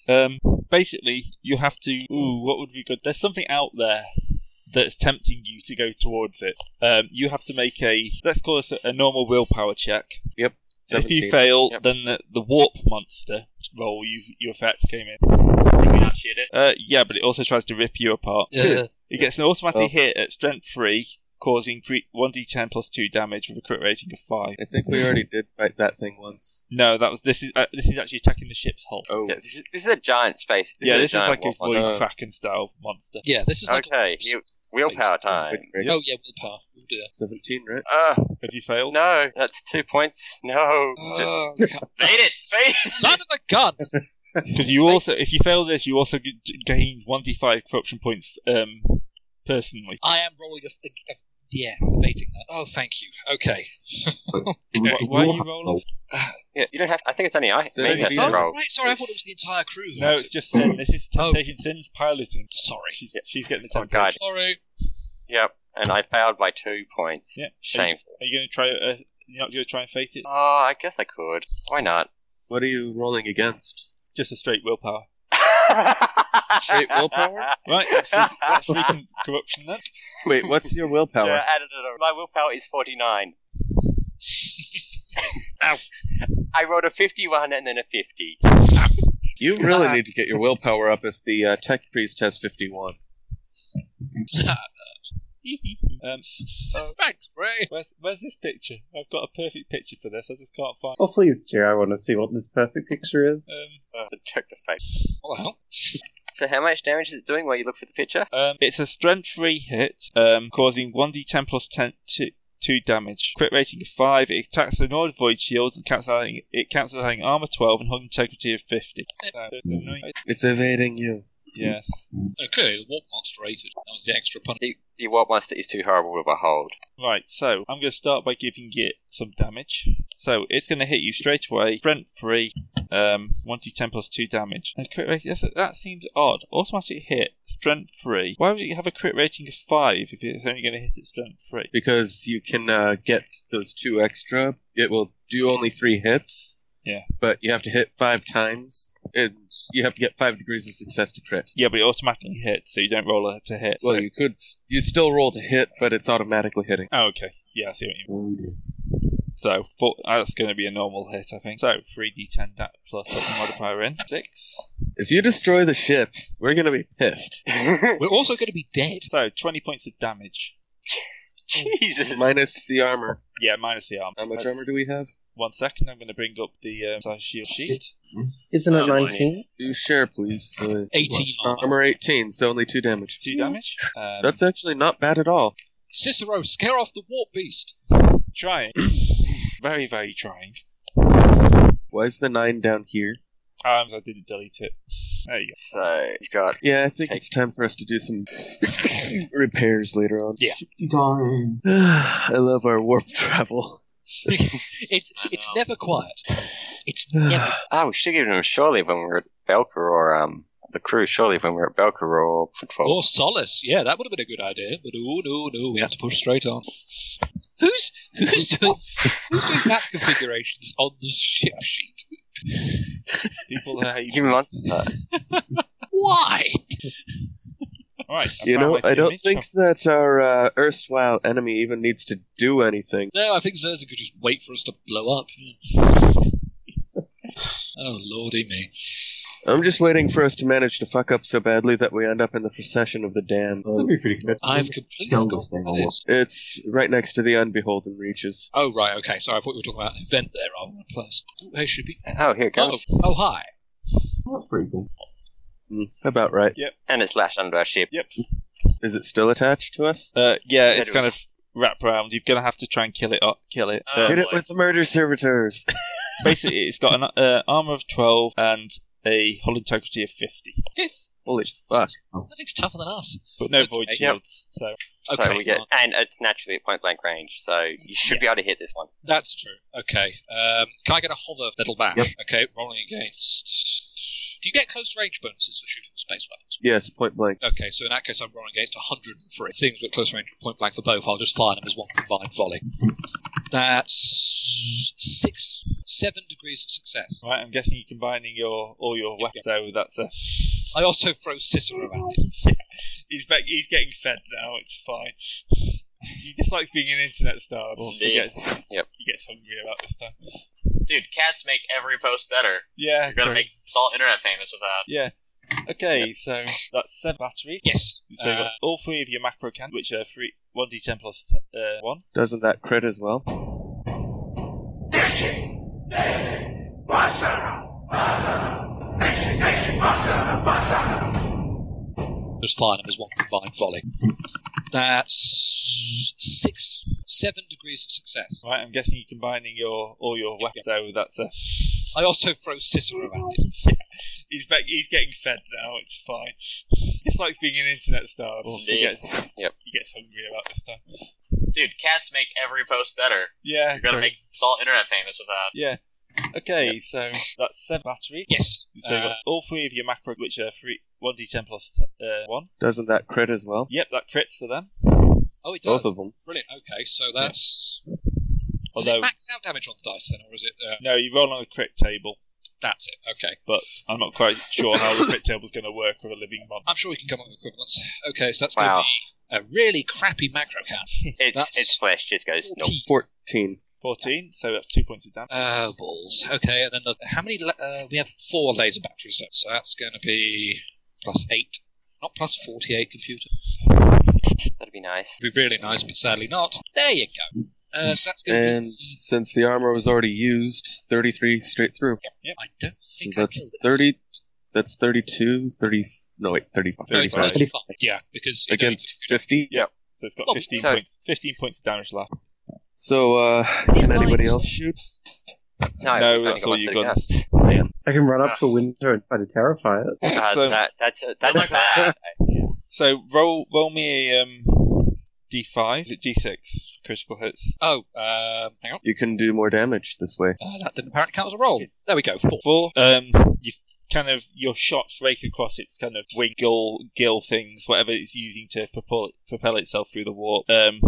B: Um, basically, you have to. Ooh, what would be good? There's something out there that's tempting you to go towards it. Um, you have to make a let's call this a, a normal willpower check. And If
E: 17.
B: you fail,
D: Yep.
B: then the, the warp monster roll you you effect came in.
A: Can we not shoot it?
B: Uh, yeah, but it also tries to rip you apart.
C: yeah.
B: It gets an automatic
E: Oh.
B: hit at strength three, causing three, one d10 plus two damage with a crit rating of five.
E: I think we already did fight that thing once.
B: No, that was this is uh, this is actually attacking the ship's hull.
E: Oh,
D: Yeah, this, is, this is a giant space.
B: Yeah, this is
D: giant
B: like a
D: wall monster.
B: Lloyd
E: Uh,
B: Kraken style monster.
C: yeah, this is like
D: Okay, you, willpower time.
E: wait, wait.
C: Oh yeah, willpower. We'll do that.
E: 17, right?
D: Uh,
B: Have you failed?
D: no, that's two points. No. Just-
C: Oh, God.
A: Fade it! Fade it!
C: son of a gun!
B: Because you also, if you fail this, you also g- g- gain one d5 corruption points um, personally.
C: I am rolling a, a, a yeah, I'm fating that. Oh, thank you. Okay.
B: Why, why are you rolling?
D: yeah, you don't have. I think it's only I.
E: So
D: me
E: you
D: has
E: do
D: to
C: Oh,
E: that.
D: roll.
C: right, sorry, I thought it was the entire crew. who
B: No,
C: had
B: it's
C: to-
B: just Sin. This is
C: Oh.
B: temptation. Sin's piloting.
C: sorry.
B: She's, she's getting the
D: Oh,
B: temptation.
D: God.
C: Sorry.
D: Yep, and I failed by two points.
B: Yeah.
D: Shameful.
B: Are you going to try? Uh, you're not going to try and fate it?
D: Oh, I guess I could. Why not?
E: What are you rolling against?
B: Just a straight willpower.
E: Straight willpower?
B: Right. That's the, that's the con- corruption then.
E: Wait, what's your
D: So I
E: willpower?
D: added it up. My willpower is 49. Ow. I rolled a 51 and then a 50.
E: You really need to get your willpower up if the uh, tech priest has 51.
B: Um,
C: oh, Thanks, Ray.
B: where's, where's this picture? I've got a perfect picture for this. I just can't find.
G: Oh, please do. I want to see what this perfect picture is.
B: Um,
D: The took the fate.
C: What the hell?
D: So how much damage is it doing while you look for the picture?
B: um, it's a strength three hit, um, causing one d10 plus 10 to two damage. Crit rating of five. It attacks the Nord Void Shield and canceling it cancels having armor twelve and hull integrity of fifty. So, it's annoying.
E: It's evading you.
B: yes.
C: No, clearly the warp monster ate it. That was the extra punch.
D: You, the what monster is too horrible to behold.
B: Right, so I'm going to start by giving it some damage. So it's going to hit you straight away, front free, um, 1d10 plus 2 damage. And crit rating, that's, that seems odd. Automatic hit, strength 3. Why would you have a crit rating of 5 if it's only going to hit at strength 3?
E: because you can uh, get those two extra. It will do only three hits.
B: Yeah.
E: But you have to hit five times, and you have to get five degrees of success to crit.
B: Yeah, but it automatically hits, so you don't roll a to hit.
E: Well,
B: so-
E: you could, s- you still roll to hit, but it's automatically hitting.
B: Oh, okay. Yeah, I see what you mean.
F: Oh, dear.
B: So four, that's going to be a normal hit, I think. So 3d10 da- plus put the modifier in. 6.
E: If you destroy the ship, we're gonna be pissed.
C: We're also going to be dead.
B: So 20 points of damage.
D: Jesus.
E: Minus the armor.
B: Yeah, minus the armor.
E: How much armor do we have?
B: One second, I'm going to bring up the um, size shield sheet.
G: Isn't
A: Oh,
G: it
A: boy.
G: 19?
E: Do share, please. Uh,
C: 18 armor.
E: armor 18, so only two damage.
B: Two damage. Um,
E: That's actually not bad at all.
C: Cicero, scare off the warp beast.
B: trying. very, very trying.
E: Why is the nine down here?
B: Arms, I didn't delete it. There you go.
D: So you've got
E: Yeah, I think
D: Okay.
E: it's time for us to do some repairs later on.
C: Yeah.
F: Shifty time.
E: I love our warp travel.
C: It's
A: I
C: it's
A: know.
C: never quiet. It's never.
D: Ah, we should give them surely when we we're at Belka or um the crew surely when we we're at Belka or football.
C: Or solace. Yeah, that would have been a good idea. But oh no, no, we have to push straight on. Who's who's doing who's doing map configurations on the ship sheet?
B: People hate.
D: You monster.
C: Why?
B: All right. I
E: you
B: found
E: know,
B: my two
E: I don't
B: ninja
E: think that our uh, erstwhile enemy even needs to do anything.
C: No, I think Zerza could just wait for us to blow up. Yeah. oh lordy me!
E: I'm just waiting for us to manage to fuck up so badly that we end up in the procession of the damned.
F: That'd be pretty good.
C: I've completely
F: Youngest
C: forgotten
F: thing
C: what
F: I
C: it is.
E: It's right next to the unbeholden reaches.
C: Oh right, okay. Sorry, I thought we were talking about an event there rather than a place. Oh, hey, should be.
D: Oh, here it
C: Oh,
D: goes.
C: oh hi.
F: That's pretty cool.
E: Mm, about right.
D: And it's lashed under our ship.
E: Is it still attached to us?
B: Uh, yeah, it's
D: Shadows.
B: kind of wrap around. You're gonna have to try and kill it. Up, kill it.
A: Oh,
B: Uh,
E: Hit it
A: boy.
E: with the murder servitors.
B: basically, it's got an uh, armor of 12 and a hull integrity of 50,
E: Holy fuck.
C: That thing's tougher than us.
B: but no
C: Okay,
B: void
C: yep.
B: shields. So
D: So
C: Okay,
D: we get
C: well-
D: and it's naturally at point blank range, so you should be able to hit this one.
C: That's true. Okay. Um, can I get a hover metal bash?
F: Yep.
C: Okay, rolling against. Do you get close range bonuses for shooting with space weapons?
E: Yes, point blank.
C: Okay, so in that case, I'm rolling against 103. Seeing as we're at close range point blank for both, I'll just fire them as one combined volley. That's six, seven degrees of success.
B: right, I'm guessing you're combining your all your weapons. So that's a.
C: I also throw Cicero at it.
B: He's back. He's getting fed now. It's fine. He just likes being an internet star. He
A: Indeed.
B: gets,
D: Yep.
B: he gets hungry about this time.
A: Dude, cats make every post better.
B: Yeah,
A: You're gonna
B: true.
A: make us all internet famous with that.
B: Yeah. Okay, so that's seven batteries.
C: Yes.
B: So you've
C: Uh,
B: got all three of your macro cans, which are three, one d10 plus uh, one.
E: Doesn't that crit as well?
C: Uh, just fire them as one combined volley. That's six, seven degrees of success.
B: Right, I'm guessing you're combining your all your weapons. So that's a.
C: I also throw Cicero at it.
B: He's back. He's getting fed now. It's fine. He just likes being an internet star. He
A: Indeed.
B: gets,
D: Yep.
B: he gets hungry about this time.
A: Dude, cats make every post better.
B: Yeah.
A: You're gonna
B: true.
A: make us all internet famous with that.
B: Okay, so that's seven batteries.
C: Yes.
B: So you've
C: Uh,
B: got all three of your macro, which are three, one d10 plus uh, one.
E: Doesn't that crit as well?
B: Yep, that crits for them.
C: oh, it does.
E: Both of them.
C: Brilliant. Okay, so that's. Does
B: Although-
C: it max out damage on the dice then, or is it? Uh,
B: No, you roll on a crit table.
C: that's it. Okay.
B: I'm not quite sure how the crit table's going to work with a living mod.
C: I'm sure we can come up with equivalents. Okay, so that's
D: Wow.
C: going to be a really crappy macro count.
D: It's
C: That's-
D: it's flesh just goes nope.
E: 14.
B: 14, so that's two points of damage.
C: Oh, balls. Okay, and then the, how many? la- Uh, we have four laser batteries left, so that's going to be plus eight. Not plus 48 computer.
D: That'd be nice.
C: It'd be really nice, but sadly not. There you go. Uh, so that's going to
E: And since the armor was already used, 33 straight through.
C: be. I don't
E: So
C: think I
E: that's
C: killed it.
E: 30. That's 32, 30. No, wait, 35.
C: No, it's
B: 35.
C: 35. Yeah, because you know,
E: Against 50.
B: So it's got
C: Oh,
B: 15
D: so-
B: points. 15 points of damage left.
E: So, uh,
C: These
E: can anybody
C: guys.
E: else shoot?
B: No,
D: No, we've only
B: that's all
D: one
B: you
D: set
B: got.
D: of guns.
G: I can run up to a window and try to terrify it.
D: Uh,
B: So-
D: that, that's a, that's
A: Look at that.
B: So roll roll me a um D5, is it D6 critical hits?
C: Oh, um, hang on.
E: You can do more damage this way.
C: Uh, that didn't apparently count as a roll. There we go. Four.
B: Four. Um, you kind of your shots rake across its kind of wing gill, gill things, whatever it's using to propel propel itself through the warp. Um,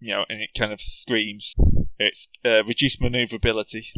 B: you know, and it kind of screams. It's uh, reduced maneuverability.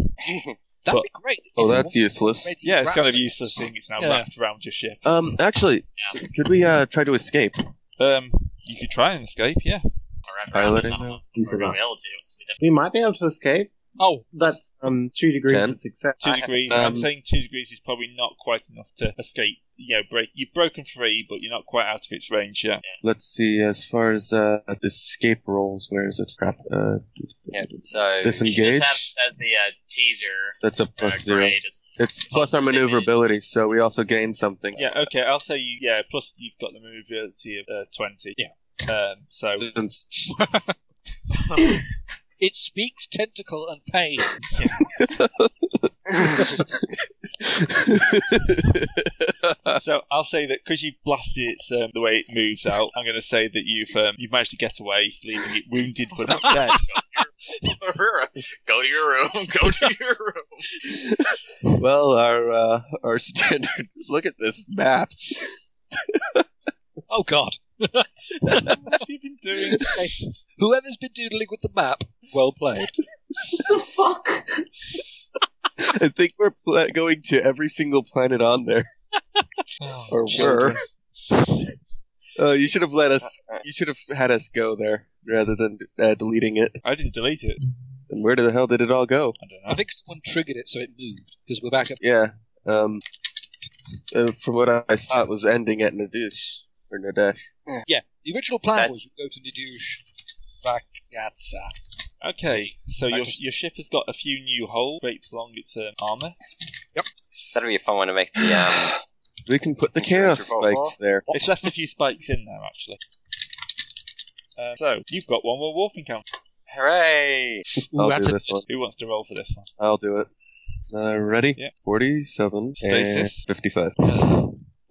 C: That'd be great.
E: Oh,
C: If
E: that's
C: you
E: useless.
C: wanted to
B: Yeah, it's
C: wrap
B: kind of
C: it.
B: useless thing. It's now
C: Yeah.
B: wrapped around your ship.
E: Um, actually, s- could we uh try to escape?
B: Um, you could try and escape. Yeah.
A: Alright,
E: Alright, let
A: we're
E: him
A: not-
E: know.
F: You
A: we're
F: forgot.
A: gonna be able to. It's gonna be different.
G: We might be able to escape.
C: Oh,
G: That's um two degrees
E: Ten.
G: of success.
B: Two
D: I have-
B: degrees. I'm
E: um,
B: saying two degrees is probably not quite enough to escape. You know, break. You've broken free, but you're not quite out of its range yet.
E: Let's see. As far as uh escape rolls, where is it? Crap. Uh,
D: Yeah, so
A: You should
E: disengage.
A: just have this as the uh, teaser.
E: That's a
A: uh,
E: plus zero.
A: grade. It's-
E: It's plus our
A: Same
E: maneuverability, so we also gain something.
B: Yeah. Okay. I'll say you. Yeah. Plus, you've got the maneuverability of uh, twenty.
C: Yeah.
B: Um, so
E: Since
C: it speaks tentacle and pain.
B: So I'll say that because you've blasted its um, the way it moves out, I'm going to say that you've um, you've managed to get away, leaving it wounded but not dead.
A: Go to your room. Go to your room.
E: well, our uh, our standard. Look at this map.
C: Oh God!
B: What have you been doing?
C: Whoever's been doodling with the map, well played.
F: the fuck?
E: I think we're pla- going to every single planet on there,
B: Oh,
E: or
C: Children.
E: were. Uh, you should have let us. You should have had us go there rather than uh, deleting it.
B: I didn't delete it.
E: And where the hell did it all go?
B: I don't
C: I
B: know.
C: think someone triggered it, so it moved because we're back up.
E: Yeah. Um. uh, from what I saw, it was ending at Nadush or Nadesh.
C: Yeah, the original plan
D: That's-
C: was you go to Nidouche, back at uh,
B: Okay, so
C: I
B: your
C: just-
B: your ship has got a few new holes draped along its um, armor.
D: that'll be a fun one to make the um,
E: We can put the
D: Can you guys
E: chaos
D: revolt
E: spikes there.
B: It's left a few spikes in there actually. Um, so you've got one more warping count.
D: hooray!
E: I'll
C: that's
E: do
C: a-
E: this one.
B: Who wants to roll for this one?
E: I'll do it. Uh, ready?
B: Yeah.
E: 47 and
B: Stasis.
E: 55.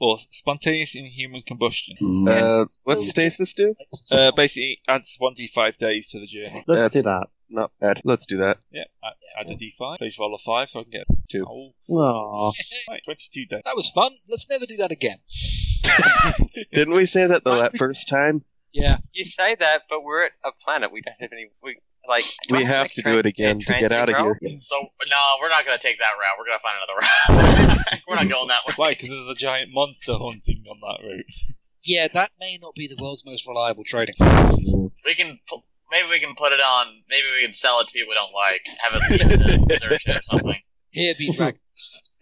B: Or spontaneous inhuman combustion.
C: Hmm.
E: Uh, what's stasis do?
B: Uh, basically, adds one d five days to the journey.
E: That's-
G: Let's do that.
E: Not bad. Let's do that.
B: Yeah, add, add a d five. Please roll a five so I can get
E: Two.
B: Oh,
G: Aww.
B: right, twenty-two days.
C: That was fun. Let's never do that again.
E: Didn't we say that the la- first time?
C: Yeah,
D: You say that, but we're at a planet. We don't have any. We like.
E: We have to do it again to get out of here.
A: So no, we're not gonna take that route. We're gonna find another route. we're not going that way.
B: Why? Because there's a giant monster hunting on that route.
C: yeah. That may not be the world's most reliable trading.
A: We can pu- maybe we can put it on. Maybe we can sell it to people we don't like. Have us eat the desertion or something.
C: Here be dragons,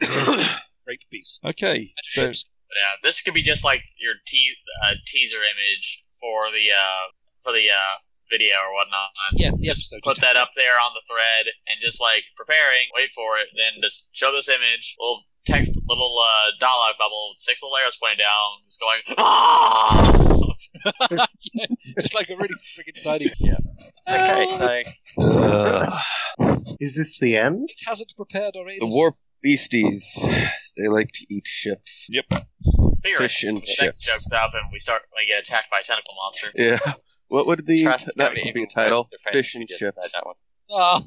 C: great beasts.
B: Okay, so
A: But yeah, this could be just like your te- uh, teaser image for the uh, for the uh, video or whatnot.
C: yeah, the episode.
A: Put that up there on the thread and just like preparing, wait for it, then just show this image. Little text, little uh, dialogue bubble, with six little arrows pointing down, just going. Ah!
C: Just like a really freaking tiny.
D: Okay, so
E: Uh,
G: Is this the end?
C: It hasn't prepared our
E: the warp beasties. They like to eat ships.
A: Figure
E: Fish
A: it.
E: and
A: Next
E: chips.
A: jumps up and we start. We get attacked by a tentacle monster.
E: Yeah. What would the.
D: trust
E: that
D: nobody
E: could be a
D: even
E: title.
D: knows the
E: Fish
D: friends
E: and
D: who did
E: chips.
D: that one.
C: Ah.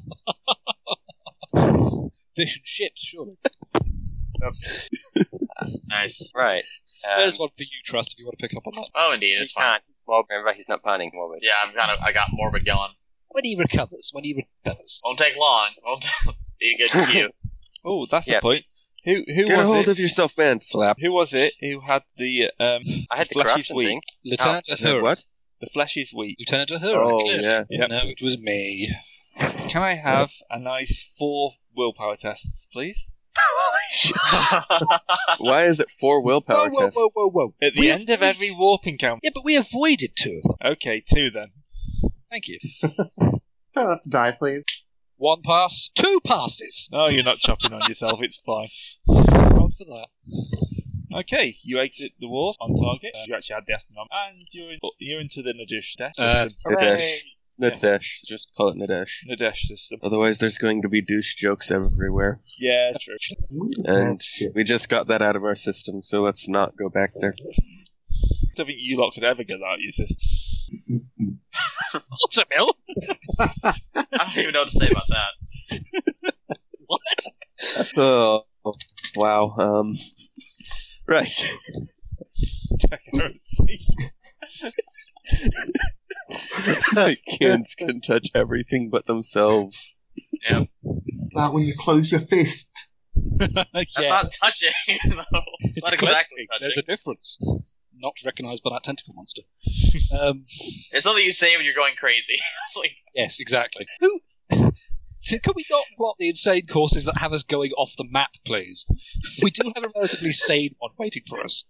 C: Fish and ships, surely.
A: Nice.
D: Right. Um,
C: There's one for you, Trust, if you want to pick up on that.
A: Oh, indeed,
D: He
A: it's fine.
D: can't. He's morbid. Remember, he's not punning morbid.
A: Yeah, I'm kind of. I got morbid going.
C: When he recovers, when he recovers.
A: Won't take long. Won't be a good cue.
B: oh, that's
D: Yeah.
B: the point. Who who
E: Get a
B: was
E: hold
B: it?
E: of yourself, man. Slap.
B: Who was it who had the um
D: I had the
B: Flesh is
D: corruption
B: weak.
D: thing.
C: Lieutenant Uhura.
E: Ah, What?
B: the flesh is weak?
C: Lieutenant Uhura.
E: Oh,
C: clearly.
E: yeah.
B: Yep.
C: No, it was me.
B: Can I have a nice four willpower tests, please?
E: Why is it four willpower
C: Whoa, whoa,
E: tests?
C: whoa, whoa, whoa.
B: At the
C: We
B: end of
C: avoided-
B: every warping count.
C: Yeah, but we avoided two of them.
B: Okay, two then.
C: Thank you.
G: Try not to die, please.
C: One pass, two passes.
B: No, Oh, you're not chopping on yourself. It's fine.
C: Proud for that.
B: Okay, you exit the warp on target. Uh, you actually had the astronom, and you're in, oh, you're into the Nadesh death
C: Uh,
B: system.
E: Nadesh. Nadesh. Just call it Nadesh.
B: Nadesh system.
E: Otherwise, there's going to be douche jokes everywhere.
B: Yeah, true.
G: Oh,
E: And we just got that out of our system, so let's not go back there.
B: I don't think you lot could ever get that out of your system.
C: Watermill?
A: I don't even know what to say about that.
C: What?
E: Oh, wow. Um, right. Kids can touch everything but themselves.
F: About when you close your fist.
A: That's not touching, though.
C: It's
A: not exactly
C: cleansing. There's a difference. Not recognised by that tentacle monster. Um,
A: It's something you say when you're going crazy. it's like,
C: yes, exactly. Who? So Could we not plot the insane courses that have us going off the map, please? We do have a relatively sane one waiting for us.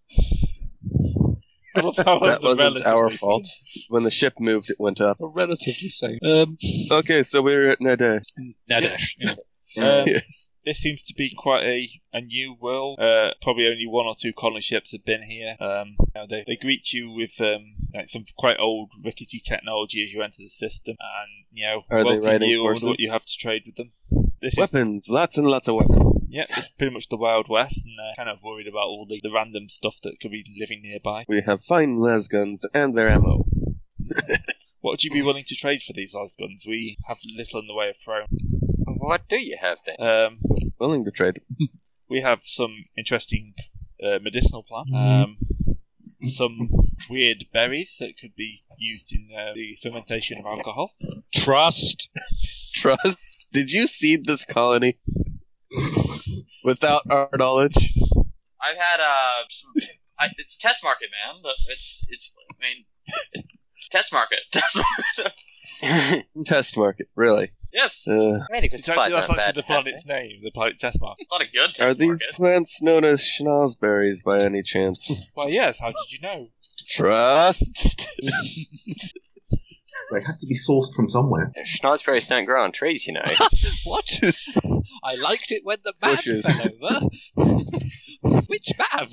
B: I love how
E: That
B: the
E: wasn't our
B: relatively-
E: fault. When the ship moved, it went up.
C: A relatively sane. Um,
E: Okay, so we're at Nede.
C: Nadesh. yeah.
B: Um,
E: Yes.
B: this seems to be quite a, a new world. Uh, probably only one or two colony ships have been here. Um, you know, they, they greet you with um, like some quite old rickety technology as you enter the system, and you know,
E: Are they
B: welcome
E: riding
B: you and wonder what
E: horses?
B: you have to trade with them. This is
E: Weapons, lots and lots of weapons.
B: yeah, it's pretty much the Wild West, and they're kind of worried about all the, the random stuff that could be living nearby.
E: We have fine las guns and their ammo.
B: What would you be willing to trade for these las guns? We have little in the way of throwing.
D: What do you have then?
B: Um,
E: Willing to trade.
B: we have some interesting uh, medicinal plant,
E: Mm-hmm.
B: um, some weird berries that could be used in uh, the fermentation of alcohol.
C: Trust.
E: Trust. Did you seed this colony without our knowledge?
A: I've had uh, some, I, it's test market, man. But It's it's. I mean, test market. Test market.
E: Test market, really.
A: yes, it's
E: Uh,
D: Medical
B: It's actually,
D: supplies
B: that's
D: aren't bad.
B: actually the planet's name, the planet Chessmark.
A: not a good test
E: are these
A: market.
E: plants known as schnozberries by any chance?
B: Well, yes. How did you know?
E: Trust.
F: They have to be sourced from somewhere.
D: Schnozberries don't grow on trees, you know.
C: What? I liked it when the man
E: Bushes.
C: fell over. Which man?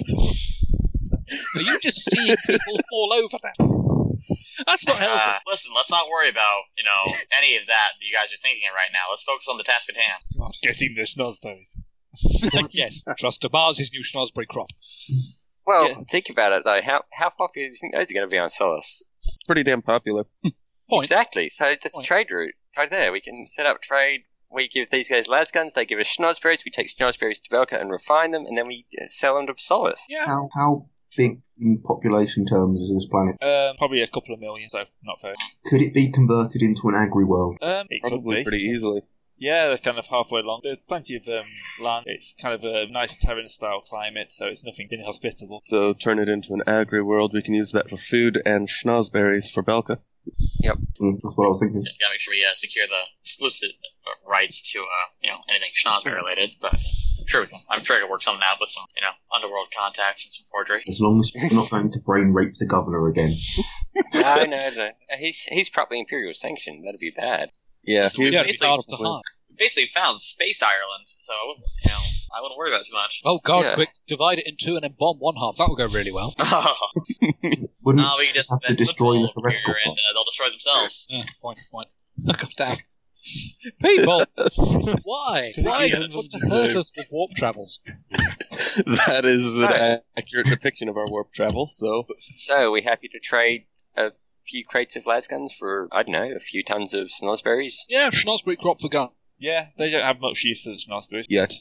C: Are you just seeing people fall over now? That's not helpful.
A: Uh, listen, let's not worry about you know any of that that you guys are thinking of right now. Let's focus on the task at hand.
B: Getting the schnozberries.
C: yes, trust to Mars his new Schnozberry crop.
D: Well,
B: Yeah.
D: think about it though. How how popular do you think those are going to be on Solus?
E: Pretty damn popular.
C: Point.
D: Exactly. So that's
C: Point.
D: a trade route right there. We can set up trade. We give these guys las guns. They give us schnozberries. We take schnozberries to Belka and refine them, and then we uh, sell them to Solus.
C: Yeah.
F: How how big in population terms is this planet?
B: Um, probably a couple of million, so not very.
F: Could it be converted into an agri world?
B: Um, it
E: Probably
B: could be.
E: pretty easily.
B: Yeah, they're kind of halfway along. There's plenty of um, land. It's kind of a nice Terran-style climate, so it's nothing inhospitable.
E: So turn it into an agri world. We can use that for food and schnozberries for Belka.
F: Mm, that's what I was thinking.
A: You gotta make sure we uh, secure the exclusive uh, rights to uh, you know anything Schnozberry related. But sure, we can, I'm sure I could work something out with some you know underworld contacts and some forgery.
F: As long as you're not going to brain rape the governor again.
D: no, no, no. He's he's probably imperial sanctioned. That'd be bad.
E: Yeah.
A: So we Yeah,
C: Yeah, it'd be
A: basically-
C: hard to harm.
A: We basically found Space Ireland, so you know I wouldn't worry about it too much.
C: Oh god,
D: Yeah.
C: quick, divide it in two and then bomb one half. That will go really well.
F: Wouldn't
A: no, we can just
F: have to
A: then
F: destroy
A: football
F: the theoretical
A: here and
F: part.
A: uh, they'll destroy themselves.
C: Yeah, Eh, point, point. God damn. People, why? Why
B: Yeah.
C: does it hurt us with warp travels?
E: that is an
D: Right.
E: accurate depiction of our warp travel. So
D: So we're happy to trade a few crates of las guns for I don't know a few tons of schnozberries.
C: Yeah, Schnozberry crop for gun.
B: Yeah, they don't have much use of the schnozberries.
E: yet,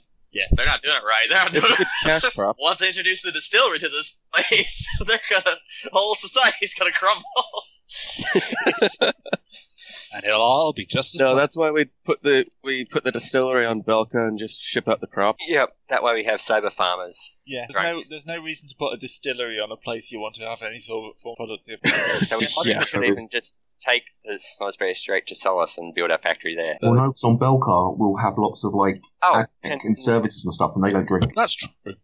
A: They're not doing it right. They're not doing
E: it's a
A: it.
E: good cash crop.
A: Once they introduce the distillery to this place, they're gonna whole society's gonna crumble.
C: And it'll all be just as
E: No,
C: well.
E: that's why we put the we put the distillery on Belka and just ship out the crop.
D: Yep, that way we have sober farmers.
B: Yeah, there's,
A: Right.
B: no, there's no reason to put a distillery on a place you want to have any sort of productive.
D: So we possibly
E: Yeah,
D: should
E: that
D: even
E: was-
D: just take the Snodsberry straight to Solus and build our factory there.
F: Well, no, 'cause on Belcar we'll have lots of like
D: Oh,
F: ag-
D: and-
F: and services and stuff, and they don't drink.
C: That's true.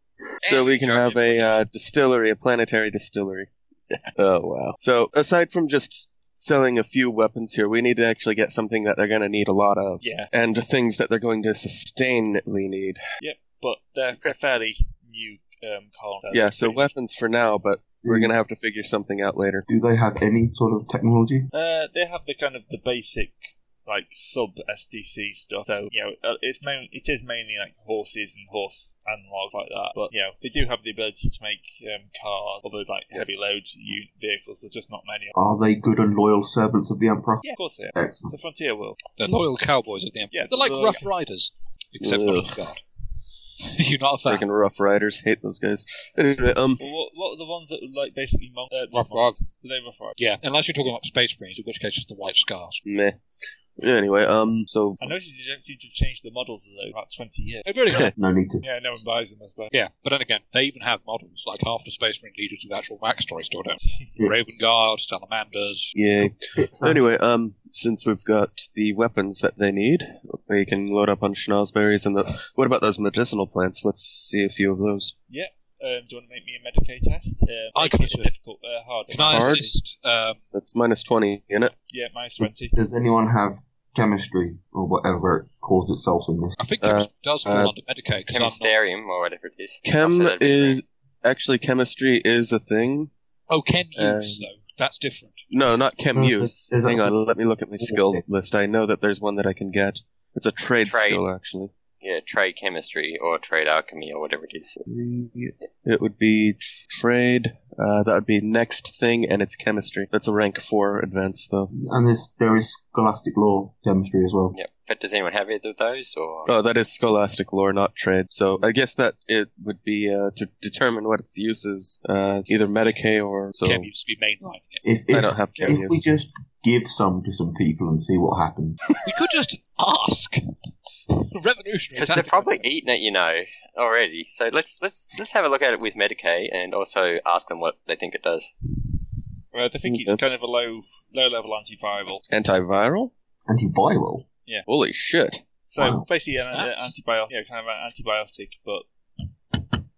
E: So we can have a uh, distillery, a planetary distillery. oh wow! So aside from just selling a few weapons here, we need to actually get something that they're going to need a lot of,
B: yeah,
E: and things that they're going to sustainably need.
B: but they're a fairly new um, colony.
E: Yeah, so weapons for now, but we're going to have to figure something out later.
F: Do they have any sort of technology?
B: Uh, they have the kind of the basic like sub SDC stuff. So you know, uh, it's main, it is mainly like horses and horse analogs like that. But you know, they do have the ability to make um, cars, other like heavy load u- vehicles, but just not many. of
F: Are they good and loyal servants of the Emperor?
B: Yeah, of course they are.
F: Excellent.
B: It's a frontier world.
C: They're loyal cowboys at the end.
B: Yeah,
C: they're like
B: loyal
C: Rough Riders, except
E: Ugh.
C: not with God. You're not a fan.
E: Freaking Rough Riders, hate those guys. Anyway, um,
B: Well, what, what are the ones that were, like basically mon- uh,
C: Rough
B: mon-
C: Riders.
B: Were they rough riders?
C: Yeah, unless you're talking about space marines, in which case it's the white scars.
E: meh. Anyway, um, so
B: I noticed they don't seem to have changed the models of those in about twenty years.
C: They really are.
F: No need to.
B: Yeah, no one buys them, I suppose.
C: Yeah, but then again, they even have models. Like half the space marine leaders with actual backstory still don't.
E: Hmm.
F: Yeah.
C: Raven Guard, Salamanders.
E: yeah.
F: It's, uh,
E: Anyway, um, since we've got the weapons that they need, we can load up on schnozberries and the. What about those medicinal plants? Let's see a few of those.
B: Um, do you want to make me a Medicaid test? Um,
C: I
B: make
C: can
B: it
C: assist.
B: difficult, uh, hard.
C: Can I
E: Hard?
C: assist? Um,
E: That's minus twenty in it.
B: Yeah, minus
F: does,
B: twenty.
F: does anyone have chemistry or whatever it calls itself in this?
C: I think
E: Uh,
C: it does fall
E: uh,
C: under Medicaid because I'm not.
D: Chemisterium or whatever it is.
E: Chem
D: Also, that'd be
E: is actually chemistry is a thing.
C: Oh, can
E: um,
C: use though. That's different.
E: No, not chem
F: No, it's-
E: use.
F: it's-
E: Hang on, let me look at my
F: it's-
E: skill list. I know that there's one that I can get. It's a trade,
D: Trade.
E: skill, actually.
D: Yeah, trade chemistry or trade alchemy or whatever it is.
E: It would be tr- trade. Uh, that would be next thing, and it's chemistry. That's a rank four advance, though.
F: And there's, there is scholastic law chemistry as well.
D: Yep. But does anyone have either of those? Or
E: Oh, that is scholastic lore, not trade. So I guess that it would be uh, to determine what its use is, uh, either Medicaid or. So
C: Can use to be mainlining it.
F: If, if,
E: I don't have chem
F: if we
E: use.
F: just give some to some people and see what happens.
C: We could just ask. Revolutionary.
D: because they're probably eating it, you know, already. So let's let's let's have a look at it with Medicaid and also ask them what they think it does.
B: Uh, I think
E: Okay.
B: it's kind of a low low level antiviral.
E: antiviral.
F: Antiviral?
E: Holy shit!
B: So
F: Wow.
B: basically, an, an
C: That's-
B: antibiotic, yeah, kind of an antibiotic, but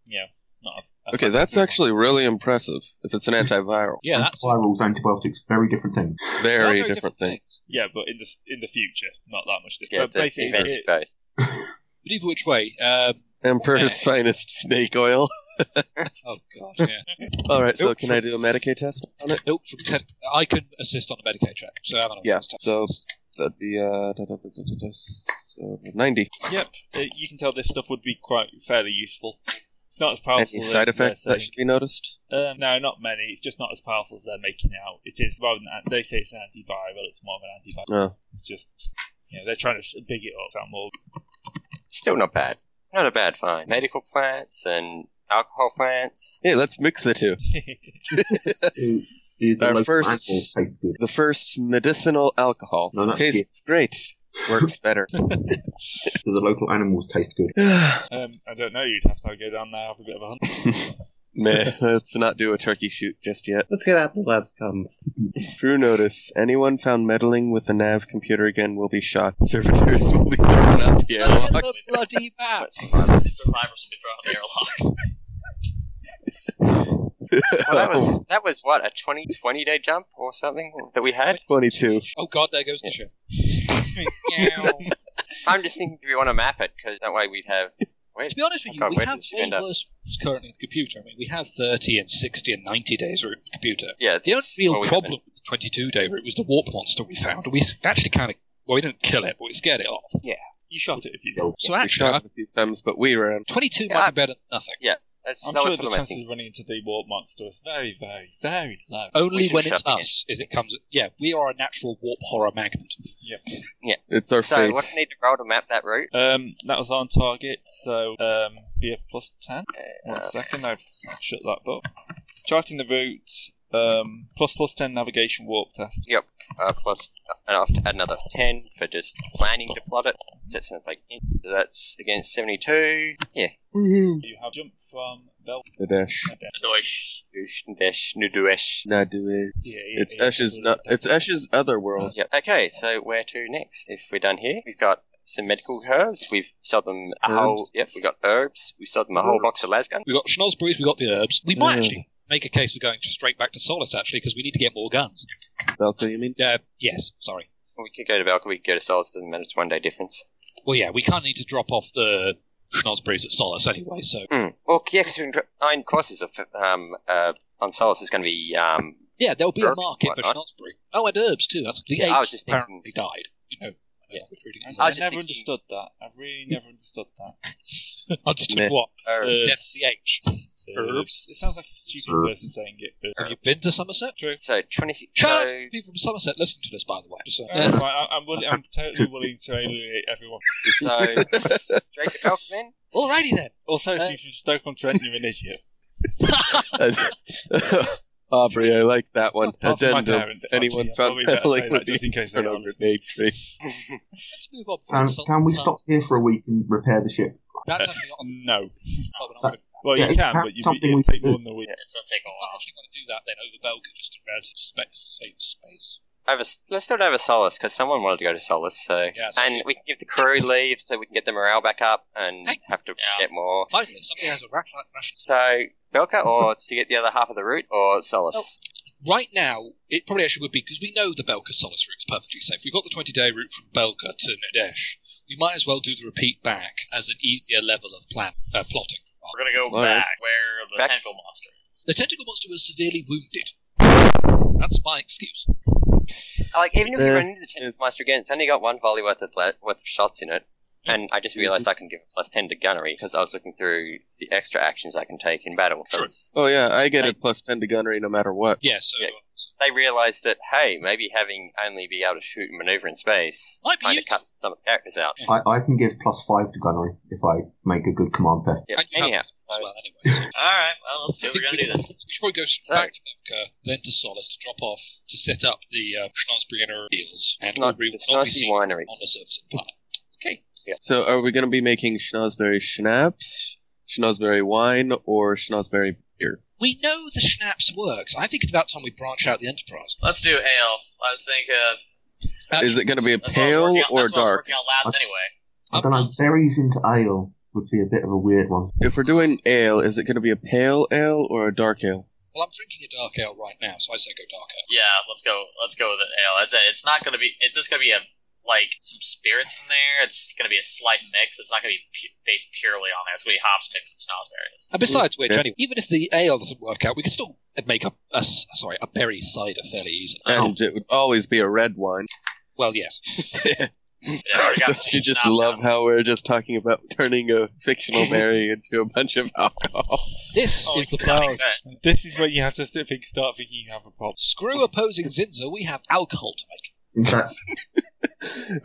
B: you know, not. A, a
E: Okay, that's actually really impressive. If it's an antiviral,
C: Yeah, that's
F: Antivirals, antibiotics, very different things.
E: very
C: They're
E: different thing.
C: things.
B: yeah, but in the s- in the future, not that much different.
D: Yeah,
B: but
D: the
B: basically,
D: invented
B: it,
D: both.
C: But either which way, um,
E: Emperor's finest snake oil.
C: oh god, yeah.
E: All right, so
C: Nope.
E: can I do a Medicaid test on it?
C: Milk from ten, I can assist on the Medicaid check. So I'm
E: Yeah. So that'd be uh, da, da, da, da, da, da, so, ninety.
B: it- Uh, you can tell this stuff would be quite fairly useful. It's not as powerful.
E: Any
B: as
E: side
B: they're
E: effects Oh,
B: saying.
E: that should be noticed?
B: Um, no, not many. It's just not as powerful as they're making out. It is rather than an- they say it's an antiviral, it's more of an antibiotic.
E: Oh.
B: It's just you know they're trying to s- big it up. Sound more
D: Still not bad. Not a bad find. Medical plants and alcohol plants.
E: Hey, let's mix the two.
F: Is- is the
E: Our
F: local
E: first-
F: apple taste good?
E: The first medicinal alcohol
F: No, that's
E: tastes great. Works better.
F: Do the local animals taste good?
B: Um, I don't know. You'd have to go down there have a bit of a hunt.
E: Meh, let's not do a turkey shoot just yet.
G: Let's get out the last comes.
E: True notice. Anyone found meddling with the nav computer again will be shot. Servitors will be thrown out the airlock.
C: the bloody map.
A: Survivors will be thrown in the airlock.
D: Well, that was that was what a 20, 20 day jump or something that we had.
E: 22.
C: Oh god, there goes the ship.
D: I'm just thinking, do we want to map it? Because that way we'd have. Wait,
C: To be honest with you,
D: Oh, God,
C: we
D: where
C: have
D: did you
C: way
D: end up?
C: worse routes currently in the computer. I mean, we have 30 and 60 and 90 days route in the computer.
D: yeah,
C: The only
D: that's
C: real
D: all we have.
C: problem with the 22 day route was the warp monster we found. We s- actually kind of, well, we didn't kill it, but we scared it off.
B: You shot it if you did.
C: So
E: We
C: actually,
E: shot
C: I-
E: it a few times, but we ran.
C: 22
D: Yeah,
C: might
D: I-
C: be better than nothing.
D: That's,
B: I'm
D: that
B: sure
D: was
B: the
D: sort of my
B: chances
D: thinking.
B: of running into the warp monster is very, very.
C: Very low.
D: We
C: Only
D: should
C: when it's
D: shut the
C: us is it comes. Yeah, we are a natural warp horror magnet.
E: It's our
D: So,
E: fate.
D: what do I need to roll to map that route?
B: Um, that was on target, so um, be a plus ten. One
D: Uh,
B: second, I've shut that book. Charting the route. Um, plus plus ten navigation warp test.
D: uh, plus and I'll have to add another 10 for just planning to plot it. That sounds like so that's against 72. Yeah.
B: You have jump from Bel.
E: The dash.
A: Annoying.
D: Noosh, Ndesh, Nuduesh.
E: Nah, do it.
B: Yeah, yeah,
E: It's
B: yeah.
E: Esh's. Not, it's Esh's other world.
D: Yep. Okay, so where to next? If we're done here, we've got some medical herbs. We've sold them a whole.
E: Herbs.
D: Yep, we got herbs. We sold them a whole box of lasgun.
C: We got schnozberries, we got the herbs. We might
E: Mm.
C: actually make a case of going straight back to Solace actually because we need to get more guns.
E: Belka, you mean?
C: Uh, yes, sorry.
D: We could go to Valka, we could go to Solis, doesn't matter, it's one day difference.
C: Well, yeah, we kind of need to drop off the schnozberries at Solace anyway. So
D: Mm. Well, yeah, because we're in dr- nine courses of, um, uh, on Solis is going to be. Um,
C: yeah, there'll be a
D: Herbs,
C: market
D: why
C: for
D: not?
C: schnozberry. Oh, and herbs too. That's the
D: Yeah,
C: apes
D: I was just thinking-
C: apparently died. You know,
B: I,
D: Yeah. I
C: Yeah.
D: was just
B: never
D: thinking-
B: understood that. I really never understood that.
C: I just
E: Meh.
C: took what?
D: Or-
B: Uh,
C: Death the H. Herbs.
B: It sounds like a stupid
F: Herbs.
B: person saying it. But
C: Have you been to Somerset?
B: true.
D: so twenty six.
C: Shout out
D: So
C: to people from Somerset listening to this, by the way. Just saying.
B: Uh, right, I, I'm, willing, I'm totally willing to alienate everyone.
D: so Jacob Elfman.
C: Alrighty then. Uh,
B: Also, if you're from Stoke on Trent, you're an idiot.
E: Aubrey, I like that one.
B: Apart from my
E: Addendum.
B: parents,
E: Anyone
B: actually, I
E: found
B: probably better say
E: like
B: that
E: would be
B: just in case they
E: on grenade traits.
C: Let's move on.
F: Can,
C: Consult-
F: can we stop here for a week and repair the ship?
C: That's actually not
B: No.
C: a problem.
B: Well, you
F: Yeah,
B: can, but
F: it's
B: you
F: something
B: it'll
F: we
B: take
F: can
B: more than a week.
A: It's gonna take a
C: I
A: while.
C: actually want to do that then over Belga, just in relative space, safe space.
D: Over, let's do it over Solace because someone wanted to go to Solace. So
C: Yeah, it's
D: and
C: actually-
D: we can give the crew leave so we can get the morale back up and
C: Hey.
D: have to
A: Yeah.
D: get more.
C: Finally, somebody has a rational, rational.
D: So Belka or to get the other half of the route or Solace.
C: Right now, it probably actually would be because we know the Belka Solace route is perfectly safe. We've got the 20 day route from Belka to Nadesh. We might as well do the repeat back as an easier level of plan uh, plotting.
A: We're gonna go
E: All right.
A: back where the
D: Back-
A: tentacle monster is.
C: The tentacle monster was severely wounded. That's my excuse.
D: Like even if we
E: Uh,
D: run into the Tentacle Monster again, it's only got one volley worth of le- worth of shots in it. And I just realised I can give a plus ten to gunnery because I was looking through the extra actions I can take in battle. 'cause
E: Oh yeah, I get a plus ten to gunnery no matter what.
C: Yeah, so uh,
D: Yeah. they realised that hey, maybe having only be able to shoot and manoeuvre in space
C: Might be
D: kind of
C: useful.
D: cuts some of the characters out.
F: I, I can give plus five to gunnery if I make a good command test.
D: Yeah.
C: And you have
D: Anyhow,
C: as
D: so-
C: well, anyway. So
A: All right. Well, let's do
C: I
A: what we're
C: think
A: gonna
C: we-
A: do then.
C: We should probably go straight
D: Right.
C: back to Belka, then to Solace to drop off to set up the uh, Schnauzbrenner deals.
D: It's not,
C: Aubrey will
D: it's
C: not
D: not
C: be
D: the
C: seen
D: winery.
C: on the surface of the planet. Okay.
E: So are we gonna be making schnozberry schnapps, schnozberry wine, or schnozberry beer?
C: We know the schnapps works. I think it's about time we branch out the enterprise.
A: Let's do ale. I think uh,
E: Is it gonna be a
A: that's what I was
E: pale
A: working on-
E: or
A: that's what I was
E: dark?
A: working on last anyway.
F: I don't know, berries into ale would be a bit of a weird one.
E: If we're doing ale, is it gonna be a pale ale or a dark ale?
C: Well, I'm drinking a dark ale right now, so I say go dark ale.
A: Yeah, let's go. Let's go with the ale. As I said, it's not gonna be. It's just gonna be a like some spirits in there. It's gonna be a slight mix. It's not gonna be pu- based purely on that. It's gonna be hops mixed with snozberries.
C: And besides which,
E: Yeah.
C: anyway, even if the ale doesn't work out, we can still make a, a s- sorry a berry cider fairly easily.
E: And it would always be a red wine.
C: Well, yes.
A: Yeah, we already got
E: Don't you just
A: schnapps
E: love
A: out.
E: how we're just talking about turning a fictional berry into a bunch of alcohol?
C: This
A: Oh,
C: is the
A: that
C: plan.
A: makes sense.
B: This is when you have to sit- think- start thinking you have a problem.
C: Screw opposing Zinza. We have alcohol to make.
F: In fact,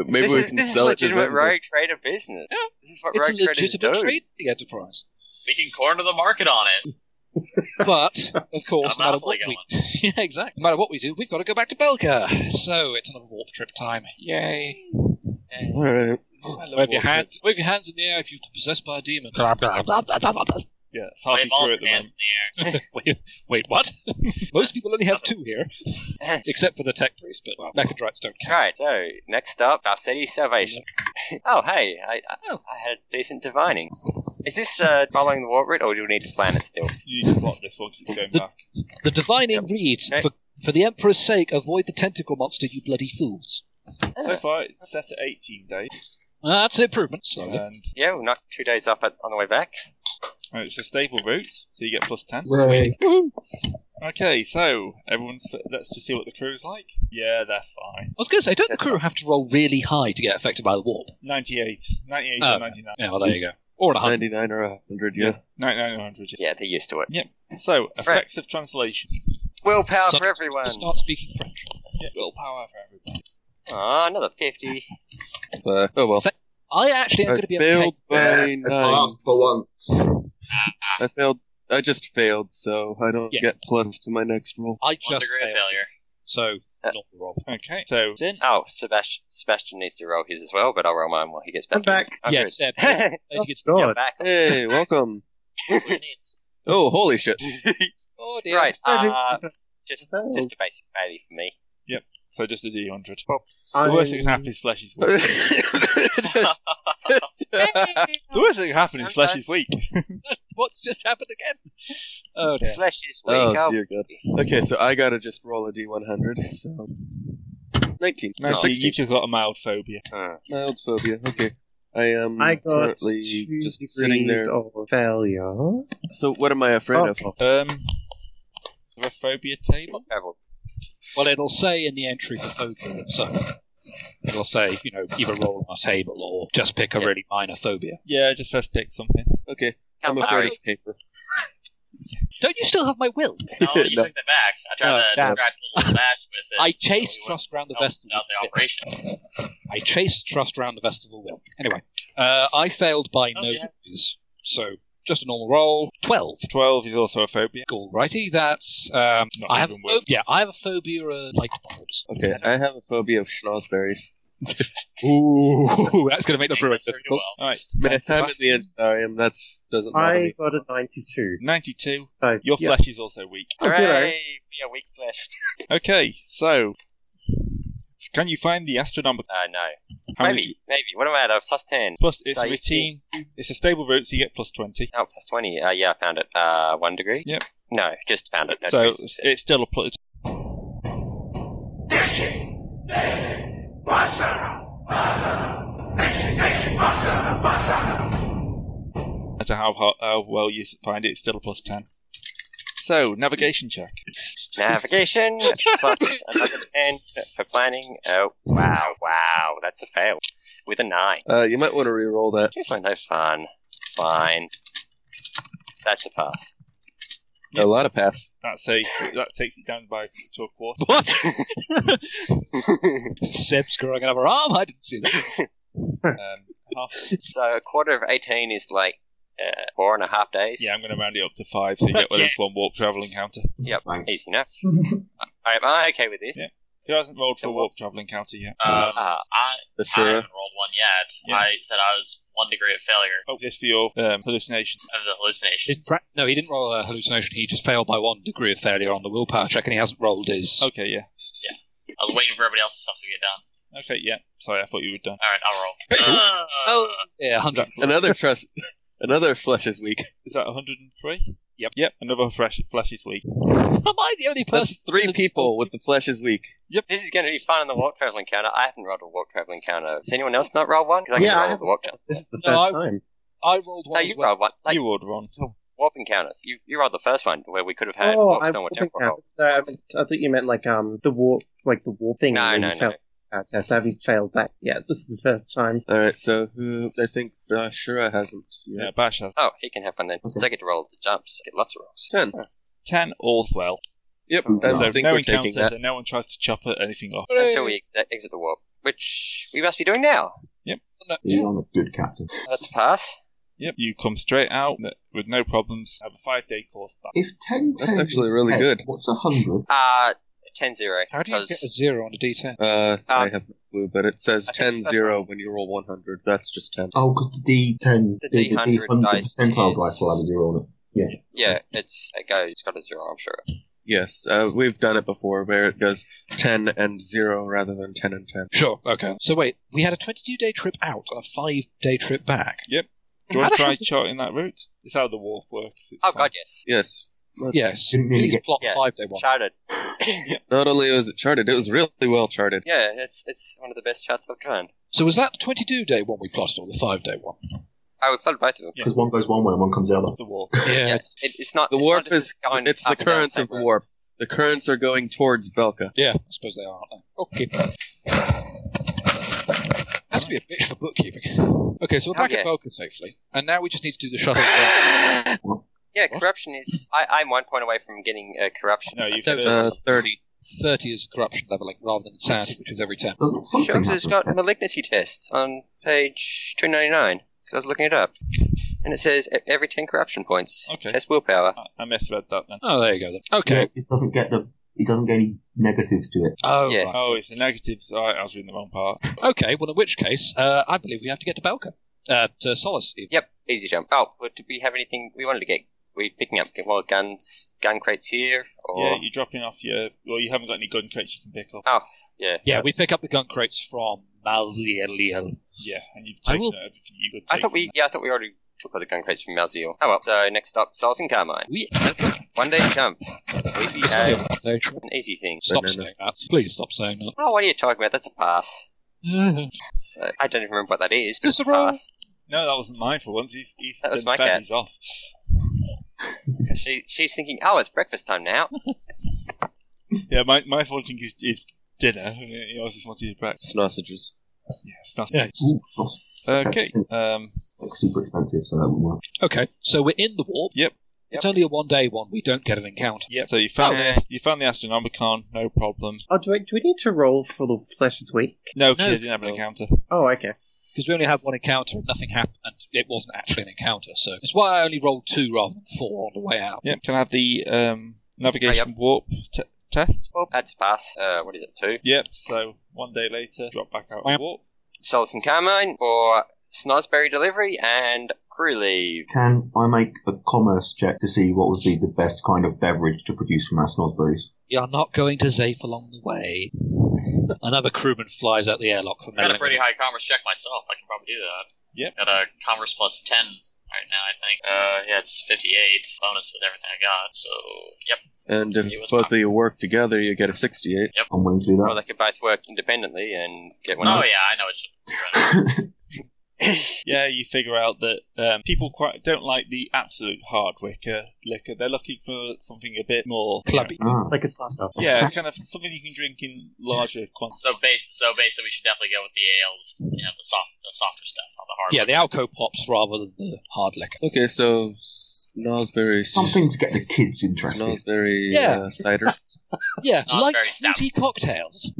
E: Maybe
D: this
E: we
D: is,
E: can
D: this
E: sell
D: is
E: it to
D: legitimate
E: Zenzo.
D: rogue trader business.
C: Yeah.
D: This is what
C: It's a
D: rogue traders do.
C: legitimate trading enterprise.
A: We can corner the market on it.
C: But of course, no matter
A: Monopoly
C: what we yeah, exactly. No matter what we do, we've got to go back to Belka. So it's another warp trip time. Yay!
E: All right.
C: Wave your hands. Wave your hands in the air if you're possessed by a demon. Wait,
B: Yeah, it's
A: Wave
B: halfway
A: all
B: through at
A: your
B: the moment.
A: hands in the air.
C: wait, what? Most people only have two here, except for the tech priest. But well, Mechadrites don't count.
D: Right, so next up, Valsetti's Salvation. oh, hey, I, I, I had decent divining. Is this uh, following the warp route, or do we need to plan it still?
B: You need to block this one 'cause it's going
C: The-
B: back.
C: The divining reads,
D: Okay.
C: for, "For the emperor's sake, avoid the tentacle monster, you bloody fools."
B: So far, it's set at 18 days,
C: Uh, that's an improvement. Slowly.
B: and,
D: Yeah, we'll knock two days off at, on the way back.
B: and it's a stable route, so you get plus 10.
F: Right.
B: Okay, so everyone's. Let's just see what the crew's like. Yeah, they're fine.
C: I was going to say, don't the crew have to roll really high to get affected by the warp?
B: 98, 98
C: Oh.
B: or 99,
C: Yeah, well, there you go. Or a hundred.
E: 99 or 100, yeah.
B: 99 or 100.
D: Yeah, they're used to it.
B: So effects of translation.
D: Willpower
C: So-
D: for everyone.
C: Start speaking French.
B: Yeah, willpower for everybody.
D: Aw, Ah, another 50.
E: Uh, oh well.
C: I actually am
E: I
C: going to be able
E: failed
C: to make
E: by
F: I
E: nine.
F: asked for once.
E: I failed. I just failed, so I don't
C: Yeah.
E: get plus to my next roll.
C: I
A: One
C: just
A: degree of
C: failed,
A: failure.
C: so
D: Uh,
C: not the roll.
B: Okay, so Zin,
D: Oh, Sebastian, Sebastian needs to roll his as well, but I'll roll mine while he gets back.
G: I'm back.
D: Oh,
C: yeah, Seb.
D: good.
C: as you get to-
G: God.
D: You're back.
E: Hey, welcome.
A: That's what it needs.
E: Oh, holy shit.
C: Oh dear.
D: Right, uh,
G: I
D: just,
G: Oh.
D: just a basic Bailey for me.
B: so just a D100. The worst that can happen
G: I,
B: is Slash is weak.
E: That's-
B: the worst that can happen is Slash is weak.
C: What's just happened again? Oh dear.
D: Flesh is weak.
E: oh,
D: I'll-
E: dear God. Okay, so I gotta just roll a D100, so. 19.
B: No,
E: or
B: see,
E: 16.
B: you've just got a mild phobia.
D: Hmm.
E: Mild phobia, okay. I am
G: I got
E: currently
G: two
E: just
G: degrees
E: sitting there.
G: of failure.
E: So, what am I afraid of?
G: Oh,
B: Um, the phobia table.
D: Travel.
C: Well, it'll say in the entry for Foki, so It'll say, you know, either roll on a table or just pick a
D: Yeah.
C: really minor phobia.
B: Yeah, it just says pick something.
E: Okay, I'm
D: Calamari.
E: afraid of paper.
C: Don't you still have my will?
A: No, you
E: No.
A: took that back. I tried
B: No,
A: to
B: it's
E: down.
A: distract little Bash with it.
C: I
A: so
C: chased
A: he
C: trust round the
A: wouldn't
C: vessel.
A: help out the operation.
C: I chased trust round the festival will. Anyway, uh, I failed by
A: Oh,
C: no
A: yeah.
C: degrees, so just a normal roll. Twelve.
B: Twelve is also a phobia.
C: Alrighty, that's um,
B: Not
C: I have a
B: even worth-
C: pho- yeah, I have a phobia of light bulbs.
E: Okay, I have a phobia of schnozberries.
C: Ooh, that's going to make the
A: Make
C: brewer
A: that serve you
C: difficult.
A: well.
B: All right,
E: Man, I'm in the Andarium. That's doesn't matter.
G: I
E: me.
G: got a 92.
B: ninety-two.
G: So,
B: Your
G: yeah.
B: flesh is also weak.
G: Oh, good, eh?
D: be a weak flesh.
B: Okay, so can you find the astronomical?
D: Uh, no.
B: how many
D: maybe,
B: do you-
D: maybe. What am I at? Uh, plus 10.
B: Plus, it's
D: So
B: a
D: you
B: routine.
D: see-
B: It's a stable route, so you get plus twenty.
D: Oh, plus 20. Uh, yeah, I found it. Uh, one degree?
B: Yep.
D: No, just found it. No
B: So
D: degrees.
B: it's still a plus. No matter how, hot, how well you find it, it's still a plus ten. So navigation check.
D: Navigation plus another 10 for planning. Oh, wow, wow. That's a fail. With a 9.
E: Uh, you might want to re-roll that.
D: Here's my no oh fun. Fine. That's a pass.
E: A lot of pass.
B: That's a that takes it down by to a quarter.
C: What? Seb's growing another arm. I didn't see that.
B: Um, half,
D: So a quarter of 18 is like uh, four and a half days.
B: yeah, I'm going to round it up to five, so you get well
C: Yeah.
B: as one walk travel encounter.
D: Easy enough. All right, am I okay with this?
B: Yeah. Who hasn't rolled for a
D: So
B: walk
D: what's-
B: travel encounter yet?
A: Um,
C: Uh,
D: Ah.
A: I,
E: The
A: I
E: Sarah.
A: haven't rolled one yet.
B: Yeah.
A: I said I was one degree of failure
B: Oh, this for your um, hallucination.
A: of the hallucination.
C: Did Pratt- no, he didn't roll a hallucination. He just failed by one degree of failure on the willpower check, and he hasn't rolled his.
B: Okay, yeah.
A: I was waiting for everybody else's stuff to get done.
B: Okay, yeah. Sorry, I thought you were done.
A: All right, I'll roll. Uh,
C: Oh, yeah, hundred.
E: Another trust. Another flesh is weak.
B: Is that 103?
C: Yep.
B: Yep. Another fresh flesh is weak.
C: Am I the only person?
E: That's three
C: that's
E: people with the flesh is weak.
D: This is going to be fun in the walk travel encounter. I haven't rolled a walk travel encounter. Has anyone else not rolled one? 'Cause I can
G: Yeah, I
D: roll
G: haven't.
D: the walk travel.
G: This is the
C: No,
G: first
C: I-
G: time.
C: I rolled
D: No,
C: one. as
D: you
C: well.
D: rolled one. Like
B: you would, Ron.
D: warp encounters. You you rolled the first one where we could have had
G: Oh,
D: warp
G: I've
D: stone or
G: warping
D: temporal roll.
G: test. No, I, haven't- I thought you meant like um the warp, like the warp thing.
D: No,
G: when
D: no,
G: you
D: no.
G: failed that test. I haven't failed that yet. This is the first time.
E: All right, so who? I think uh, Shura hasn't. Yet.
B: Yeah, Bash has
D: Oh, he can have one then. So I get to roll the jumps. I get lots of rolls.
E: Ten.
B: 10, all's well.
E: Yep.
F: Oh,
E: I
B: So
E: think
B: no
E: we're taking
B: encounters,
E: that.
B: and no one tries to chop it, anything off.
C: uh,
D: Until we exit, exit the warp, which we must be doing now.
C: No,
F: Yeah, I'm a good captain.
D: That's a pass.
B: Yep. You come straight out with no problems. Have a five day course back.
F: If 10
E: That's
F: 10
E: actually
F: is
E: really
F: 10,
E: good.
F: What's 100?
D: Uh, 10 0.
C: How do you get a zero on a D10?
E: Uh, I
D: Um,
E: have no clue, but it says
D: I think
E: 10
D: that's
E: 0 when you roll 100. That's just 10.
F: Oh, because the D10,
D: The
F: the, the,
D: D100
F: D100
D: dice
F: percentile
D: is-
F: dice will have a zero on it.
D: Yeah, it's it goes. It's got a 0, I'm sure.
E: Yes, uh, we've done it before where it goes 10 and 0 rather than 10 and 10.
C: Sure. Okay. So wait, we had a 22 day trip out and a five day trip back.
B: Do you want to try charting that route? It's how the warp works. It's
D: Oh,
B: fine.
D: God, yes.
E: Yes. Let's-
C: Yes.
F: Didn't really
C: Please
F: get-
C: plot
D: Yeah.
C: five day one.
D: Charted.
E: Not only was it charted, it was really well charted.
D: Yeah, it's it's one of the best charts I've drawn.
C: So was that the 22 day one we plotted or the five day one?
D: Oh, we plotted both of them.
B: Yeah.
F: Because one goes one way and one comes the other.
B: The warp.
C: Yeah.
D: Yes, it, it's not.
E: The
D: it's
E: warp
D: not just
E: is.
D: going
E: It's the
D: up and down
E: currents of
D: paper.
E: the warp. The currents are going towards Belka.
C: Yeah, I suppose they are, aren't they? Okay. That's going to be a bitch for bookkeeping. Okay, so we're
D: Hell
C: back
D: Oh, yeah.
C: at Velka safely, and now we just need to do the shuttle. around.
D: Yeah,
C: What?
D: corruption is. I, I'm one point away from getting uh, corruption.
B: No, you've
C: Don't-
B: got
E: Uh,
B: to-
E: 30.
C: 30 is corruption leveling rather than insanity, which is every 10.
F: Doesn't something
D: Shogs has
F: happen?
D: got malignancy test on page 299 because I was looking it up, and it says e- every 10 corruption points
B: Okay.
D: test willpower.
B: I- I misread that then.
C: Oh, there you go then. Okay.
F: Yeah, it doesn't get the. It doesn't get any negatives to it.
C: Oh,
D: Yeah.
C: right.
B: Oh, it's the negatives. All right, I was reading the wrong part.
C: Okay, well, in which case, uh, I believe we have to get to Belka. Uh, to Solace. even.
D: Yep, easy jump. Oh, but did we have anything we wanted to get? We picking up more guns, gun crates here,
B: Yeah,
D: or
B: you're dropping off your. Well, you haven't got any gun crates you can pick up.
D: yeah,
C: Yeah, we pick up the gun crates from Malzieliel.
B: Yeah, and you've
C: I
B: taken
C: will-
B: everything you could take.
D: I thought we yeah, I thought we already took all the gun crates from Malziel. Oh well. So next up, Souls and Carmine.
C: We
D: One day jump. Weepy
C: It's only a
D: as
C: one-day trip.
D: an easy thing.
C: Stop
E: Banana.
C: saying that. Please stop saying that. Mm-hmm.
D: Oh, what are you talking about? That's a pass.
C: Yeah.
D: So I don't even remember what that is.
C: Is this a roll?
D: Pass.
B: No, that wasn't mine for once. He's, he's
D: That was
B: been
D: my
B: fed,
D: cat.
B: He's off.
D: 'Cause She she's thinking, oh, it's breakfast time now.
B: Yeah, my my fortune is, is dinner. and He always just wants to eat it back.
E: Sausages.
B: Yeah, stuff.
F: Ooh, that's,
B: Okay. Um,
F: like super expensive, so that wouldn't work.
C: Okay, so we're in the warp.
B: Yep.
C: It's only a one day one. We don't get an encounter.
B: yep. So you found
D: Okay.
B: the you found the Astronomicon, no problem.
G: Oh, do, I, do we need to roll for the flesh this week?
B: No,
C: No.
B: because you didn't have an encounter.
G: Oh, okay.
C: Because we only had one encounter and nothing happened. And it wasn't actually an encounter. So it's why I only rolled two rather than four on the way out.
B: Yep. Can I have the
D: Oh,
B: um, navigation warp t- test?
D: Well, that's pass. Uh, what is it? Two.
B: Yep. So one day later, drop back out of
C: Wow.
B: warp.
D: Salts and Carmine for Snosberry delivery and crew leave.
F: Can I make a commerce check to see what would be the best kind of beverage to produce from our snosberries?
C: We are not going to Zafe along the way. Another crewman flies out the airlock for
A: I got a
C: meddling.
A: pretty high commerce check myself. I can probably do that.
B: Yep.
A: Got a commerce plus ten right now. I think. Uh, yeah, it's fifty-eight bonus with everything I got. So, yep.
E: And
A: See
E: if
A: what's
E: both of you work together, you get a 68.
F: I'm willing to do
D: Well,
F: that.
D: they could both work independently and get one.
A: Oh
D: up.
A: yeah, I know it should be running.
B: Yeah, you figure out that um, people quite don't like the absolute hard wicker liquor. They're looking for something a bit more
C: Clubby.
F: Ah,
G: Like a soda.
B: Yeah, kind of something you can drink in larger quantities.
A: So base, so basically, we should definitely go with the ales. You know, the soft, the softer stuff, not the hard.
C: Yeah,
A: one.
C: the Alco pops rather than the hard liquor.
E: Okay, so Snosberry.
F: something to get the kids interested.
E: Snosberry
C: Yeah.
E: uh, cider.
C: Yeah,
A: Not
C: like
A: very stout.
C: fruity cocktails.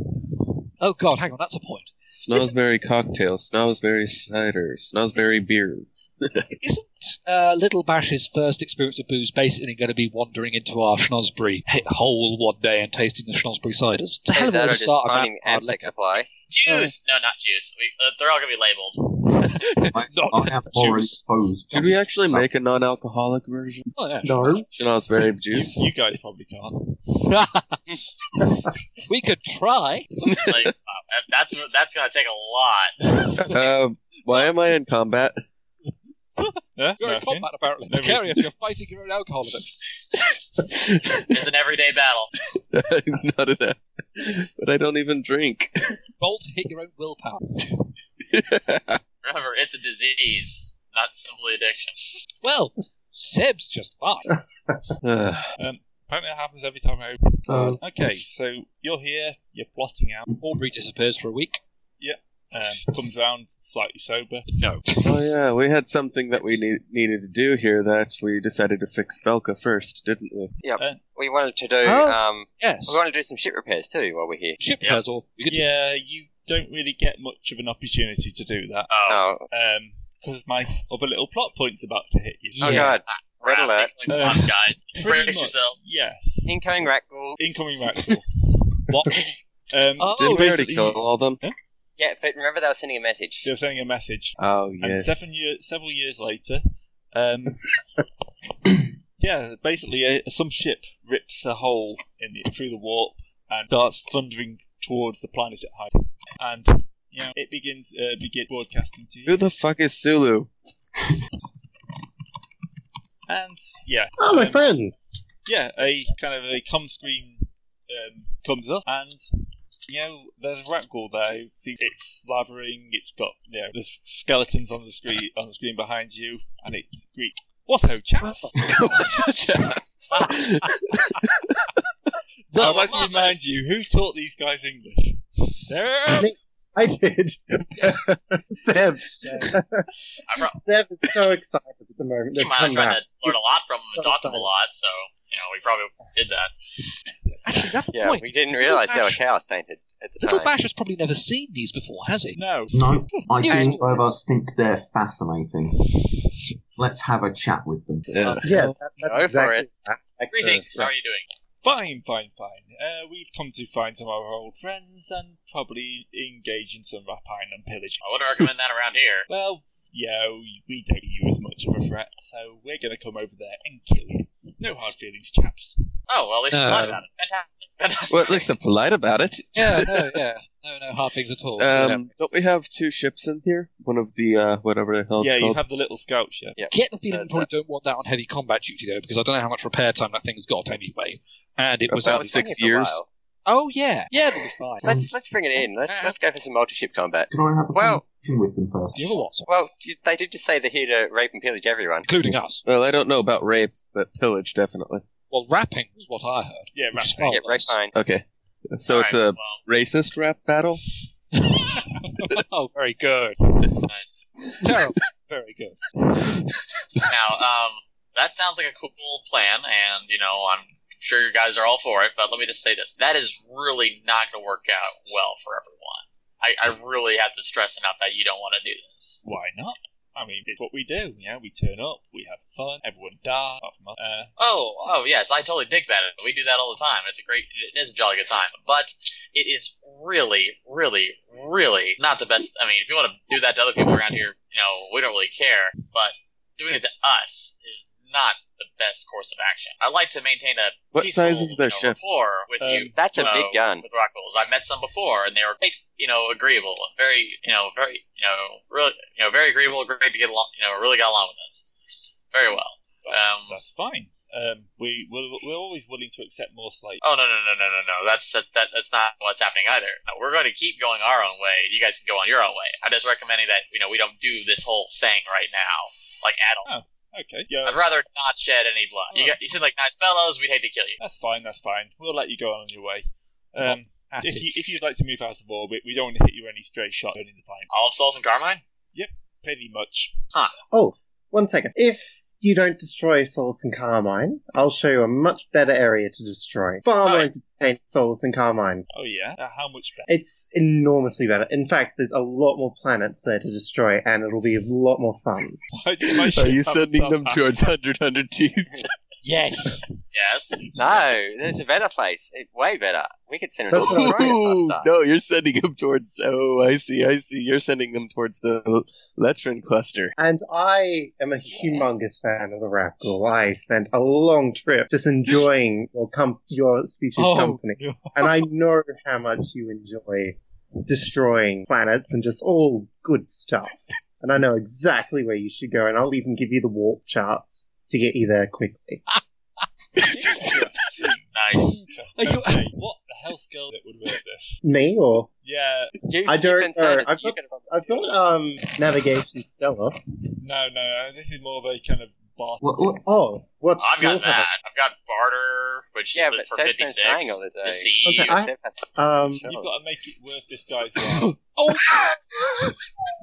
C: Oh god, hang on, that's a point.
E: Snosberry cocktail. Snosberry cider. Snosberry beer.
C: Isn't uh, Little Bash's first experience of booze basically going to be wandering into our schnozberry he- hole one day and tasting the schnozberry ciders? It's a hell
D: Either
C: of
D: that or
C: a way to
D: just
C: start a
D: finding
C: man- hard
D: Amsec
C: liquor.
D: supply.
A: juice. no, not juice. We, uh, they're all gonna be labeled.
F: I,
C: Not
F: I have already
C: juice.
F: posed.
E: Should we actually make a non-alcoholic version?
C: Oh, yeah.
G: No.
E: Snosberry
B: You,
E: juice.
B: you guys probably can't.
C: we could try.
A: Like uh, that's that's gonna take a lot.
E: Uh, why am I in combat?
B: Yeah?
C: You're
B: No,
C: in
B: okay.
C: combat, apparently.
B: No reason.
C: Precarious, you're fighting your own alcoholism.
A: It's an everyday battle.
E: None of that. But I don't even drink.
C: Bolt, hit your own willpower.
A: Remember, it's a disease, not simply addiction.
C: Well, Seb's just fine.
E: Ugh.
B: Apparently, that happens every time I open.
F: Uh,
B: Okay, so you're here. You're plotting out.
C: Aubrey disappears for a week.
B: Um, comes round slightly sober.
C: No.
E: oh yeah, we had something that we need, needed to do here that we decided to fix Belka first, didn't we?
D: We wanted to do.
C: Oh.
D: Um,
C: Yes.
D: we want to do some ship repairs too while we're here.
C: Ship
A: Yeah.
C: puzzle. We could
B: Yeah, you don't really get much of an opportunity to do that
A: Oh,
D: Oh,
B: because my other little plot point's about to hit you.
D: oh
C: Yeah.
D: god! Red
A: crap,
D: alert.
A: incoming bomb, guys.
B: pretty
A: Brace
B: much.
A: yourselves.
B: Yes.
D: Incoming Rackle.
B: Incoming radical. what? Um,
C: Oh,
E: Didn't we already
B: basically,
E: kill all of them?
D: Yeah, but remember they were sending a message.
B: They were sending a message,
E: Oh
B: and
E: yes.
B: seven year, several years later, um, yeah, basically uh, some ship rips a hole in the, through the warp and darts thundering towards the planet at height, and you know, it begins uh, begin broadcasting to you,
E: Who the fuck is Sulu?
B: and yeah,
G: Oh, my
B: um,
G: friends.
B: yeah, a kind of a com screen um, comes up, and you know, there's a ragdoll there. who seems- It's slavering. It's got you know, there's skeletons on the screen on the screen behind you, and it greets. What ho, chaps? I'd like to remind you who taught these guys English.
C: Sir.
G: I did. Seb. Seb is so excited at the moment. They've
A: Keep in mind, I'm
G: come
A: trying
G: back.
A: to learn a lot from them
G: So
A: and adopt them a
G: excited.
A: lot, so you know we probably did that.
C: Actually, that's a
D: Yeah,
C: point.
D: we didn't realise they were
C: Bash.
D: cows tainted at the
C: Little
D: time.
C: Bash has probably never seen these before, has he? Hmm.
B: No,
F: no, I
C: Yeah.
F: do, however, think they're fascinating. Let's have a chat with them.
B: Oh,
E: Yeah.
G: Yeah, that, that's
D: Go for
G: exactly
D: it.
G: that. Like,
A: Greetings.
G: uh,
A: How are you doing?
B: fine, fine, fine. Uh, we've come to find some of our old friends and probably engage in some rapine and pillage.
A: I wouldn't recommend that around here.
B: Well, yeah, we- we don't view you as much of a threat, so we're going to come over there and kill you. No hard feelings, chaps.
A: Oh well, at least you
G: Uh,
C: No.
A: thought about it. Fantastic. Fantastic.
E: well, at least they're polite about it.
C: Yeah, no, yeah. No, no hard things at all.
E: Um, don't we have two ships in here? One of the uh, whatever the hell it's
B: yeah, you
E: called.
B: have the little scout ship.
C: Get the feeling we
D: Uh,
C: probably don't want that on heavy combat duty, though, because I don't know how much repair time that thing's got anyway. And it was.
E: About
C: out-
E: six
D: It's been a
E: years.
D: while.
C: Oh, yeah. Yeah, it'll be fine.
D: Let's let's bring it in. Let's let's go for some multi ship combat.
F: Can I have a
D: Well-
F: conversation with them first?
C: You have a Watson,
D: Well, they did just say they're here to rape and pillage everyone.
C: including us.
E: Well, I don't know about rape, but pillage definitely.
C: Well, rapping was what I heard.
B: Yeah,
C: Which is
B: right.
C: fine.
D: Yeah, rape fine.
E: Okay. So it's
A: Alright,
E: a racist rap battle.
C: oh, very good.
A: well, nice.
C: Terrible. Very good.
A: Now, um, that sounds like a cool plan, and you know, I'm sure you guys are all for it. But let me just say this: that is really not going to work out well for everyone. I, I really have to stress enough that you don't want to do this.
B: Why not? I mean, it's what we do. You know, we turn up, we have fun, everyone dies. apart from us. Uh,
A: Oh, oh yes, I totally dig that. We do that all the time. It's a great, it is a jolly good time. But it is really, really, really not the best. I mean, if you want to do that to other people around here, you know, we don't really care. But doing it to us is not the best course of action. I like to maintain a
E: What
A: peaceful,
E: size is their
A: you know,
E: ship?
A: rapport with
B: Um,
A: you.
D: That's a
A: uh,
D: big gun.
A: with Rockles. I've met some before, and they were quite, you know, agreeable and very, you know, very, you know, really, you know, very agreeable. Great to get along. You know, really got along with us very well.
B: that's,
A: Um,
B: that's fine. Um, we we're, we're always willing to accept more slight.
A: Oh no no no no no no! That's that's that, that's not what's happening either. No, we're going to keep going our own way. You guys can go on your own way. I'm just recommending that you know we don't do this whole thing right now, like at all.
B: Okay, yeah,
A: I'd rather not shed any blood. You, got, you seem like nice fellows. We'd hate to kill you.
B: that's fine. That's fine. We'll let you go on your way. Um, if you if you'd like to move out of orbit, we don't want to hit you with any stray shot in the plane.
A: Olive Souls and Carmine.
B: Pretty much.
G: One second. If you don't destroy Solus and Carmine, I'll show you a much better area to destroy. Far more
A: Oh.
G: entertaining Solus and Carmine.
B: Oh yeah. Uh, how much better?
G: It's enormously better. In fact, there's a lot more planets there to destroy, and it'll be a lot more fun.
B: Why did my
E: Are
B: ship
E: you
B: have
E: sending
B: itself
E: them
B: out?
E: towards 100, 100 teeth?
C: Yes.
A: Yes.
D: No, there's a better place. It, way better. We could send it to
G: That's what I'm
E: Ooh,
D: Australia faster.
E: no, you're sending them towards. Oh, I see, I see. You're sending them towards the Letron cluster.
G: And I am a humongous fan of the Raptor. I spent a long trip just enjoying your com- your species
C: Oh,
G: company,
C: no.
G: and I know how much you enjoy destroying planets and just all good stuff. And I know exactly where you should go, and I'll even give you the warp charts to get you there quickly.
A: Nice.
C: Are you-
B: Okay, what the hell skill that would work this?
G: Me or
B: Yeah,
D: You,
G: I
D: you can
G: don't.
D: send
G: Uh,
D: us-
G: I've
D: you
G: got,
D: can run
G: I've got um navigation stellar.
B: no, no, no. This is more of a kind of bar.
F: What, what?
G: Oh, what's
A: I've got
G: your-
A: that. I've got barter, which
D: Yeah,
A: is
D: but
A: for
D: Seth's
A: fifty
D: been saying
A: six.
D: all the
A: The
D: day.
A: sea.
G: Okay,
D: the
G: I-
D: ship has to
G: Um,
D: show.
B: You've got to make it worth this guy's while.
C: Oh,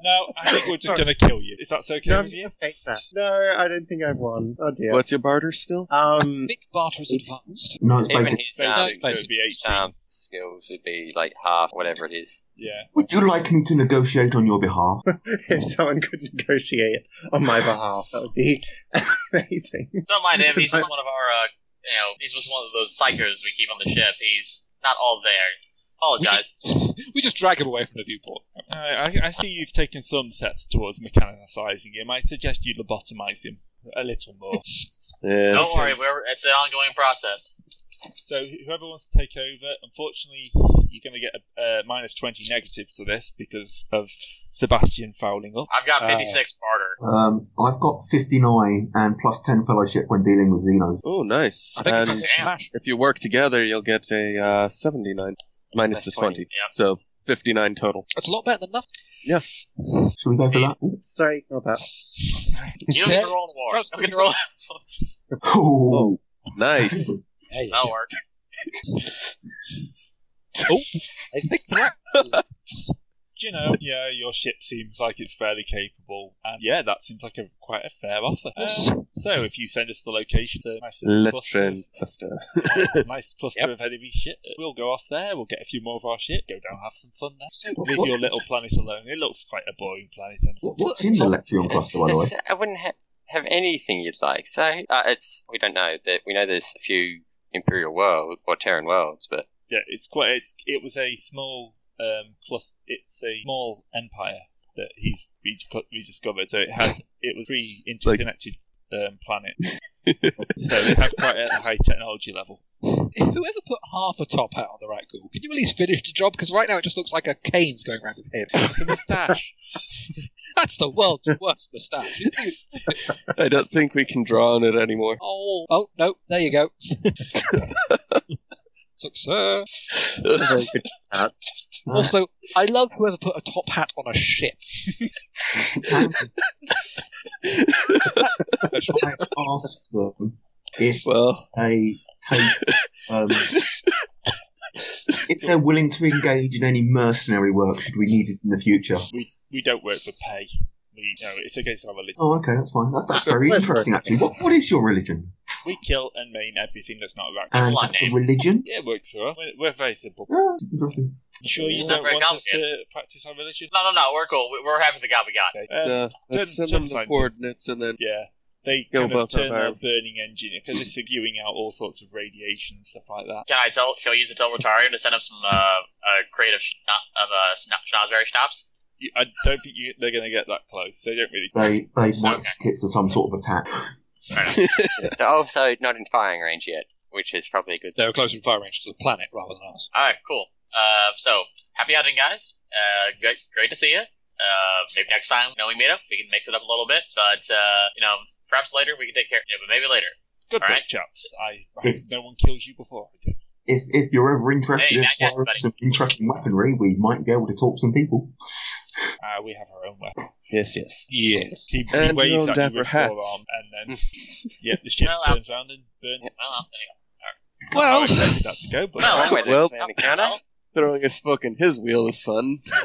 B: No, I think we're just
G: Sorry.
B: going to kill you. If that's okay
G: no, I'm
B: with you?
G: gonna take that. No, I don't think I've won. Oh dear.
E: What's your barter skill?
G: Um,
C: Nick Barter is advanced.
F: No, it's
D: Even
F: basic.
D: his
B: Basic, so
D: um,
B: it'd be 18.
D: um, skills would be like half, whatever it is.
B: yeah.
F: Would you like him to negotiate on your behalf?
G: if someone could negotiate on my behalf, that would be amazing.
A: Don't mind him. He's just one of our, uh, you know, he's just one of those psychos we keep on the ship. He's not all there.
C: We
A: Apologize.
C: just, we just drag him away from the viewport.
B: I, I, I see you've taken some steps towards mechanicizing him. I suggest you lobotomize him a little more.
E: Yes.
A: Don't worry, we're, it's an ongoing process.
B: so, whoever wants to take over, unfortunately, you're going to get a, a minus 20 negative to this because of Sebastian fouling up.
A: I've got
B: Uh,
A: 56 barter.
F: Um, I've got 59 and plus 10 fellowship when dealing with Xenos.
E: Oh, nice.
C: I think it's
E: And
C: a smash.
E: if you work together, you'll get a uh, 79 minus
D: That's
E: the 20.
D: 20,
A: yeah.
E: So 59 total.
C: That's a lot better than nothing.
F: Should we go for that?
G: Sorry, not that.
A: You don't
C: Seth-
A: get to roll the war.
C: Seth-
A: Don't get to roll.
F: Oh,
E: Nice.
C: Hey.
A: That'll work.
C: I think that-
B: Do you know, yeah, your ship seems like it's fairly capable. And yeah, that seems like a quite a fair offer. Um, so, if you send us the location, it's a nice little cluster of-
E: Letron cluster.
B: nice cluster of enemy shit. We'll go off there. We'll get a few more of our shit. Go down, have some fun there.
C: So,
B: Leave your little planet alone. It looks quite a boring planet. Anyway.
F: What- what's in the Electrion cluster, by the way?
D: It's- I wouldn't ha- have anything you'd like. So uh, it's we don't know that we know there's a few Imperial world or Terran worlds, but
B: Yeah, it's quite. It's, it was a small um plus. It's a small empire that he's reco- rediscovered. So it had. It was three interconnected um, planets. so it had quite a high technology level.
C: whoever put half a top hat on the right ghoul, can you at least finish the job? Because right now it just looks like a cane's going around his head.
B: The moustache.
C: That's the world's worst moustache.
E: I don't think we can draw on it anymore.
C: Oh, oh no, there you go. Success.
G: Very good.
C: Also, I love whoever put a top hat on a ship.
F: Should I ask them if
E: Well,
F: they take um, if they're willing to engage in any mercenary work, should we need it in the future?
B: We we don't work for pay. We you know it's against our religion.
F: Oh, okay, that's fine. That's that's
G: That's a
F: very
G: pleasure.
F: interesting, actually. What what is your religion?
B: We kill and maim everything that's not around.
A: That's a
F: and
A: lot of
F: that's a
A: name.
F: religion.
B: Yeah, it works for us. We're, we're very simple.
F: Ah, interesting.
B: You sure you
A: Not
B: don't
A: very
B: want us to practice our religion?
A: No, no, no. We're cool. We- We're happy with the God we got.
B: Okay. Um,
E: Let's, uh, let's
B: turn-
E: send
B: turn
E: them the
B: fine.
E: coordinates and then.
B: yeah. They
E: Go
B: kind of
E: both up
B: turn
E: our-
B: their burning engine because it's spewing out all sorts of radiation and stuff like that.
A: Can I tell? Can I use the Telrotarium to send up some uh, uh, creative schna- of uh, schna- schnozberry schnapps?
B: You- I don't think you, they're going to get that close. They don't really.
F: They they might
A: Okay.
F: hits to some sort of attack.
D: They're also not in firing range yet, which is probably a good.
C: They were closer in fire range to the planet rather than us.
A: All right, cool. Uh, so happy outing, guys. Uh, great, great to see you. Uh, maybe next time when we meet up, we can mix it up a little bit. But uh, you know, perhaps later we can take care. Yeah, but maybe later.
B: Good
A: All
B: work,
A: right.
B: chaps. I, I
E: Hmm.
F: If-
B: hope no one kills you before I do.
F: If if you're ever interested
A: Hey,
F: in
A: not yet,
F: acquiring
A: buddy.
F: some interesting weaponry, we might be able to talk some people.
B: Uh, we have our own weapon.
E: Yes, yes.
C: Yes.
B: He, he
E: And your
B: waves
E: own
B: at you
E: dapper
B: with
E: hats.
B: forearm, and then yeah, the ship
A: Hmm. Well,
B: turns around and burns. Oh,
A: Well, I'm sending up.
B: I
C: Well,
B: expected that to go, but
A: Well,
D: Wait,
E: Well-
D: there's an encounter?
E: Throwing a spoke in his wheel is fun.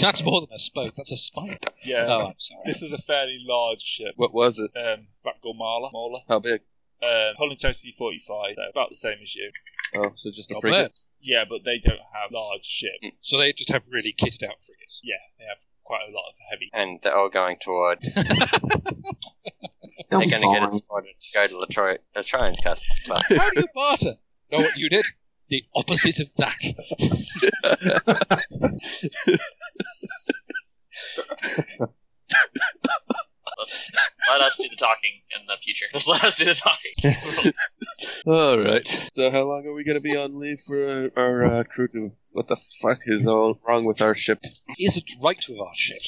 C: that's more than a spoke. That's a spike.
B: yeah,
C: Oh, I'm sorry.
B: this is a fairly large ship.
E: what was it?
B: Um, Batgirl Marla, Marla.
E: How big?
B: Um, Holland Totally 45, so about the same as you.
E: Oh, so just a
C: Not
E: frigate.
B: Yeah, but they don't have large ships.
C: So they just have really kitted out frigates.
B: Yeah, they have quite a lot of heavy.
D: And they're all going toward.
F: They'll
D: they're going
F: be
D: to get a
F: fine.
D: squadron to go to Latro- Latrone's castle. But
C: How do you barter? know what you did? The opposite of that.
A: Let's, let us do the talking in the future. Just let us do the talking.
E: All right. So how long are we going to be on leave for our, our uh, crew to? What the fuck is all wrong with our ship?
C: Isn't right with our ship.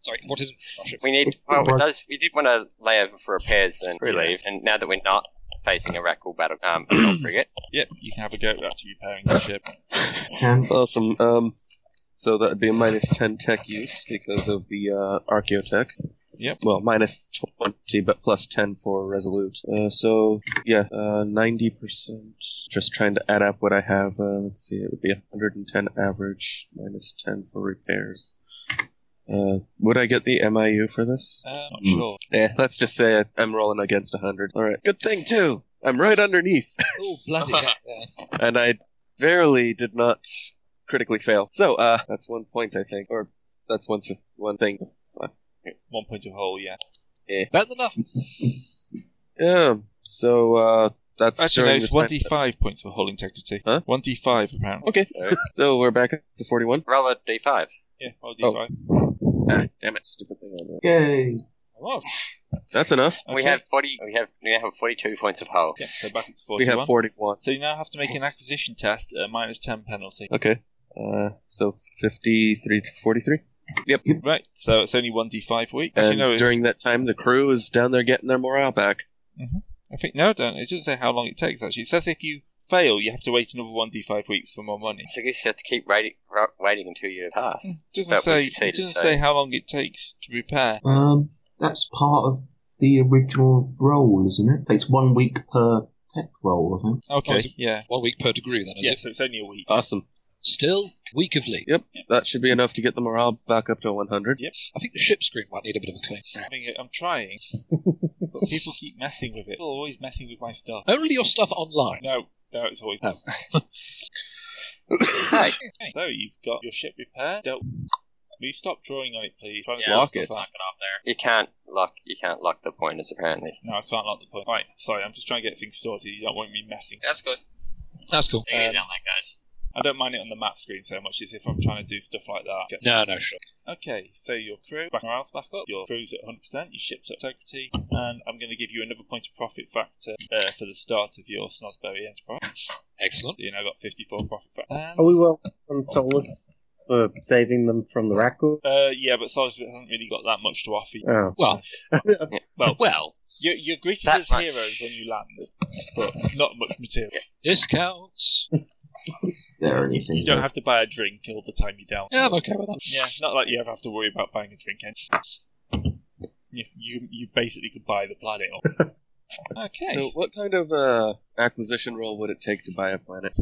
C: Sorry, what isn't with our ship?
D: we need.
F: It's
D: Well,
F: not-
D: it does, we did want to lay over for repairs and relief, and now that we're not facing a Rackle battle um, assault frigate,
B: Yep, you can have a go at actually repairing the ship.
F: Can
E: Awesome. Um, so that would be a minus ten tech use because of the uh, archaeotech.
B: Yep.
E: Well, minus twenty, but plus ten for resolute. Uh, so yeah, uh, ninety percent. Just trying to add up what I have. Uh, let's see, it would be hundred and ten average minus ten for repairs. Uh, would I get the MIU for this?
B: Um, not
F: Hmm.
B: sure.
E: Yeah, let's just say I- I'm rolling against 100. All right. Good thing, too. I'm right underneath.
C: Oh, bloody heck, there.
E: and I verily did not critically fail. So, uh, that's one point, I think. Or that's one, s- one thing.
B: One point of hole, yeah.
C: Better enough.
E: Yeah. So, uh, that's
B: Actually,
E: during
B: no,
E: the
B: it's
E: time-
B: 1d5 points for hull integrity.
E: Huh?
B: 1d5, apparently.
E: Okay. so we're back up to 41.
D: roll a d5.
B: Uh, Yeah, I'll do
E: Oh.
B: five.
E: Ah, damn it. Stupid thing. I know.
F: yay?
C: Oh,
E: That's enough.
D: We
B: Okay.
D: have forty. We have we have forty-two points of hull.
B: Yeah, so back to
E: We
B: 41.
E: have 41.
B: So you now have to make an acquisition test at a minus 10 penalty.
E: Okay. Uh, so 53 to 43.
B: Right, so it's only 1d5 for each. Actually,
E: And
B: no, it's-
E: during that time, the crew is down there getting their morale back.
B: I think, no, it don't. It doesn't say how long it takes, actually. It says if you fail, you have to wait another 1d5 weeks for more money.
D: So I guess you have to keep waiting, ro- waiting until you pass.
F: Mm.
B: It doesn't,
D: That was
B: say, it
D: succeeded,
B: doesn't
D: so-
B: say how long it takes to repair.
F: Um, that's part of the original roll, isn't it? Takes one week per tech roll, I think.
B: Okay,
C: Oh, is it-
B: yeah.
C: one week per degree, then, is
B: Yeah,
C: it?
B: so it's only a week.
E: Awesome.
C: Still, week of leave.
E: Yep, that should be enough to get the morale back up to 100.
C: I think the ship screen might need a bit of a clean.
B: I think I'm trying, but people keep messing with it. People are always messing with my stuff.
C: Only your stuff online.
B: No, no, it's always.
C: Oh.
B: So you've got your ship repaired. Dealt... Will you stop drawing on it, please? Trying to
A: Yeah,
E: Lock
A: let's
E: it.
A: knock it off there.
D: You can't lock. You can't lock the pointers apparently.
B: No, I can't lock the point. Right, sorry, I'm just trying to get things sorted. You don't want me messing.
A: That's good.
C: That's cool.
A: Take it easy
B: Um,
A: on that, guys.
B: I don't mind it on the map screen so much as if I'm trying to do stuff like that. Okay,
C: No, no, sure.
B: okay so your crew, back morale's back up, your crew's at 100%, your ship's at integrity, and I'm going to give you another point of profit factor uh, for the start of your Snosberry Enterprise.
C: Excellent.
B: So you now got 54 profit factor. And-
G: Are Oh, we well
D: Oh.
G: on Solus for saving them from the Rackle?
B: Uh, yeah, but Solus hasn't really got that much to offer. You.
G: Oh.
C: Well,
B: Well,
C: well,
B: you're, you're greeted
D: That
B: as
D: much.
B: heroes when you land, but not much material.
C: discounts.
F: Is there anything?
B: You don't have to buy a drink all the time you're down.
C: Yeah, I'm okay with that.
B: Yeah, not like you ever have to worry about buying a drink. Anyway. You, you you basically could buy the planet. Off. Okay.
E: So, what kind of uh, acquisition role would it take to buy a planet?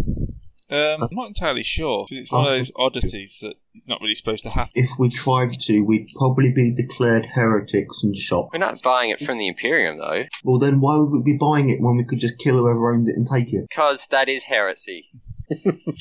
B: Um, I'm not entirely sure. 'cause It's one of those oddities that is not really supposed to happen.
F: If we tried to, we'd probably be declared heretics and shot.
D: We're not buying it from the Imperium, though,
F: Well, then why would we be buying it when we could just kill whoever owns it and take it?
D: because that is heresy.
A: Yeah.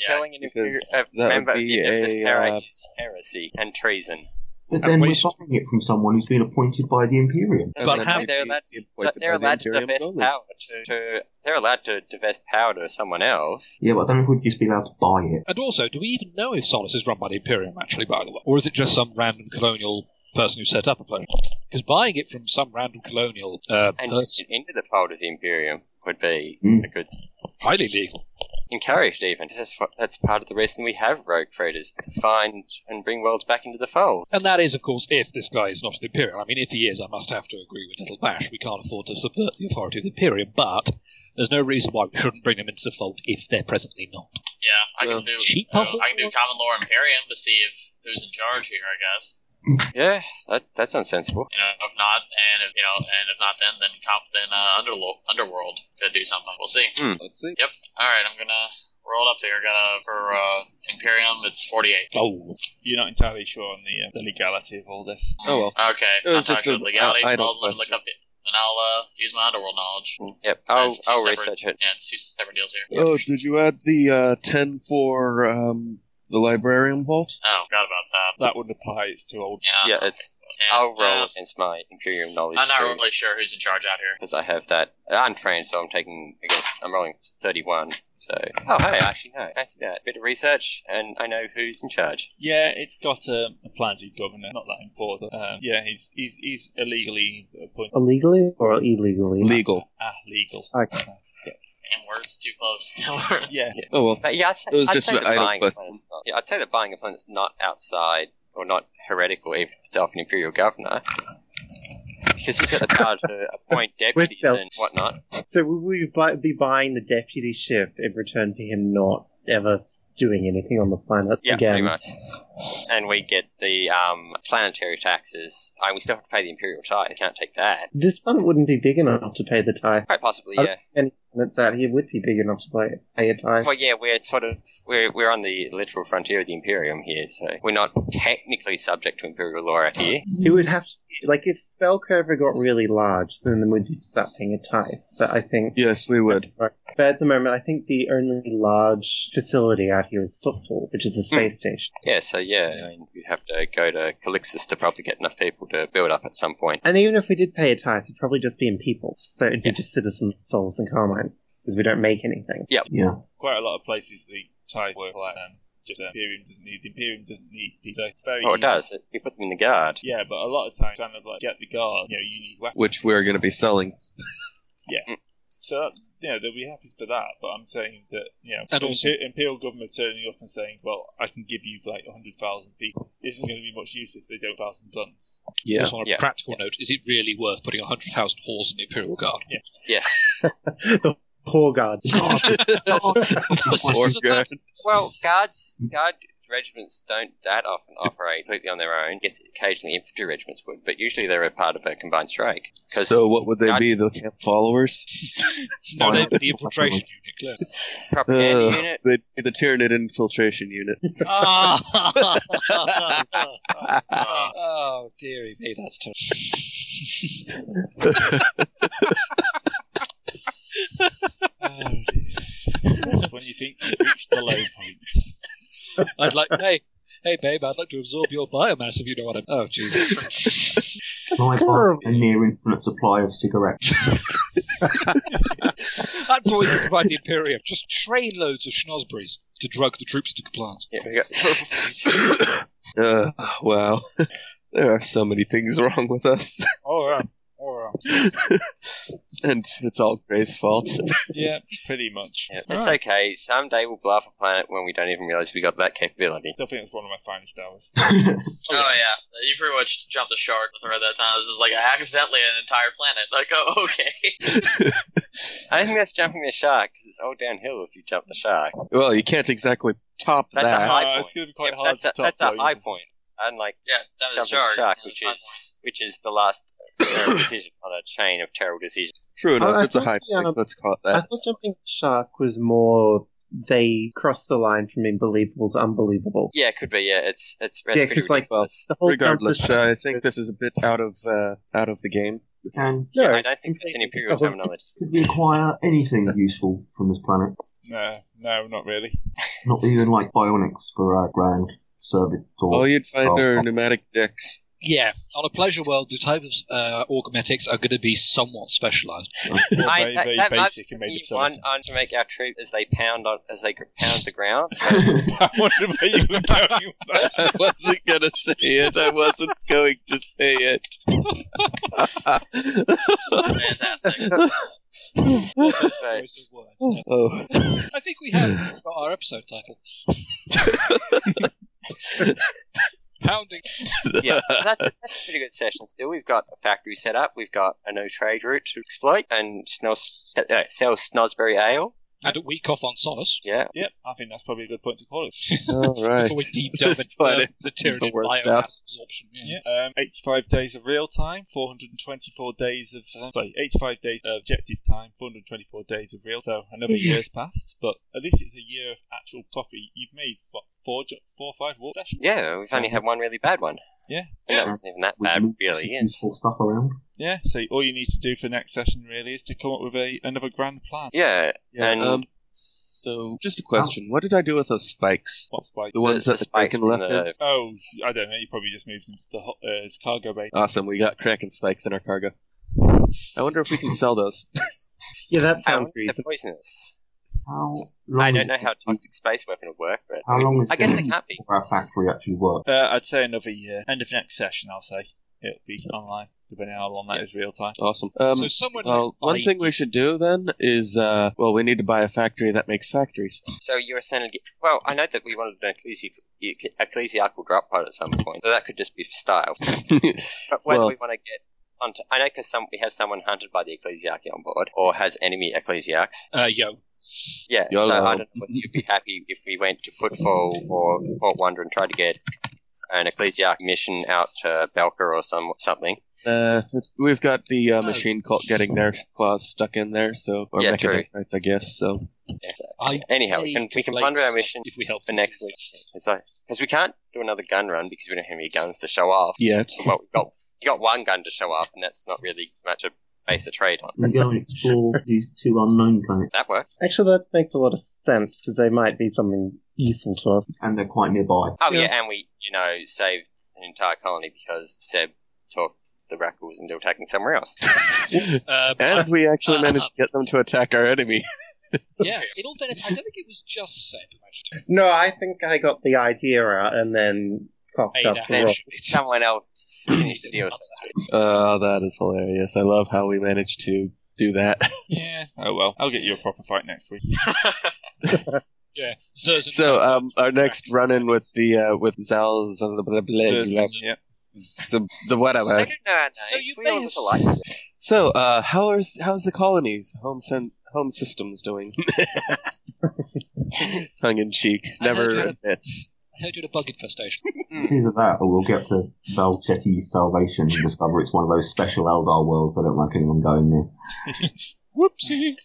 D: Killing an Imperium
E: Because
D: a
E: that would
D: member of
E: be
D: the Olympus
E: a,
D: Terrae
E: uh,
D: is heresy and treason.
F: But
B: And
F: then we're
B: waste-
F: buying it from someone who's been appointed by the Imperium.
E: And
C: But
E: then
C: how-
E: we'd
D: They're
E: be
D: allowed-
E: appointed
D: they're
E: by the
D: allowed to
E: Imperium
D: divest
E: only.
D: power to, to they're allowed to divest power to someone else.
F: Yeah, but I don't know if we'd just be allowed to buy it.
C: And also, do we even know if Solus is run by the Imperium, actually, by the way? Or is it just some random colonial person who set up a colony? Because buying it from some random colonial uh,
D: And
C: person,
D: into the fold of the Imperium would be
F: Mm.
D: a good
C: highly legal.
D: encouraged even. That's what, that's part of the reason we have rogue traders to find and bring worlds back into the fold.
C: And that is, of course, if this guy is not an Imperium. I mean, if he is, I must have to agree with Little Bash. We can't afford to subvert the authority of the Imperium, but there's no reason why we shouldn't bring them into the fold if they're presently not.
A: Yeah, I
E: Well,
A: can do.
C: cheat
A: uh,
C: puzzle?
A: I can do common law Imperium to see if who's in charge here. I guess.
D: Yeah, that that sounds sensible.
A: You know, if not, and if you know, and if not, then then comp, then uh, underlo- underworld could do something. We'll see.
E: Let's see.
A: All right, I'm gonna roll it up here. Got to for uh, Imperium. It's 48.
C: Oh,
B: You're not entirely sure on the, uh, the legality of all this.
E: Oh well.
A: Okay,
E: It was
A: I'm
E: just
A: talking
E: a-
A: about legality.
E: uh, idle
A: I'll look
E: question.
A: up the. Then I'll uh, use my underworld knowledge.
D: Yep, I'll
A: That's two
D: I'll
A: separate-
D: research it.
A: Yeah, it's two separate deals here.
E: Oh, did you add the uh, ten for um, the librarian vault?
A: Oh, forgot about that.
B: That would apply. It's too old.
A: Yeah.
D: Yeah, it's
A: Uh, Yeah,
D: I'll roll
A: uh,
D: against my Imperium knowledge
A: I'm not really sure who's in charge out here.
D: because I have that. I'm trained, so I'm taking against. I'm rolling thirty-one. So oh hey, I actually no, I did that bit of research and I know who's in charge.
B: Yeah, it's got um, a planetary governor. Not that important. Um, yeah, he's he's he's illegally appointed.
G: Illegally or illegally?
E: Legal.
B: Ah, legal.
G: Okay.
A: And words too close. Now
B: Yeah.
E: Oh well.
D: But yeah, I'd say,
E: It was
D: I'd
E: just
D: say
E: an
D: that
E: idle
D: buying a
E: question.
D: planet's not- yeah, I'd say that buying a planet's not outside or not heretical even if it's off an imperial governor. Because he's got the power to appoint deputies
G: still-
D: and whatnot.
G: So would we bu- be buying the deputy ship in return for him not ever doing anything on the planet
D: Yeah,
G: again?
D: pretty much. And we get the um, planetary taxes. I we still have to pay the imperial tithe. Can't take that.
G: This planet wouldn't be big enough to pay the tithe.
D: Quite possibly,
G: I-
D: yeah.
G: Any planets out here would be big enough to pay, pay a tithe.
D: Well, yeah, we're sort of we're we're on the literal frontier of the Imperium here, so we're not technically subject to Imperial law out here.
G: It would have to, like, if Belcurva got really large, then we'd start paying a tithe. But I think,
E: Yes, we would.
G: but at the moment, I think the only large facility out here is Football, which is the
D: Hmm.
G: space station.
D: Yeah, so yeah, I mean, you'd have to go to Calixus to probably get enough people to build up at some point.
G: And even if we did pay a tithe, it'd probably just be in people. So it'd be just citizens, souls, and Carmine, because we don't make anything.
F: Yeah.
B: Quite a lot of places the tide work like um, just the Imperium doesn't need the Imperium doesn't need people. It's very
D: Oh, it
B: easy-
D: does. It- You put them in the guard.
B: Yeah, but a lot of times trying to like get the guard, you know, you need weapons.
E: Which we're going to be selling.
B: So that, you know, they'll be happy for that. But I'm saying that you know,
C: And
B: the
C: also-
B: Imper- imperial government turning up and saying, "Well, I can give you like hundred thousand people," isn't going to be much use if they don't have thousand guns.
E: Yeah.
C: Just on a
D: Yeah.
C: practical note, is it really worth putting 100,000 horse in the Imperial Guard?
G: the poor guard.
D: Oh,
C: Horse
E: Or-
D: Well, guards, guard regiments don't that often operate completely on their own. Yes, occasionally infantry regiments would, but usually they're a part of a combined strike. 'Cause-
E: So what would they be? The camp followers?
C: No, they'd be the infiltration unit, clearly.
D: propaganda
E: Uh,
D: unit.
E: They'd be the Tyranid infiltration unit.
B: Ah.
A: Uh,
C: oh, dearie me, that's terrible. oh, dear.
B: That's when you think you've reached the low point.
C: I'd like, hey, hey, babe, I'd like to absorb your biomass if you know what I'm. Oh, Jesus.
F: Can I buy
G: terrible.
F: a near infinite supply of cigarettes?
C: that's always you provide the Imperium. Just trainloads of schnozberries to drug the troops into compliance.
D: Yeah, we got-
E: Uh, wow. There are so many things wrong with us.
B: All right, all right.
E: and it's all Gray's fault.
B: Yeah, pretty much.
D: Yeah, it's okay. Someday we'll blow up a planet when we don't even realize we got that capability.
B: Still think it's one of my finest hours.
A: oh yeah, you pretty much jumped the shark with her at that time. This is like accidentally an entire planet. Like, oh okay.
D: I think that's jumping the shark because it's all downhill if you jump the shark.
E: well, you can't exactly top
D: That's a
E: that.
D: high
B: Uh,
D: point.
B: it's going to be quite
D: Yeah,
B: hard
D: that's a,
B: to top
D: that's a
B: load.
D: high point, unlike
A: Yeah, jumping the
D: jumping
A: shark,
D: the shark,
A: yeah,
D: which
A: that's
D: is which is the last terrible decision on a chain of terrible decisions.
E: True enough,
G: I- I
E: it's a
G: thought
E: high
G: the, um,
E: point. Let's call it
G: I
E: that.
G: thought jumping shark was more they cross the line from unbelievable to unbelievable.
D: Yeah, it could be. Yeah, it's it's, it's
G: Yeah,
D: pretty
G: 'cause, like,
E: Well,
D: ridiculous.
G: the whole
E: Regardless, uh,
G: conversation
E: I think this is a bit out of uh, out of the game.
F: And
G: No,
D: yeah, I don't think there's any
G: the
D: imperial
G: whole-
D: terminology.
F: could we acquire anything useful from this planet?
B: No, no, not really.
F: Not even like bionics for uh, grand service
E: All
F: or
E: you'd find
F: Oh.
E: are pneumatic dicks.
C: Yeah, on a pleasure world, the type of uh, augmetics are going to be somewhat specialised.
B: Or
D: I,
B: very,
D: that,
B: very
D: that might be
B: basic and
D: something
B: made
D: you
B: of
D: want
B: silicon.
D: on to make our troop as they pound on as they pound the ground.
B: I wonder where you were going with
E: I
B: that.
E: wasn't gonna say it. I wasn't going to say it.
A: Fantastic.
D: So,
C: Choice of words, yeah.
E: oh,
C: I think we have got our episode title. Pounding.
D: yeah, so that's, that's a pretty good session. Still, we've got a factory set up. We've got a no trade route to exploit and snoz, uh, sell Snosberry ale.
C: And a week off on Solace.
D: Yeah,
B: Yep, I think that's probably a good point to call it.
E: all right.
C: Before we deep dive
E: This
C: into
E: planet
C: uh, the
E: is the
C: Tyranid
E: worst
C: biomass
E: out.
C: absorption. Yeah.
B: Yeah. Um, 85 days of real time, 424 days of uh, sorry, 85 days of objective time, 424 days of real. So another year's passed, but at least it's a year of actual property. You've made what four, jo- four or five war sessions.
D: yeah. We've only had one really bad one.
B: Yeah.
D: and that wasn't even that bad.
F: moved
D: Really,
F: some
D: is.
F: useful stuff around.
B: Yeah. So all you need to do for next session really is to come up with a another grand plan.
D: Yeah,
E: Yeah,
D: and-
E: um, so just a question: What did I do with those spikes?
B: What's by?
E: The ones
D: the
E: that the
D: spikes
E: Kraken
D: from
E: left in?
D: the-
B: Oh, I don't know. You probably just moved them to the ho- uh, cargo bay.
E: Awesome, we got Kraken spikes in our cargo. I wonder if we can sell those.
G: Yeah, that
D: Ow,
G: sounds
D: they're
G: reasonable.
D: poisonous.
F: How long
D: I
F: is
D: don't know
F: it-
D: how toxic space weapon would work, but
F: How long is
D: I
F: it
D: guess
F: gonna
D: they
F: take
D: can't be.
F: before our factory actually works?
B: Uh, I'd say another year. End of next session, I'll say. It'll be online, depending on how long that is real time.
E: Awesome. Um,
C: so someone
E: well, one thing we should do then is, uh, well, we need to buy a factory that makes factories.
D: So you're saying, well, I know that we wanted an ecclesi- ecclesiastical drop pod at some point, so that could just be for style. But whether
E: Well-
D: we want to get onto, I know because some, we have someone hunted by the ecclesiarchy on board, or has enemy ecclesiarchs.
C: Uh, yo.
D: Yeah, so
E: YOLO.
D: I don't know whether you'd be happy if we went to Footfall or Fort Wonder and tried to get an ecclesiarch mission out to Belka or some something.
E: Uh, we've got the uh,
C: Oh.
E: machine cult getting their claws stuck in there, so or
D: Yeah,
E: mechanic rights, I guess. So
C: I
D: Anyhow, we
C: Hey,
D: can we can
C: like,
D: plunder our mission
C: if we help
D: for next week. It's like because we can't do another gun run because we don't have any guns to show off.
E: yeah,
D: well, we've got you got one gun to show off, and that's not really much a base of trade on.
F: We go and explore these two unknown planets,
D: That works.
G: Actually, that makes a lot of sense because they might be something useful to us.
F: and they're quite nearby.
D: Oh yeah. and we you know saved an entire colony because Seb talked the Rackles into attacking somewhere else.
C: Uh,
E: and we actually
C: uh,
E: managed to get them to attack our enemy.
C: yeah, in all fairness, I don't think it was just Seb who managed to
G: No, I think I got the idea out and then cocked
C: aid
G: up
C: our
G: the role.
C: mission. It's-
D: Someone else finished the deal. so to speak.
E: Oh, that is hilarious! I love how we managed to do that.
B: Yeah. Oh well, I'll get you a proper fight next week.
C: Yeah. Zerzan-
E: so,
B: uh,
E: um, our next run-in with the uh, with Zal, Zal- blah, blah, blah, blah,
B: yeah.
E: z- z-
D: So
E: whatever.
D: you know our
C: So
D: names,
C: you
D: we
C: may
D: all
C: have
D: look alike.
E: So, uh, how are s- how's the colonies, home sen- home systems doing? Tongue in cheek,
C: I heard
E: never
C: you had a-
E: admit.
C: I heard you had a bug infestation.
F: It's either that, or we'll get to Valchetti's salvation and discover it's one of those special Eldar worlds I don't like anyone going near.
C: Whoopsie.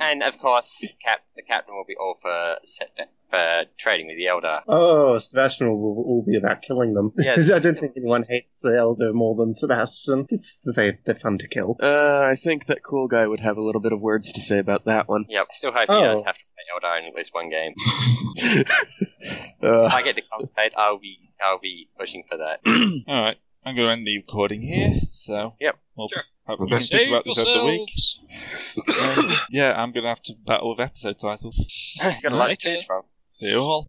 D: And of course, cap the captain will be all for set, for trading with the elder.
G: Oh, Sebastian will, will all be about killing them.
D: Yes.
G: I don't think anyone hates the Elder more than Sebastian. Just to say they're fun to kill.
E: Uh, I think that cool guy would have a little bit of words to say about that one.
D: Yep. I still hope you
G: Oh.
D: guys have to play elder in at least one game. If
E: uh,
D: I get to commentate, I'll be I'll be pushing for that.
B: All right, I'm going to end the recording here. So
D: Yep.
B: we'll
D: Sure.
B: have
F: Okay.
B: speak about this over the week.
C: yourselves.
B: Um, yeah, I'm going to have to battle with episode titles.
D: You've got a lot to choose from.
B: See you all.